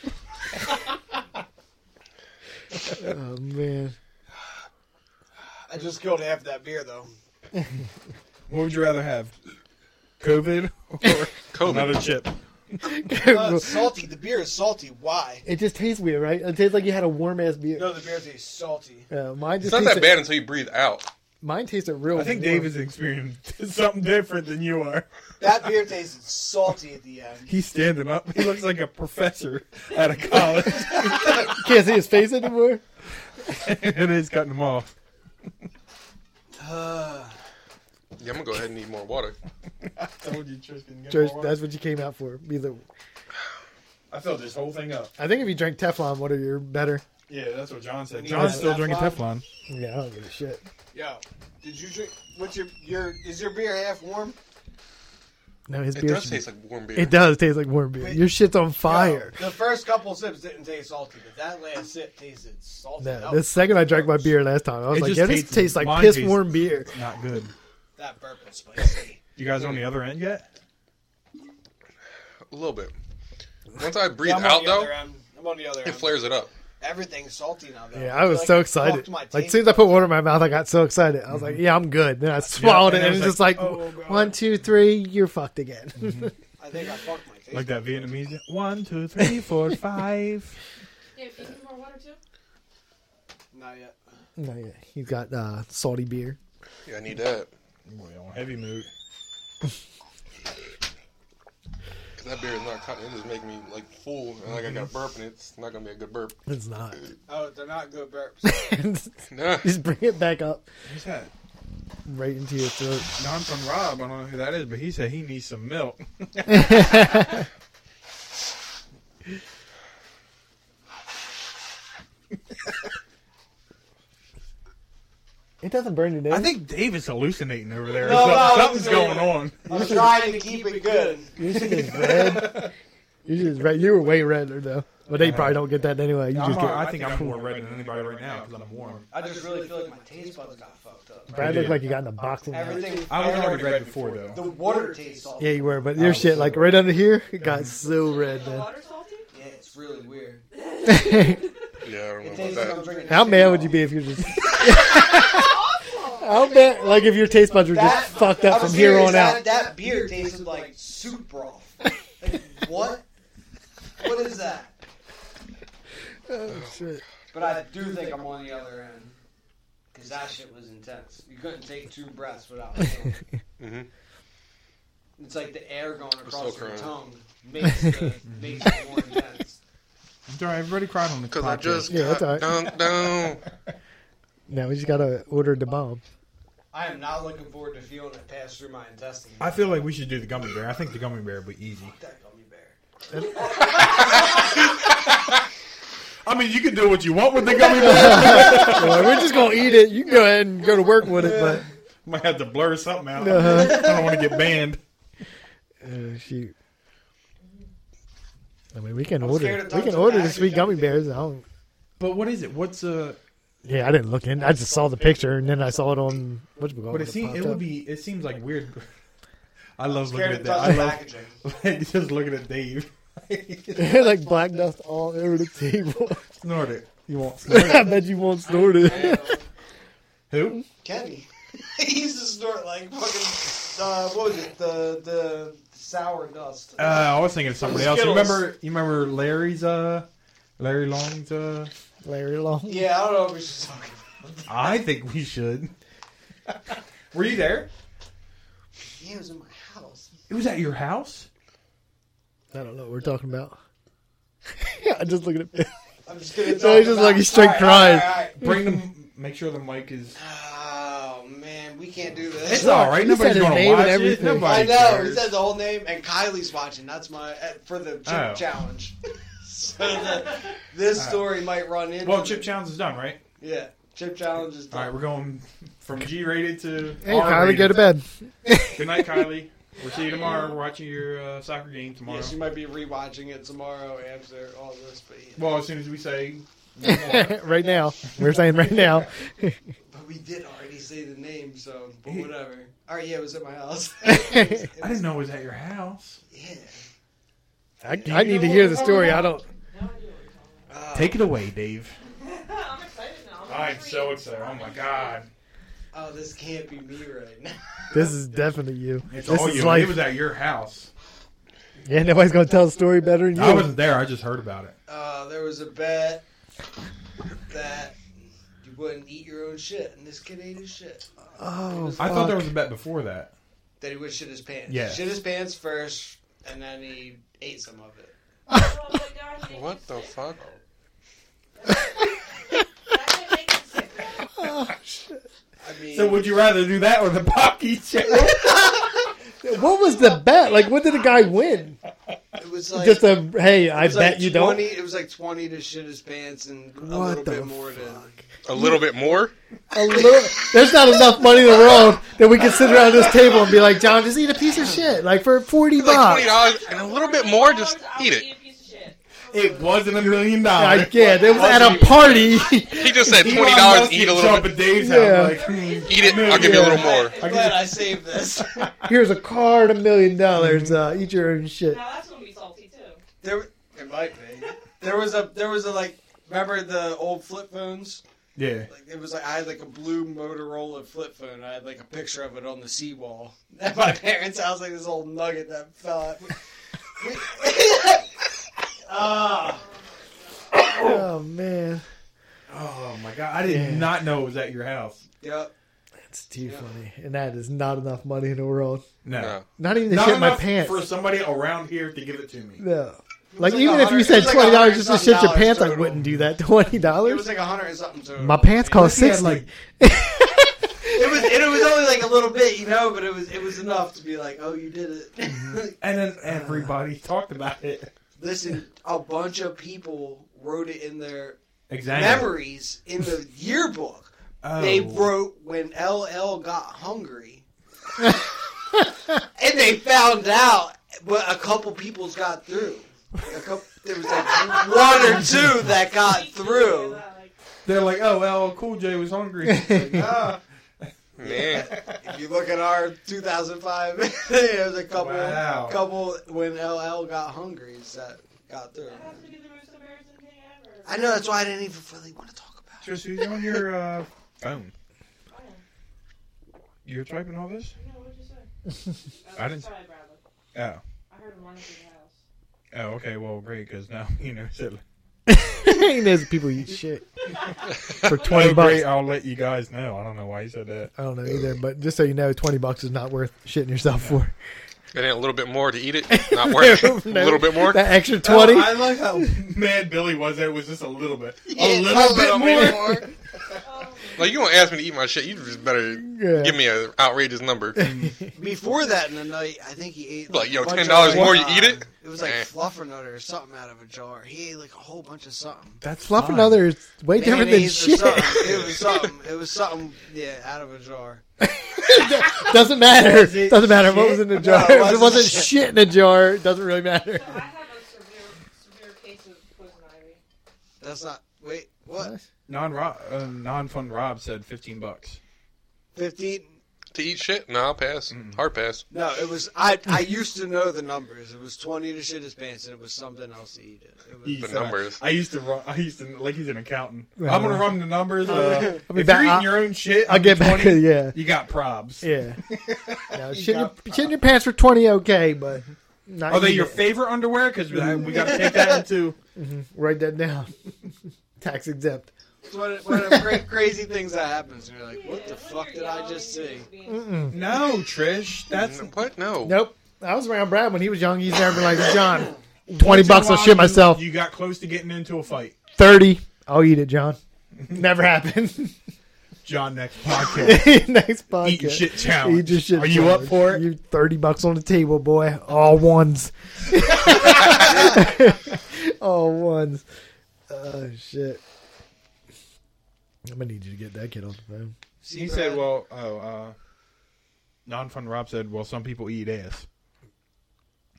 Oh man,
I just killed half that beer though.
What would you rather have? COVID or
COVID.
another chip?
Uh, it's salty. The beer is salty. Why?
it just tastes weird, right? It tastes like you had a warm ass beer.
No, the beer tastes salty.
Uh, mine
It's
just
not that
tasted,
bad until you breathe out.
Mine tasted real.
I think
warm.
David's experienced something different than you are.
That beer tasted salty at the end.
He's standing up. He looks like a professor at a college,
can't see his face anymore.
and he's cutting them off.
Uh,
Yeah, I'm gonna go ahead and need more water.
Told you, Tristan. get
George,
more water.
that's what you came out for. Be the-
I filled this whole thing up.
I think if you drank Teflon water, you're better.
Yeah, that's what John said.
Yeah,
John's still
that's
drinking
why.
Teflon.
Yeah, I don't give a shit.
Yo, did you drink? What's your your? Is your beer half warm?
No, his
It
beer.
does
should be-
taste like warm beer.
It does taste like warm beer. Your shit's on fire.
Yo, the first couple sips didn't taste salty, but that last sip tasted salty.
No,
That
the
was-
second I drank my beer last time, I was
It
like,
just
"Yeah, this
tastes-
tastes like
mine
piss
tastes-
warm beer."
Not good.
that bourbon was spicy.
You guys on the other end yet?
A little bit. Once I breathe
Yeah, I'm on
out
the
though,
other end. I'm on the other
it
end.
flares it up.
Everything's salty now. Though.
Yeah, I was
feel
so
like it fucked
excited.
my
Like, as
taste
soon as I put water in my mouth, I got so excited. I was like, "Yeah, I'm good." Then I swallowed
Mm-hmm. and
it,
I
and
was
it's just
like,
like,
"Oh, God." Mm-hmm.
one, two, three, you're fucked again."
I think I fucked my taste.
Like that Vietnamese? One, two, three, four, five.
Yeah, if you need more water too.
Not yet.
No, yeah, he's got uh, salty beer.
Yeah, I need that.
Boy, on heavy mood.
'Cause that beer is not. cut- It just making me like full, and like I got burp, and it's not gonna be a good burp.
It's not.
Oh, they're not good burps.
Nah.
just bring it back up
Who's that?
right into your throat.
Don from Rob. I don't know who that is, but he said he needs some milk.
It doesn't burn your nose.
I think Dave is hallucinating over there.
No, no,
Something's
I'm
going
sorry.
on.
I'm trying to keep it good.
your shit is red. Your shit is red. You were way redder though, but they probably don't get that anyway. You
I'm
just
all-
get.
I think I'm more red than anybody right now because I'm warm.
I just really feel like my taste buds got fucked up.
Brad looked like you got in a boxing. match.
Everything.
I was already red before
The
though.
water tastes salty.
Yeah, you were, but your shit like right under here it got so red.
The
Man.
water salty?
Yeah, it's really weird.
Yeah, I don't know
It
about
tastes like I'm
that.
drinking.
How mad would you be if you just? How mad? Like if your taste buds were
That-
just fucked up
I'm
from here
serious,
on
that,
out.
That beer tasted like soup broth. Like, what? What is that?
Oh, shit.
But I do think I'm on the other end. Because that shit was intense. You couldn't take two breaths without feeling it.
Mhm.
It's like the air going
still
across your
crying.
tongue makes, the, makes it more intense.
Sorry, everybody cried on the
Because I
podcast.
just
Yeah, that's
got
all
dunked down.
Now we just gotta order the bomb.
I am not looking forward to feeling it pass through my intestines.
I feel like we should do the gummy bear. I think the gummy bear would be easy.
that gummy bear.
I mean, you can do what you want with the gummy bear.
Well, we're just gonna eat it. You can go ahead and go to work with it, but
Might have to blur something out.
Uh-huh.
I don't want to get banned.
Oh, shoot. I mean, we can
I'm scared
order.
of
We can
Dunkin'
order the
Donuts.
sweet gummy bears. I don't.
But what is it? What's uh?
Yeah, I didn't look in. I just saw the picture, and then I saw it on what's it called?
But it seems it would be. It seems like weird. I love looking
Scared
at
of
that.
dust
I love
packaging.
like, just looking at Dave.
like black dust all over the table.
Snort it. You won't snort it.
I bet you won't snort it.
Who?
Kenny. he used to snort like fucking. Uh, what was it? The the sour dust.
Uh, I was thinking of somebody else. You
Skittles.
remember? You remember Larry's? Uh, Larry Long's. Uh,
Larry Long.
yeah, I don't know if we should talk about.
I think we should. Were you there?
He was in my house.
It was at your house.
I don't know what we're talking about. I just looking at
I'm just gonna.
No, he's
talk
just
about-
like he's straight crying.
Bring them. Make sure the mic is.
Oh man, we can't do
It's
this.
all
all
right.
right.
You said
Nobody's
his
going to
name and
watch it.
everything.
Nobody
I know. He
cares.
said the whole name, and Kylie's watching. That's my uh, for the chip
Oh.
challenge. so the, this story might run into.
Well, Chip
it.
Challenge is done, right?
Yeah, chip challenge is
All right,
done.
we're going from G-rated to
Hey, Kylie, go to
R-rated.
bed.
Good night, Kylie. We'll see you tomorrow. We're watching your uh, soccer game tomorrow.
yeah, she might be rewatching it tomorrow after all this, but yeah.
Well, as soon as we say,
right now. We're saying right now.
But we did already say the name, so but whatever. All right, yeah, it was at my house.
I didn't know it was at your house.
Yeah.
I, I need to hear the story. I don't.
No idea what
Uh,
Take it away, Dave.
you're talking about. I'm excited now. I'm
I'm so
intrigued.
excited. Oh my god,
oh, this can't be me right now.
This is definitely you.
it's
this
all
is
you.
life.
It was at your house.
yeah, nobody's gonna tell the story better than you.
I wasn't there. I just heard about it.
Uh, there was a bet that you wouldn't eat your own shit, and this kid ate his shit.
oh,
I thought there was a bet before that.
That he would shit his pants.
Yeah.
Shit his pants first, and then he ate some of it.
Oh my God, he-
What the fuck?
That didn't make it sick.
I mean,
So would you rather do that or the Pocky check?
What was the bet? Like, what did the guy win?
it was was like
Just a hey, I
it was like
bet you
20,
don't.
It was like twenty to shit his pants and a
What
little
the
bit more to.
A little bit more.
A little, there's not enough money in the world that we can sit around this table and be like, John, just eat a piece of shit, like for forty
Like
bucks.
twenty dollars and a little bit more. Just eat it.
It wasn't a million
I
dollars.
get it was at a party.
He just said
Elon
twenty dollars.
Musk
Eat
gets
a little
up
bit.
at Dave's
Yeah.
house, like, hmm,
Eat it. I'll give you a little more.
I'm glad I saved this.
Here's a card, a million dollars. Uh, eat your own shit.
Now that's gonna be salty too.
there, it might be. There was a there was a like. Remember the old flip phones?
yeah.
Like it was like I had like a blue Motorola flip phone. I had like a picture of it on the seawall at my parents' house. Like this old nugget that fell. Out. Ah,
Oh man,
Oh my god, I did
Yeah.
not know it was at your house.
yep.
that's too funny, and that is not enough money in the world.
No,
No.
Not even to
not
shit my
enough
pants.
for somebody around here to give it to me.
No. Like,
like
even if you
100
said
it's like
twenty dollars just to shit your
$100
pants, I
total.
wouldn't do that. Twenty
It
dollars?
was like a hundred and something. total.
My pants cost
Unless
Oh, sixty.
he had,
It was it was only like a little bit, you know, but it was it was enough to be like, oh, you did
Mm-hmm.
it.
And then everybody talked about it.
Listen, a bunch of people wrote it in their
Exactly.
memories in the yearbook.
Oh.
They wrote when LL got hungry, and they found out, but a couple people's got through. A couple, there was like one or two that got through.
They're like, oh, LL Cool J was hungry. Like, ah.
Man,
If you look at our 2005, there's a couple,
Wow.
couple when LL got hungry that got through.
That has to be the most embarrassing thing ever.
I know that's why I didn't even really want to talk about.
Just who's on your uh, phone?
Oh,
You're typing all this?
no, what'd you say?
I didn't-
Sorry, Bradley.
Oh.
I heard him running through the house.
Oh, okay. Well, great, because now you know. So,
Ain't those people eat shit for twenty
oh,
bucks.
great. I'll let you guys know. I don't know why you said that.
I don't know either, but just so you know, twenty bucks is not worth shitting yourself for.
and then a little bit more to eat it. Not worth it. A
No,
little bit more.
That extra twenty.
Oh, I like how mad Billy was. That it was just a little bit. a little, bit, more.
Oh,
Like you don't ask me to eat my shit. You just better
Yeah.
give me an outrageous number.
Before that in the night, I think he ate
Like, yo,
a bunch
$10
of,
more, you
uh,
eat it?
It was like
Eh.
fluffernutter or something out of a jar. He ate like a whole bunch of something.
That's
Fluff
fine.
another is way different than
Mayonnaise or
shit.
something. It was something. It was something. Yeah, out of a jar.
Doesn't matter. Doesn't matter what was in the
No,
jar.
it
if it
wasn't
wasn't
shit.
shit in the jar, it doesn't really matter.
so I have a severe, severe case of poison ivy.
That's not. Wait, what?
Non uh, non fun Rob said fifteen bucks.
Fifteen?
to eat shit? No, I'll pass. Hard pass.
No, it was. I I used to know the numbers. It was twenty to shit his pants, and it was something else to eat. It, it was.
He
The
said,
numbers.
uh, I used to run. I used to like he's an accountant.
Right.
I'm gonna run the numbers. Uh,
I'll be
if
back-
you're
I'll-
eating your own shit,
I'll get back. to- Yeah,
You got probs.
yeah. No, shit, in your,
got-
shit in your pants for twenty, okay, but not
Are they
eating
your
it.
favorite underwear? Because we we got to take that into.
Write that down. Tax exempt.
It's one of, one of the cra- crazy things that happens. And you're like, what the fuck did I just see?
No, Trish, that's
What? No.
Nope. I was around Brad when he was young. He's never been like, John, 20 bucks, I'll shit myself.
You got close to getting into a fight,
30, I'll eat it, John. Never happened.
John. Next podcast,
Next podcast.
eating shit challenge.
Eat your shit
Are you
challenge.
up for it?
You 30 bucks on the table, boy. All ones. All ones. Oh, shit. I'm going to need you to get that kid on the phone.
See,
he
Brad?
said, "Well, oh, uh, non fun." Rob said, "Well, some people eat ass."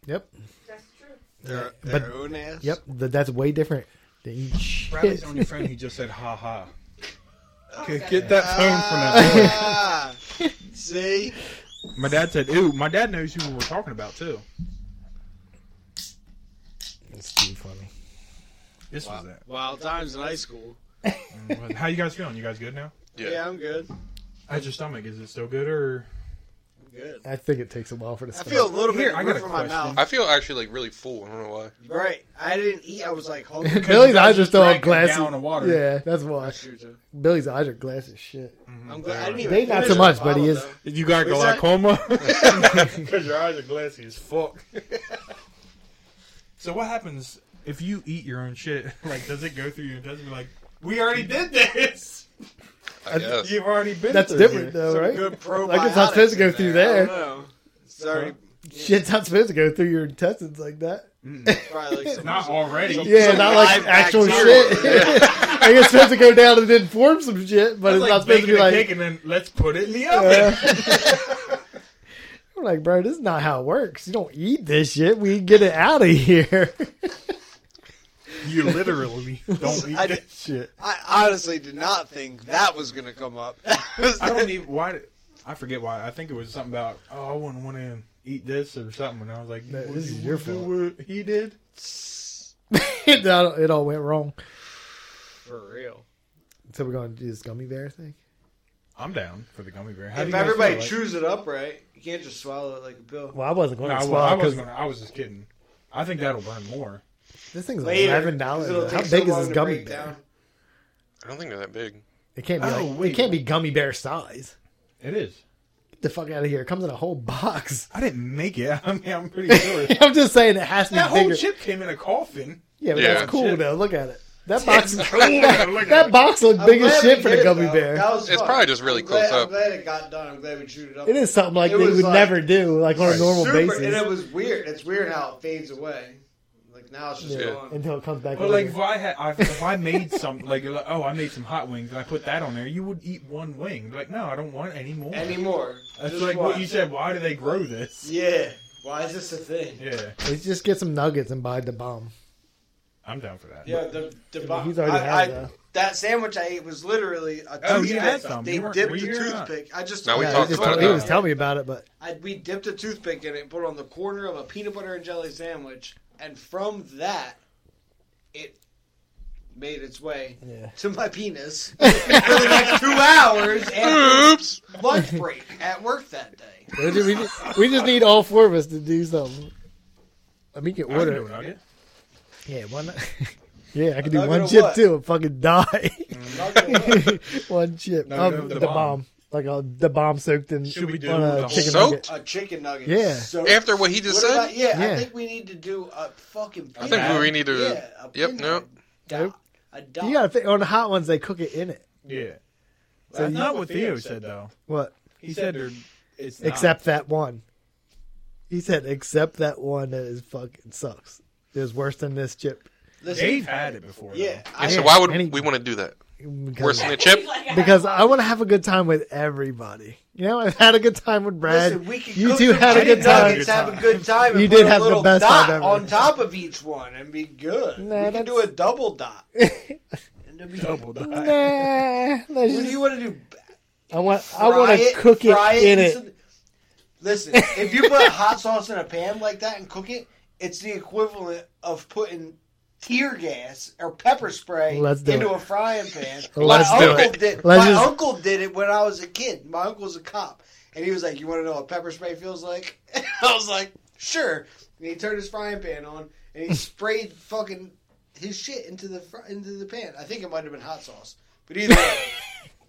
Yep.
That's true.
their,
but-
their own ass.
Yep. Th- that's way different than eat shit.
Bradley's on your phone. He just said, "Ha ha." Okay,
Okay.
get
Ah.
that phone from that. boy.
Ah, see,
My dad said, "Ooh." My dad knows who we're talking about too.
It's too funny.
This was that.
wild times in high school.
Well, How you guys feeling? You guys good now?
Yeah.
Yeah, I'm good.
How's your stomach? Is it still good or?
I'm good.
I think it takes a while for the
I feel a little
Here,
bit
I
I
got a
from my
question.
mouth.
I feel actually like really full. I don't know why.
Right, I didn't eat. I was like hungry.
Billy's
you guys
eyes are
just
still all
drank a
glassy.
gallon of water.
Yeah, that's why.
I'm
Billy's eyes are glassy as shit.
glad. I didn't even
They not
finish
so
the
much, but he
bottle,
is-
though.
You got
What's that?
Because your eyes are glassy as fuck. so what happens if you eat your own shit? Like, does it go through your intestines? and be Like, we already did this.
I guess.
You've already been.
That's
through
different,
this.
though,
Some
right?
Good
Like it's not supposed to
probiotics
go
in
through
I
there.
don't know. Sorry.
Shit's not supposed to go through your intestines like that.
Probably like some,
Not already.
Yeah, not like
live
actual
bacteria.
shit. I guess it's supposed to go down and then form some shit, but
That's
it's
like
not supposed to
baking
be
a
like.
cake and then let's put it in the oven.
uh, I'm like, bro, this is not how it works. You don't eat this shit. We get it out of here.
You literally don't eat
I-
that shit.
I honestly did not think that was going to come up.
I don't even why. did- I forget why. I think it was something about oh I wouldn't want to eat this or something. And I was like,
No,
would
this is
you
your
do
fault.
What he did.
it, all, it all went wrong.
For real.
So we're going to do this gummy bear thing.
I'm down for the gummy bear. How do you
If
guys
everybody
feel, like-
chews it up right, you can't just swallow it like a pill.
Well, I wasn't going
no, I,
to
wa- I
swallow
was
because
gonna, I was just kidding. I think that'll burn more.
this thing's
Later,
eleven
'cause it'll
dollars. How
take so
big is
long
this
to
gummy
break
bear?
down.
I don't think they're that big.
It can't be.
Oh,
like,
wait.
it can't be gummy bear size.
It is.
Get the fuck out of here! It comes in a whole box.
I didn't make it. I mean, I'm pretty sure.
I'm just saying it has to
that
be
whole
bigger.
chip came in a coffin.
Yeah, but
Yeah.
that's cool
Chip.
though. Look at it. That box.
cool.
that, that box looked big as
I'm glad
shit
we
for
did
the
it,
gummy
though.
bear.
That was
It's
fun.
probably just really
I'm glad-
close up.
I'm glad it got done. I'm glad we chewed it up.
It is something like
It
they
was
would
like-
never do, like on a normal
super, And it
basis,
was weird. It's weird how it fades away. Like now it's just
Yeah.
gone.
until it comes back.
But
later.
like if I had, I, if I made some, like you're like, oh, I made some hot wings and I put that on there, you would eat one wing. Like no, I don't want any more.
Anymore.
That's
Just
like
one.
what you said. Why do they grow this?
Yeah. Why is this a thing?
Yeah,
Let's just get some nuggets and buy the bomb.
I'm down for that.
Yeah, the, the bo-
he's already
I,
had
I,
that.
That sandwich I ate was literally a
Oh, you
toothpick.
had some.
They
You weren't-
dipped
were
a
you here or not?
toothpick. I just
No, we
Yeah,
talked
he, just
about
told-
it.
he was telling me about it, but
I, we dipped a toothpick in it, put it on the corner of a peanut butter and jelly sandwich, and from that, it made its way
Yeah.
to my penis for the next two hours after
Oops.
lunch break at work that day.
we just, we just- we just need all four of us to do something. Let me get
I know
order.
what I did.
Yeah, one. yeah, I can do
nugget
one
of
chip
what?
too and fucking die.
Not gonna lie.
one chip.
No,
um,
no,
the,
the
bomb.
bomb.
Like a, the bomb soaked in
Should we do
on
the
a
whole-
chicken nugget.
Soaked?
a chicken nugget.
Yeah.
So-
After what he
What
just said,
about- yeah,
Yeah.
I think we need to do a fucking.
I
peanut-
think we need to.
Yeah, a
yep.
peanut
No.
dot. A dot.
You gotta think, on the hot ones they cook it in it.
Yeah.
So
That's
you-
not what Theo said though.
What?
He said there- it's not.
Except that one. He said, except that one that is fucking sucks. It was worse than this chip.
Listen,
Dave had it before.
Yeah.
And
I,
so why would
Any-
we want to do that?
Because-
Worse than the chip?
He's like, I
because
don't
I want to have a good time with everybody. You know, I've had a good time with Brad.
listen, we can
you
cook
two
the
had a
chicken
good time.
Nuggets, have a good time. And
You
put
did
a
have the
little
best
dot
time ever.
on top of each one and be good.
Nah,
we can
that's-
do a double dot. and it'll be
Double
dot.
die.
Nah, let's
What do
just-
you want to do?
I want, I
Fry
want to
it,
cook it
fry
in
and
it.
some- Listen, if you put hot sauce in a pan like that and cook it, it's the equivalent of putting tear gas or pepper spray
Let's do
into
it.
a frying pan.
Let's
my
do
uncle
it.
did.
Let's
my
just-
uncle did it when I was a kid. My uncle's a cop, and he was like, "You want to know what pepper spray feels like?" I was like, "Sure." And he turned his frying pan on and he sprayed fucking his shit into the fr- into the pan. I think it might have been hot sauce, but either way,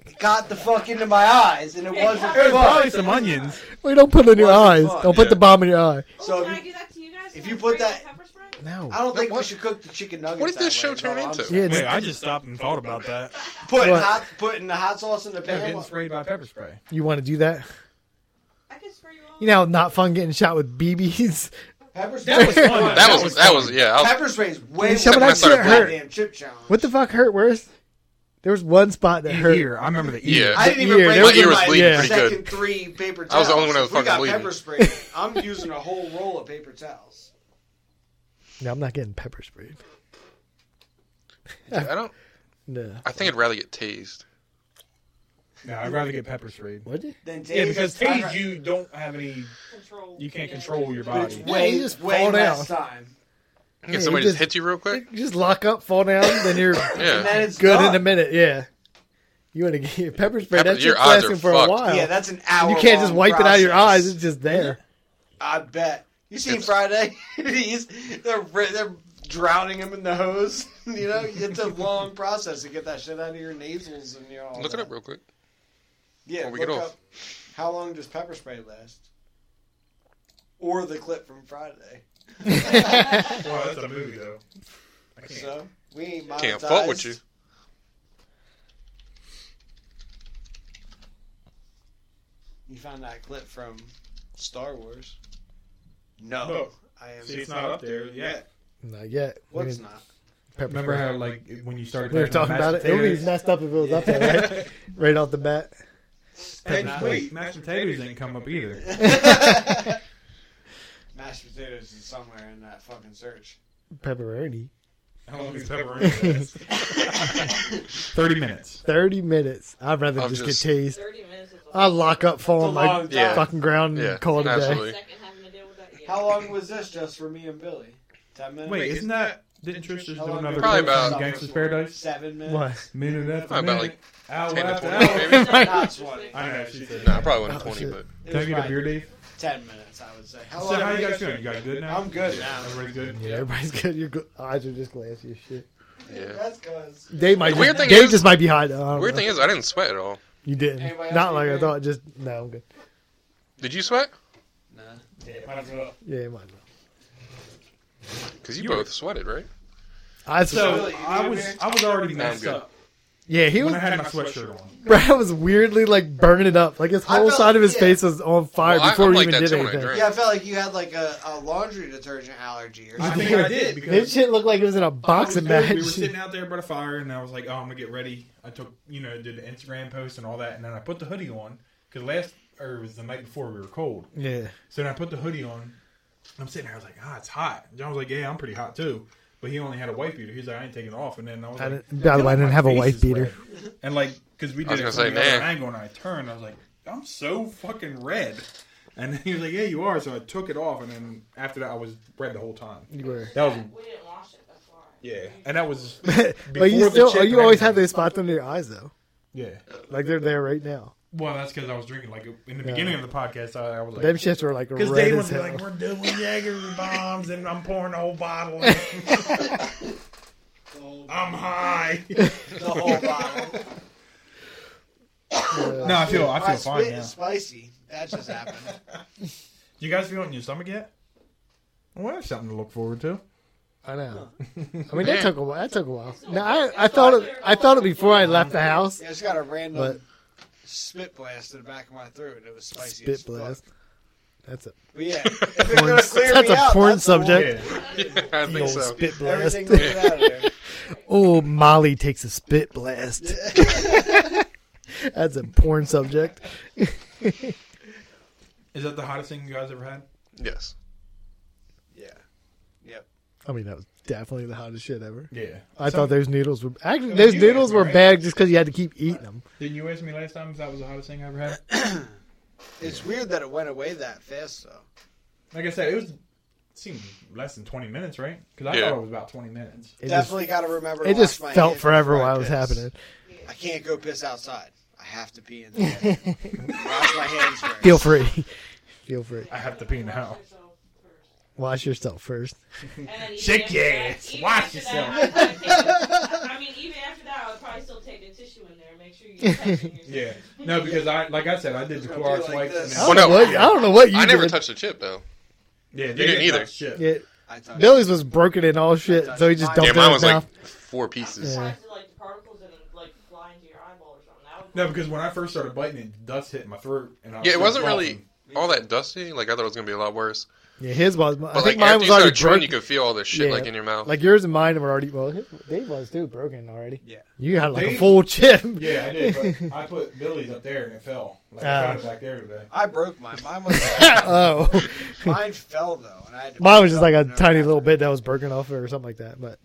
it got the fuck into my eyes, and it wasn't
There's
fun.
probably some onions.
We don't put it in your
Wasn't
eyes.
fun.
Don't put
Yeah.
the bomb in your eye.
know.
So
oh,
if
can I
you-
do that to you guys?
if
Can
you
I
put
spray
that-
with pepper spray?
No.
I don't think
what-
we should cook the chicken nuggets.
What did
that
this
way,
show
is
turn
all I'm
into?
saying.
yeah,
Wait,
it's-
I just stopped and thought about that.
Putting
What?
hot, putting the hot sauce in the
Yeah,
pan.
getting sprayed by pepper spray.
you want to do that?
I can spray you all.
You know, not fun getting shot with BBs.
Pepper spray.
That was fun.
That was that was yeah. I was,
Pepper spray is way
Some
of that shit
hurt.
hurt.
Goddamn chip challenge.
What the fuck hurt worse? There was one spot that hurt.
Ear. I remember the
ear.
ear.
Yeah.
I didn't even
Yeah,
break
my
into
ear
was
my
bleeding pretty
second
good.
three paper towels.
I was the only one that was
If we
fucking
got
bleeding.
pepper spray. I'm using a whole roll of paper towels.
No, I'm not getting pepper sprayed.
I don't.
No.
I think I'd rather get tased.
No, I'd rather get pepper sprayed.
Would you?
Then
Yeah, because
I'd
tase
ra-
you don't have any.
Control.
You can't
Yeah.
control your
It's
body.
way,
you just
way
fall
less time.
Can
Yeah, you
somebody just,
just-
hit you real quick?
You just lock up, fall down, then you're
And then
Yeah.
it's
good
done.
in a minute. Yeah. You want to get your pepper spray?
Pepper-
That's
your
your
eyes are
lasting for a
fucked.
while.
Yeah, that's an hour.
you can't just
long
wipe it out of your
process.
eyes. It's just there.
I bet. You seen Friday? He's they're they're drowning him in the hose. you know, it's a long process to get that shit out of your nasals and your. all
Look it
that.
up real quick.
Yeah,
before we
look
get off.
up. How long does pepper spray last? Or the clip from Friday.
Well, that's a movie though.
So we ain't monetized.
Can't fault with you.
You found that clip from Star Wars? No,
No.
I am.
See, it's not up there yet.
Not yet. We
What's
need
not?
pepper
Remember
spray.
how like when you started
we were talking about it? It would be messed up if it was up there, right? right off the bat.
And
Nah.
wait, mashed potatoes didn't come up either.
Mashed potatoes is somewhere in that fucking search.
Pepperoni.
How long is pepperoni? last? Thirty minutes.
Thirty minutes. I'd rather
I'm
just,
just-
get tased.
30 minutes is a
I lock up, fall on my
It's a long
Yeah.
fucking ground,
Yeah,
and call it a day.
absolutely.
second having to deal with that. Yeah.
How long was this just for me and Billy? Ten minutes.
Wait, isn't that didn't Trish just
How
do
long
another
did-
Probably
clip
about-
on Gangster's Paradise?
Seven minutes.
What?
Minute after
Probably about
minute, hour
10 to
after
20
hour.
maybe.
Not twenty.
I know she said.
No, I probably went
Oh,
20,
shit.
but
It
Can I
was
get a
probably
beer, Dave?
Ten minutes, I would say. How
So
long
how
have
you
you
guys
been-
doing? You guys good now?
I'm good now.
Everybody good?
Yeah, everybody's good. Your gl- eyes are just glassy as shit.
yeah.
That's cause
They might.
The weird
just,
thing
they
is-
just might be high. I don't
Weird
know.
thing is, I didn't sweat at all.
you didn't.
Anybody else
Not like
need
I
a
thought. Just no. I'm good.
Did you sweat?
nah.
Yeah, you might. as well.
Because you, both sweated, right?
I
So
Really? You
I
good,
was
man?
I was already
No, I'm
messed
good.
up
yeah, he
when
was.
I had my sweatshirt on.
Brad was weirdly like burning it up. Like his
I
whole
felt-
side of his
yeah.
face was on fire
Well, I-
before
I'm
he
like
even
that
did
too when I
anything.
drink.
Yeah, I felt like you had like a, a laundry detergent allergy or
I
something.
think I did
His
because
shit looked like it was in a
I was
boxing
there,
match.
We were sitting out there by the fire, and I was like, "Oh, I'm gonna get ready." I took, you know, did the Instagram post and all that, and then I put the hoodie on because last or it was the night before we were cold.
Yeah,
So then I put the hoodie on. I'm sitting there. I was like, "Ah, it's hot." John was like, "Yeah, I'm pretty hot too." But he only had a white beater. He's like, "I ain't taking it off." And then I was
I
like,
didn't- by the way, I
"Look,
didn't
my
have a
face
white
is
beater."
red." And like, because we
I was
did it
gonna
from
say,
the other
nah.
angle, and I turned. I was like, "I'm so fucking red." And he was like, "Yeah, you are." So I took it off, and then after that, I was red the whole time.
you were.
That was
We didn't wash it. That's why.
yeah, and that was
but
the
you still,
chip
you
and
always
everything.
have those spots under your eyes though.
yeah.
Like they're there right now.
Well, that's because I was drinking. Like in the
Yeah.
beginning of the podcast, I, I was
Them
like,
shits were like
because
red
Dave
as
was
hell.
like, we're doing Jager bombs, and I'm pouring a whole bottle. In.
The whole,
I'm high.
the whole bottle.
Uh,
no, I feel I
My
feel fine
spit
now.
is spicy. That just happened.
You guys feeling in your stomach yet? Well, I have something to look forward to.
I know. I mean, that
Yeah.
took a while. That took a while. No, I, I thought it. I thought it before I left the house.
Yeah, I just got a random
But-
spit blast in the back of my throat, and it was spicy. as
Spit
fuck.
blast. That's a
But yeah, if you're gonna clear
that's
me
a
out,
porn
that's the one.
subject.
Yeah, I think
old
so.
spit blast.
Everything looking out of there.
Oh, Molly takes a spit blast. That's a porn subject.
Is that the hottest thing you guys ever had?
Yes.
Yeah.
I mean, that was definitely the hottest shit ever.
Yeah.
I thought those noodles were actually
Yeah,
those
you
noodles
guys were,
were
right?
bad just because you had to keep eating them.
Didn't you ask me last time if that was the hottest thing I ever had?
It's weird that it went away that fast, though.
Like I said, it was seemed less than 20 minutes, right? Because I
Yeah.
thought it was about 20 minutes.
It just,
Definitely got to remember. to
it just
wash my
felt
hands
forever
before I
while it was
piss.
happening.
I can't go piss outside. I have to pee in the wash my hands first.
Feel free, feel free.
I have to pee now.
Wash yourself first.
Shake your ass. Wash yourself.
I mean, even after that, I would probably still take the tissue in there and make sure you're touching yourself.
Yeah. No, because I, like I said, I did the
It's gonna
Clorox
be like
wipes.
this.
I don't,
Well,
and-
know what,
no.
I don't know what you
I never
did.
touched a chip, though.
Yeah, they
didn't either.
touch Shit.
Yeah,
I thought
Billy's was broken in all shit, so he just
Yeah,
dumped
Yeah,
it in
mine
his
was
mouth.
like four pieces.
Yeah.
Sometimes like the particles and like fly into your eyeball or something. That would
No, because when I first started biting it, dust hit my throat. And I was
Yeah, it
still
wasn't
coughing.
really all that dusty. Like, I thought it was going to be a lot worse.
yeah, his was. I
But,
think
like,
mine
after
was
you
already
started chewing, you
broken.
could feel all this shit,
Yeah.
like, in your mouth.
Like yours and mine were already. Well, his- Dave was too broken already.
Yeah.
you had like a
Dave-
full chip.
Yeah, I did. But I put Billy's up there and it fell. Like, I found it back there today.
I broke mine. Mine was
oh,
mine fell though, and I had to
mine
pick
was
it
just
up
like a
and
tiny
everything.
little bit that was broken off or something like that. But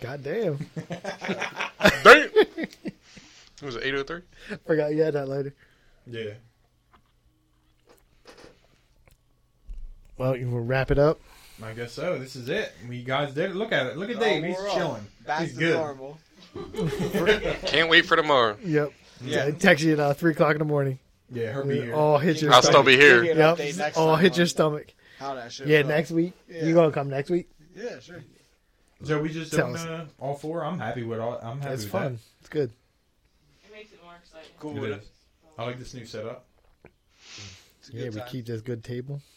goddamn,
Damn! It was 803?
forgot you had that later.
Yeah.
Well, you will wrap it up.
I guess so. This is it. We guys did it. Look at it. Look at
Oh,
Dave. He's
we're up.
chilling.
Back
He's
to
good.
normal.
Can't wait for tomorrow.
Yep.
Yeah.
I text you at uh, three o'clock in the morning.
Yeah, her
It
beer.
all hit your.
I'll still
stomach.
be here.
Give me an update
Yep. Oh,
next
All
time
hit your
on
stomach.
How that shit
Yeah,
felt.
next week
Yeah.
you gonna come next week?
Yeah, sure.
So we just
Tell
done
us.
uh, all four. I'm happy with all. I'm happy
It's
with
fun. It's good.
It makes it more exciting.
that.
Cool.
It
with
is. I like this new setup.
It's a
Yeah,
good
we
time.
keep this good table.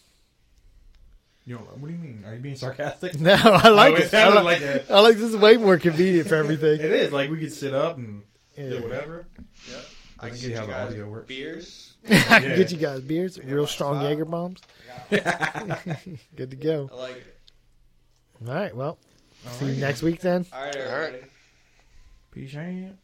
You know what do you mean? Are you being sarcastic?
No, I like
No,
it. I
sounded
like,
like that.
I like this is way more convenient for
It
everything.
is like we could sit up and
Yeah.
do whatever.
I can
Let's
get
see
you
how the
guys
audio works.
beers.
I can
Yeah.
get you guys beers, real
about
strong
five.
Jaeger bombs. Good to go.
I like it.
All right, well, see you next week then.
All right,
All right.
everybody.
Peace out.